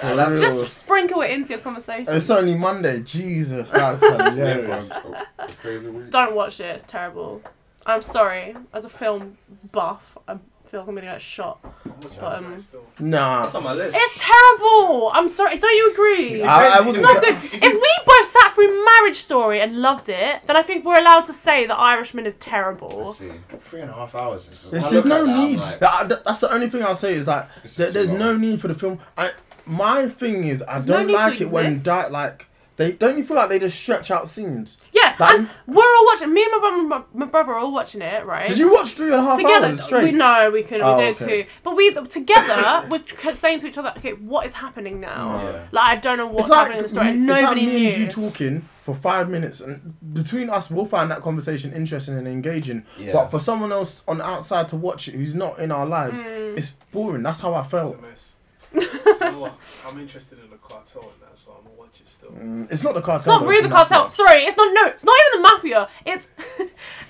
For real.
Just sprinkle it into your conversation.
It's only Monday. Jesus, that's
Yeah, for
hilarious.
us. Oh, it's crazy week.
Don't watch it. It's terrible. I'm sorry. As a film buff, I feel like I'm gonna get shot.
Much
um,
nice still.
Nah.
It's on my list.
It's terrible. I'm sorry. Don't you agree?
I, I wasn't.
No, so if we both sat through Marriage Story and loved it, then I think we're allowed to say that Irishman is terrible.
Let's see. Three and a half hours. It's just- I
There's,
look
there's no
at that, I'm
need.
like,
That- that- that's the only thing I'll say is that
This is
there,
too
there's no
long.
need for the film. I my thing is I
no
don't
need to
like it when
exist.
di- like they don't you feel like they just stretch out scenes.
Yeah,
That-
and we're all watching. Me and my, brother, my, my brother are all watching it, right?
Did you watch three and a half
together?
hours straight?
We know we could.
Oh,
we did
okay.
too. But we together we're c- saying to each other, okay, what is happening now?
Yeah.
Like I don't know what's
It's like,
happening in the story.
me-
and
it's like
Nobody
me
knew.
and you talking for five minutes, and between us, we'll find that conversation interesting and engaging.
Yeah.
But for someone else on the outside to watch it who's not in our lives,
Hmm.
it's boring. That's how I
It's
felt.
a mess. you know what? I'm interested in the cartel and that, so I'm gonna watch it still.
Mm, It's not the cartel.
It's not
though,
really the
the mafia.
cartel. Sorry, it's not. No, it's not even the mafia. It's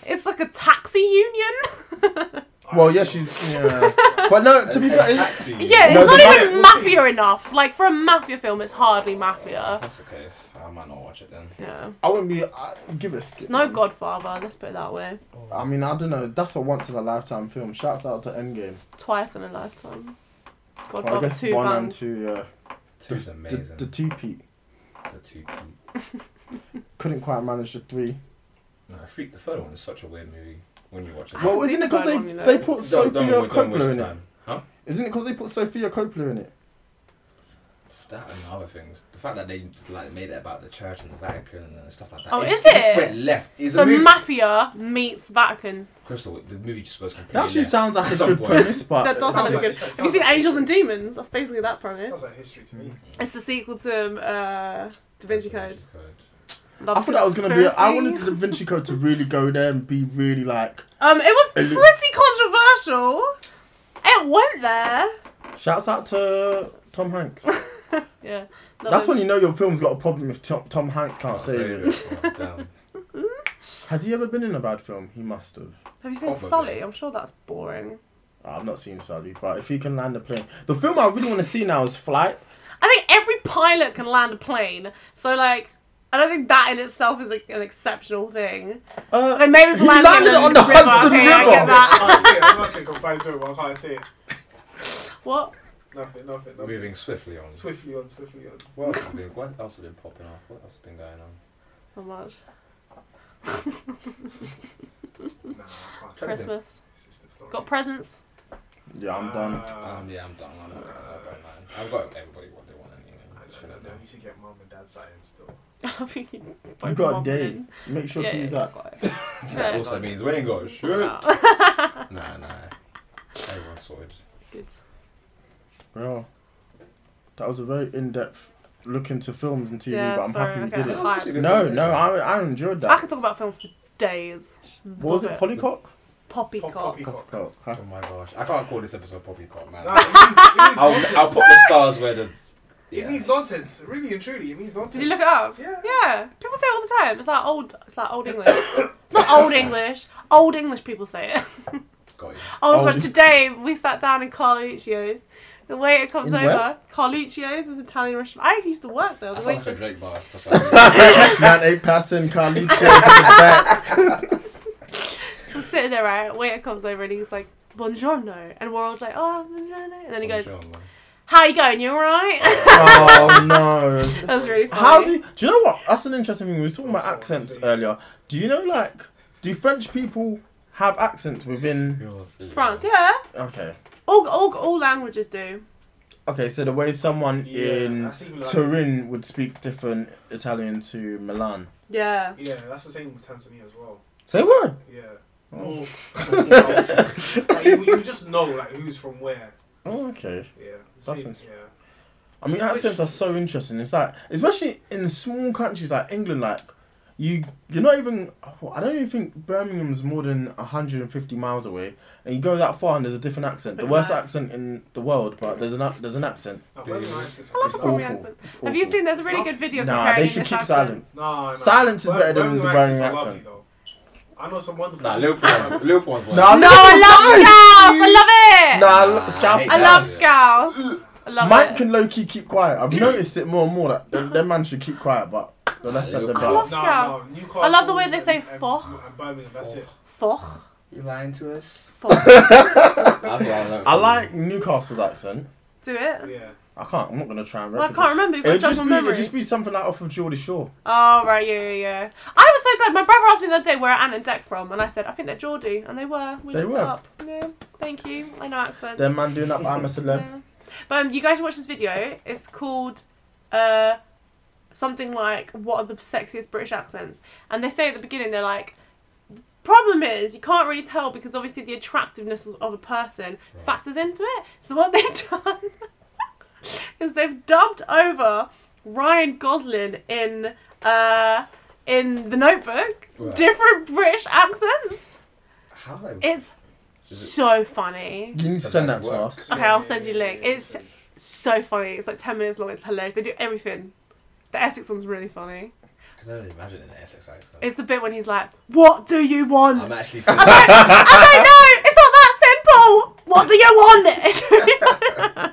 it's like a taxi union.
Well, yes, you. Yeah. but no, to be
a
fair, it-
taxi.
yeah,
No,
it's
the
not
mafia-
even
we'll see.
mafia enough. Like for a mafia film, it's hardly mafia.
That's the case. I might not watch it then.
Yeah.
I wouldn't be. I, give it a skip.
It's no Godfather. Let's put it that way.
I mean, I don't know. That's a once in a lifetime film. Shouts out to Endgame.
Twice in a lifetime.
Well, I
Godfather
guess
two
one
bang.
and two. Yeah.
Two's
The,
amazing.
the two peak
The two.
couldn't quite manage the three.
No, I freaked the third one. is such a weird movie when you watch it.
Well,
haven't
isn't
seen
it because
the
they,
third one, you know.
they put
Don't-
Sophia
don't wa- don't waste
Coppola in it?
time. Huh?
Isn't it because they put Sophia Coppola in it?
That and other things. The fact that they like made it about the church and the Vatican and stuff like that.
Oh, is
It just-
it?
Just went left. It's
So
a movie.
mafia meets Vatican.
Crystal, the movie just goes
It
completely.
actually
left.
sounds like
At
a
some
good
point.
premise,
That
but
does sound
sounds
like a good.
like-
Have you seen Angels and Demons? That's basically that premise.
Sounds like history to me.
It's the sequel to um, uh, Da Vinci Code.
I thought that was gonna be. I wanted the Da Vinci Code to really go there and be really like.
Um, it was
It
pretty
look-
controversial. It went there.
Shouts out to Tom Hanks.
Yeah. love
That's
him.
when you know your film's got a problem if Tom, Tom Hanks can't
Can't
save
save
it.
it. Oh, damn.
Has he ever been in a bad film? He must have.
Have
Oh
you seen
Probably.
Sully? I'm sure that's boring.
I've not seen Sully, but if he can land a plane, the film I really want to see now is Flight.
I think every pilot can land a plane. So like, I don't think that in itself is like, an exceptional thing.
Uh,
Like maybe if
he
landing
landed
in
on the
river,
Hudson
okay, I
River.
get that.
I can't see it. I'm not going to confine to it, but I can't see it.
What?
Nothing, nothing, nothing.
Moving swiftly on.
Swiftly on, swiftly on.
What else, has been, what else has been popping off? What else has been going on?
How much?
Nah, I can't see it.
Christmas.
It's just- it's not
Got
really-
presents.
Yeah, I'm done.
Uh,
Ah,
Um, yeah, I'm done. I'm not gonna go, man. I've got everybody what they want anyway.
I
What should I
don't
do?
know, I need to get mum and dad signed still.
I think you
You
both
got a
want
date.
them.
Make sure
Yeah,
to
yeah,
use that.
got it.
That also means we ain't got a shirt.
Wow.
Nah, nah. Everyone's sorted.
Good.
Bro, that was a very in-depth look into films and TV,
Yeah,
but I'm
sorry,
happy we
okay.
did it.
Fine.
No, no, I, I enjoyed
I
that.
could talk about films for days.
What was it, Polycock?
Poppycock.
Pop, poppycock.
Polycock. huh?
Oh my gosh. I can't call this episode Poppycock, man.
Nah, it means,
Oh,
I'll,
it means
I'll
nonsense.
put the stars where the.
It means nonsense. Really and truly, it means nonsense.
Did you look it up?
Yeah.
Yeah. People say it all the time. It's like old. It's like old English. it's not old English. Old English people say it.
Got you.
Oh my
Old-
gosh! Today we sat down in Carluccio's. The waiter comes
In
over.
where?
Carluccio's is an Italian restaurant. I actually used to work there.
That
The
sounds like a
waitress-
Drake bar. for some reason.
Man, a passing Carlitos in the back.
I'm sitting there, right? Waiter comes over and he's like, "Buongiorno," and we're all like, "Oh, buongiorno," and then he goes,
Sure, man.
"How you going? You alright?"
Oh no.
That's really funny.
How's he? Do you know what? That's an interesting thing. We were talking about
saw his
accents
face.
earlier. Do you know like do French people have accents within?
You'll see.
France? Yeah.
Okay.
All, all, all languages do.
Okay, so the way someone
Yeah,
in
that's even like-
Turin would speak different Italian to Milan.
Yeah.
Yeah, that's the same with Tanzania as well.
Say word.
Yeah.
Oh.
North, south. Like, you, you just know like who's from where.
Oh, okay.
Yeah.
That's
Same,
it.
yeah.
I mean, accents are so interesting. It's like, especially in small countries like England, like you, you're not even. oh, I don't even think Birmingham's more than 150 miles away, and you go that far and there's a different accent. The
But
worst
why?
accent in the world, but therest an there's an accent.
Now,
Do
where
you-
the nice is-
I love
It's
the Birmingham
awful.
accent.
It's
Have you
awful.
seen? There's a
It's
really
not-
good video.
Nah,
comparing
they should
English
keep
accents.
silent.
Nah, nah.
Silence is better than
Birmingham
Birmingham
accents are
accent.
lovely, though. I know some wonderful.
Nah, Liverpool. Liverpool's one.
No,
No, I love Scouse. I love it.
Nah, I lo- Scouse-
I
that.
love Scouse. I love
Mike
it.
can low key keep quiet. I've noticed it more and more that them, them man should keep quiet, but the less said the
I
better.
love-
Nah,
Scouse.
nah, Newcastle
I love the way they say
and- and-
"Foch."
and Birmingham, that's it.
Foch.
You lying to us?
Foch.
That's what I learned.
I
from
like Newcastle's accent.
Do it.
Yeah.
I can't. I'm not gonna try and.
Well, I
replicate-
can't remember. You've got
It'd
to jog
just,
my
be, it'd
memory.
just be something like off of Geordie Shore.
Oh, right, yeah, yeah, yeah. I was so glad. My brother asked me the other day where Anne and Deck from, and I said, I think they're Geordie, and they were. We
They
looked
were.
it up. Yeah, thank you. I know accent.
Them man doing that, but I'm a celeb.
Yeah. But um, you guys should watch this video. It's called uh, something like What are the sexiest British accents? And they say at the beginning, they're like, problem is you can't really tell because obviously the attractiveness of- of a person factors into it. So what they've done is they've dubbed over Ryan Gosling in uh, in The Notebook,
Right.
different British accents.
How they-
It's so funny.
You need to
Does
send that
that
to
work?
us.
Okay, I'll send you a link. It's so funny. It's like 10 minutes long. It's hilarious. They do everything. The Essex one's really funny.
I can only imagine an Essex accent.
It's the bit when he's like, What do you want?
I'm
I
actually feeling
don't know! It's not that simple! What do you want? It's really-
I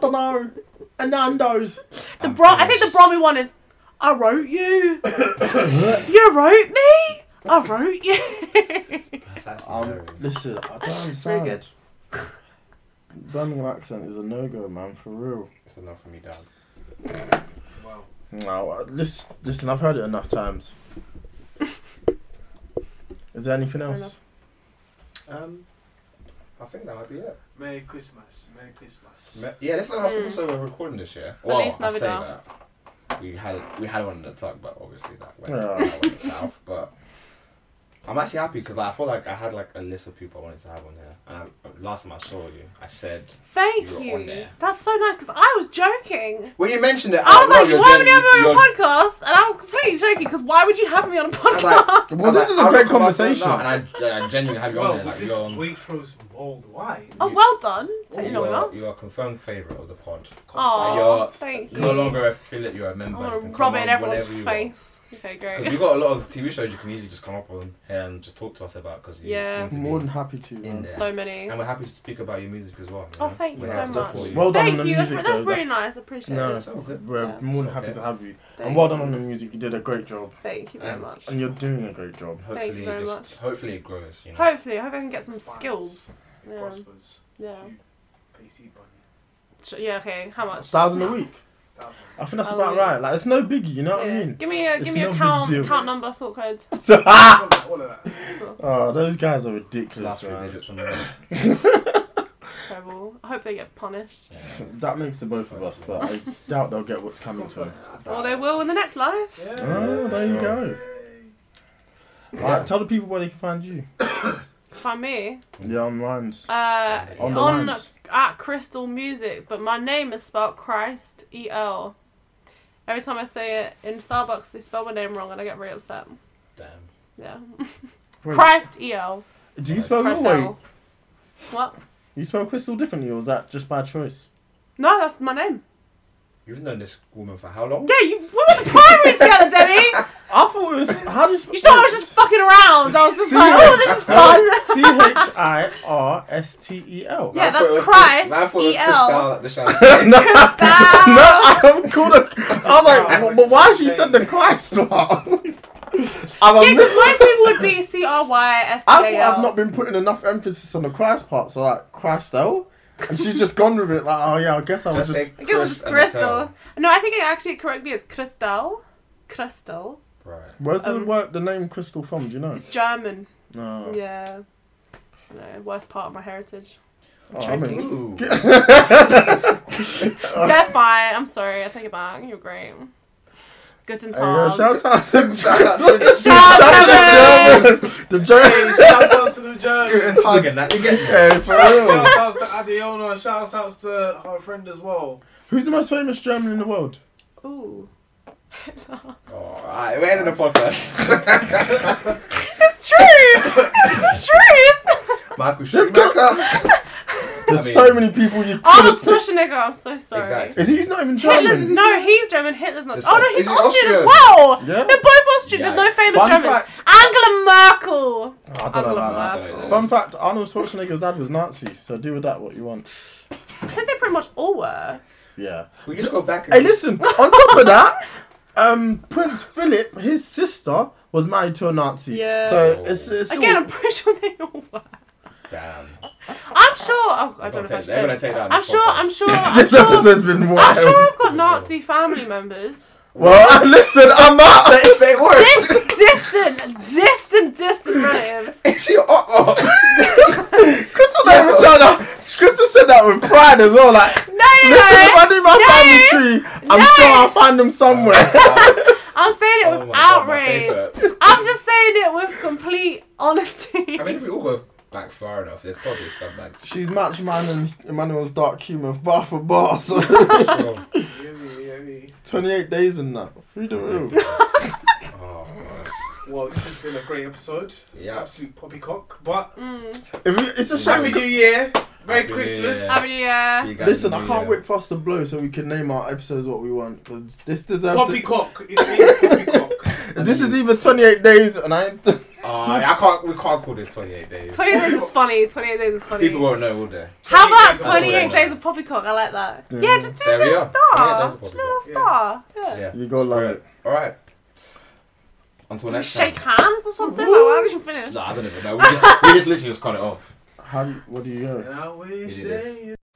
don't know. Anando's.
the Bro- I think the Bromley one is, I wrote you. you wrote me? I wrote you.
Um,
Brom.
listen, I don't
very
understand.
good.
Birmingham accent is a no go, man, for real.
It's enough for me, dad.
Wow.
No, uh, this, listen, I've heard it enough times. Is there anything else?
enough.
Um, I think that might be it.
Merry Christmas. Merry Christmas.
Me- Yeah, this is the last episode we're recording this year.
Hmm. least
I
now we
say
know.
that. We had we had one in the tuck, but obviously that went,
Yeah.
that went south. But I'm actually happy because like, I feel like I had like a list of people I wanted to have on here. And I, last time I saw you, I said
Thank
You were on
you.
there.
That's so nice because I was joking.
when you mentioned it.
I was
like,
like,
you're
why would you have me on
genuinely-
a
you're-
podcast? And I was completely joking because why would you have me on a
I
podcast?
was like- I
Well, this
was
is a
like,
great
I was like,
conversation.
no, And I, yeah, I genuinely have you on
Well,
there. Like,
this
you're on.
Waitrose worldwide.
Oh,
You-
well done.
You
Taking long
are,
enough.
you are a confirmed favourite of the pod.
Aw,
you're
thank you.
No longer a affiliate, you're a
I
member.
want
You
to
can
rub
come
it in
on
everyone's
whenever you want.
face. Okay, great.
Because we've got a lot of TV shows you can easily just come up on here and just talk to us about because you
Yeah.
seem to
More
be
than happy to. man.
in there.
so many.
And we're happy to speak about your music as well.
Oh,
know?
thank you
We're
so
happy to
much.
support you.
Well done
Thank
on the
you. That's,
music.
that's
though,
really nice. I appreciate
No,
it.
all good.
we're
Yeah.
more than
It's
happy
okay.
to have you.
Thank
And well
you.
done on the music. You did a great job,
Thank you very
Um,
much.
and you're doing a great job.
Hopefully,
Thank you very
it just,
much.
hopefully it grows. You know?
Hopefully, I hope I can get some
Inspires,
skills.
It
Yeah.
prospers.
Yeah.
You pay seed money.
Sh- Yeah. Okay. How much?
thousand a week.
That was
I think that's
Oh,
about
yeah.
right. Like it's no biggie. You know what I
Yeah.
mean?
Give me a
It's
give me
no
a
big
count
deal.
count number sort code.
all of that. All of that.
oh, those guys are
Last
ridiculous,
three
man.
digits on the
Terrible. I hope they get punished.
That makes the both of us, but I doubt they'll get what's coming to them.
Or they will in the next life.
Oh, there you go. Right, tell the people where they can find you.
Find me.
Yeah, online.
Uh,
On
on,
the lines.
at Crystal Music, but my name is spelled Christ E L. Every time I say it in Starbucks, they spell my name wrong, and I get very upset.
Damn.
Yeah.
Wait,
Christ E L.
do you spell your
Christ
way?
L. What?
You spell crystal differently, or was that just by choice?
No, that's my name.
You've known this woman for how long?
Yeah, you. We were the primary together, Debbie.
I thought it was. How do you spell?
You thought I was just fucking around. I was just
See
like,
ya.
oh, this is fun.
C H I R S T E L.
Yeah,
I thought
that's
it was-
Christ,
I thought it was
EL.
Crystal at the show.
Ah.
No, I'm called. A, I was like, "Well, but why she said the Christ part? I'm a
Yeah, because
miss-
most people would be C R Y S T
I
A
thought I've not
L.
been putting enough emphasis on the Christ part, so like Christ L, and she's just gone with it. Like, oh yeah, I guess I was
Just
just.
say
I think it was
Chris
just
and Mattel.
Crystal. No, I think it actually correctly is Crystal. Crystal.
Right.
Where's the word, the name Crystal from? Do you know?
Um, It's German.
No.
Yeah. No, worst part of my heritage.
Oh, I mean-
Ooh.
They're fine. I'm sorry. I take it back. You're great. Good and
Hey, yo,
tall.
shout out to the
Shout out
Germans! The Germans!
Shouts out to the Germans.
Good target that. You get me.
Hey, for real.
Shouts out to Adiona. Shouts out to her friend as well.
Who's the most famous German in the world?
Ooh.
Alright, we're ending the podcast.
It's true. it's the truth.
Michael Schumacher.
There's
I mean-
so many people you
Arnold
could have
Schwarzenegger. I'm so sorry.
Exactly.
Is he he's not even
Hitler's
German?
no, he's German. Hitler's not.
It's
Oh
not-
no, he's
is he
Austrian, as
Austrian?
well.
Yeah.
They're both Austrian. There's no
Yikes.
famous
Fun
Germans.
fact-
Angela Merkel.
I don't know about
Angela
Merkel.
that. Fun fact Arnold Schwarzenegger's dad was Nazi, so do with that what you want.
I think they pretty much all were.
Yeah.
We just go back and
Hey, listen, on top of that, um, Prince Philip, his sister, was married to a Nazi.
Yeah.
So it's, it's
Again,
all-
I'm pretty sure they all were.
Damn.
I'm sure. Oh, I don't know if I
take-
should
they're
say.
gonna
this.
take that on
I'm
this
sure. I'm
podcast.
sure. I'm
this
sure.
episode's been
I'm
wild.
sure I've got Nazi family members.
Well, listen, I'm not.
Say
Dis-
words.
distant, distant, distant relatives.
She uh oh.
Crystal not even trying to. Crystal said that with pride as well. Like,
No, no,
listen, if I
no.
do my family tree, I'm
No.
sure I'll find them somewhere.
I'm saying it
Oh
with
my God, my face
outrage.
hurts.
I'm just saying it with complete honesty.
I mean, if we all go back far enough, there's probably a scumbag.
She's match mine and Emmanuel's dark humor bar for bar. So
Sure.
28 days and that. Through the roof.
Oh, man.
Well, this has been a great episode.
Yeah.
Absolute poppycock. But
Mm.
If you- it's a shame.
Happy New Year. Merry
Happy New
Christmas.
Year.
I mean, yeah.
You guys
Listen, I
knew,
can't
yeah.
wait for us to blow so we can name our episodes what we want. Because this deserves. it.
Poppycock. It's named poppycock.
This is either 28 days and I.
Oh, yeah, I can't. We can't call this 28 days.
28 days is funny. 28 days is funny.
People won't know, will they?
How about
28 days
28 days
of
poppycock.
of poppycock? I like that. Yeah, just do
Mm, There
a
we
little
are.
star. Just a
28 days of poppycock.
little star. Yeah.
Yeah.
You go love it.
All right. Until next
Shake
time.
hands or something? Like, why would you finish?
Nah, I don't even know. We just, we just literally just cut it off.
How? do you- What do you go?
And I wish
It is.
they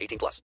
18 plus.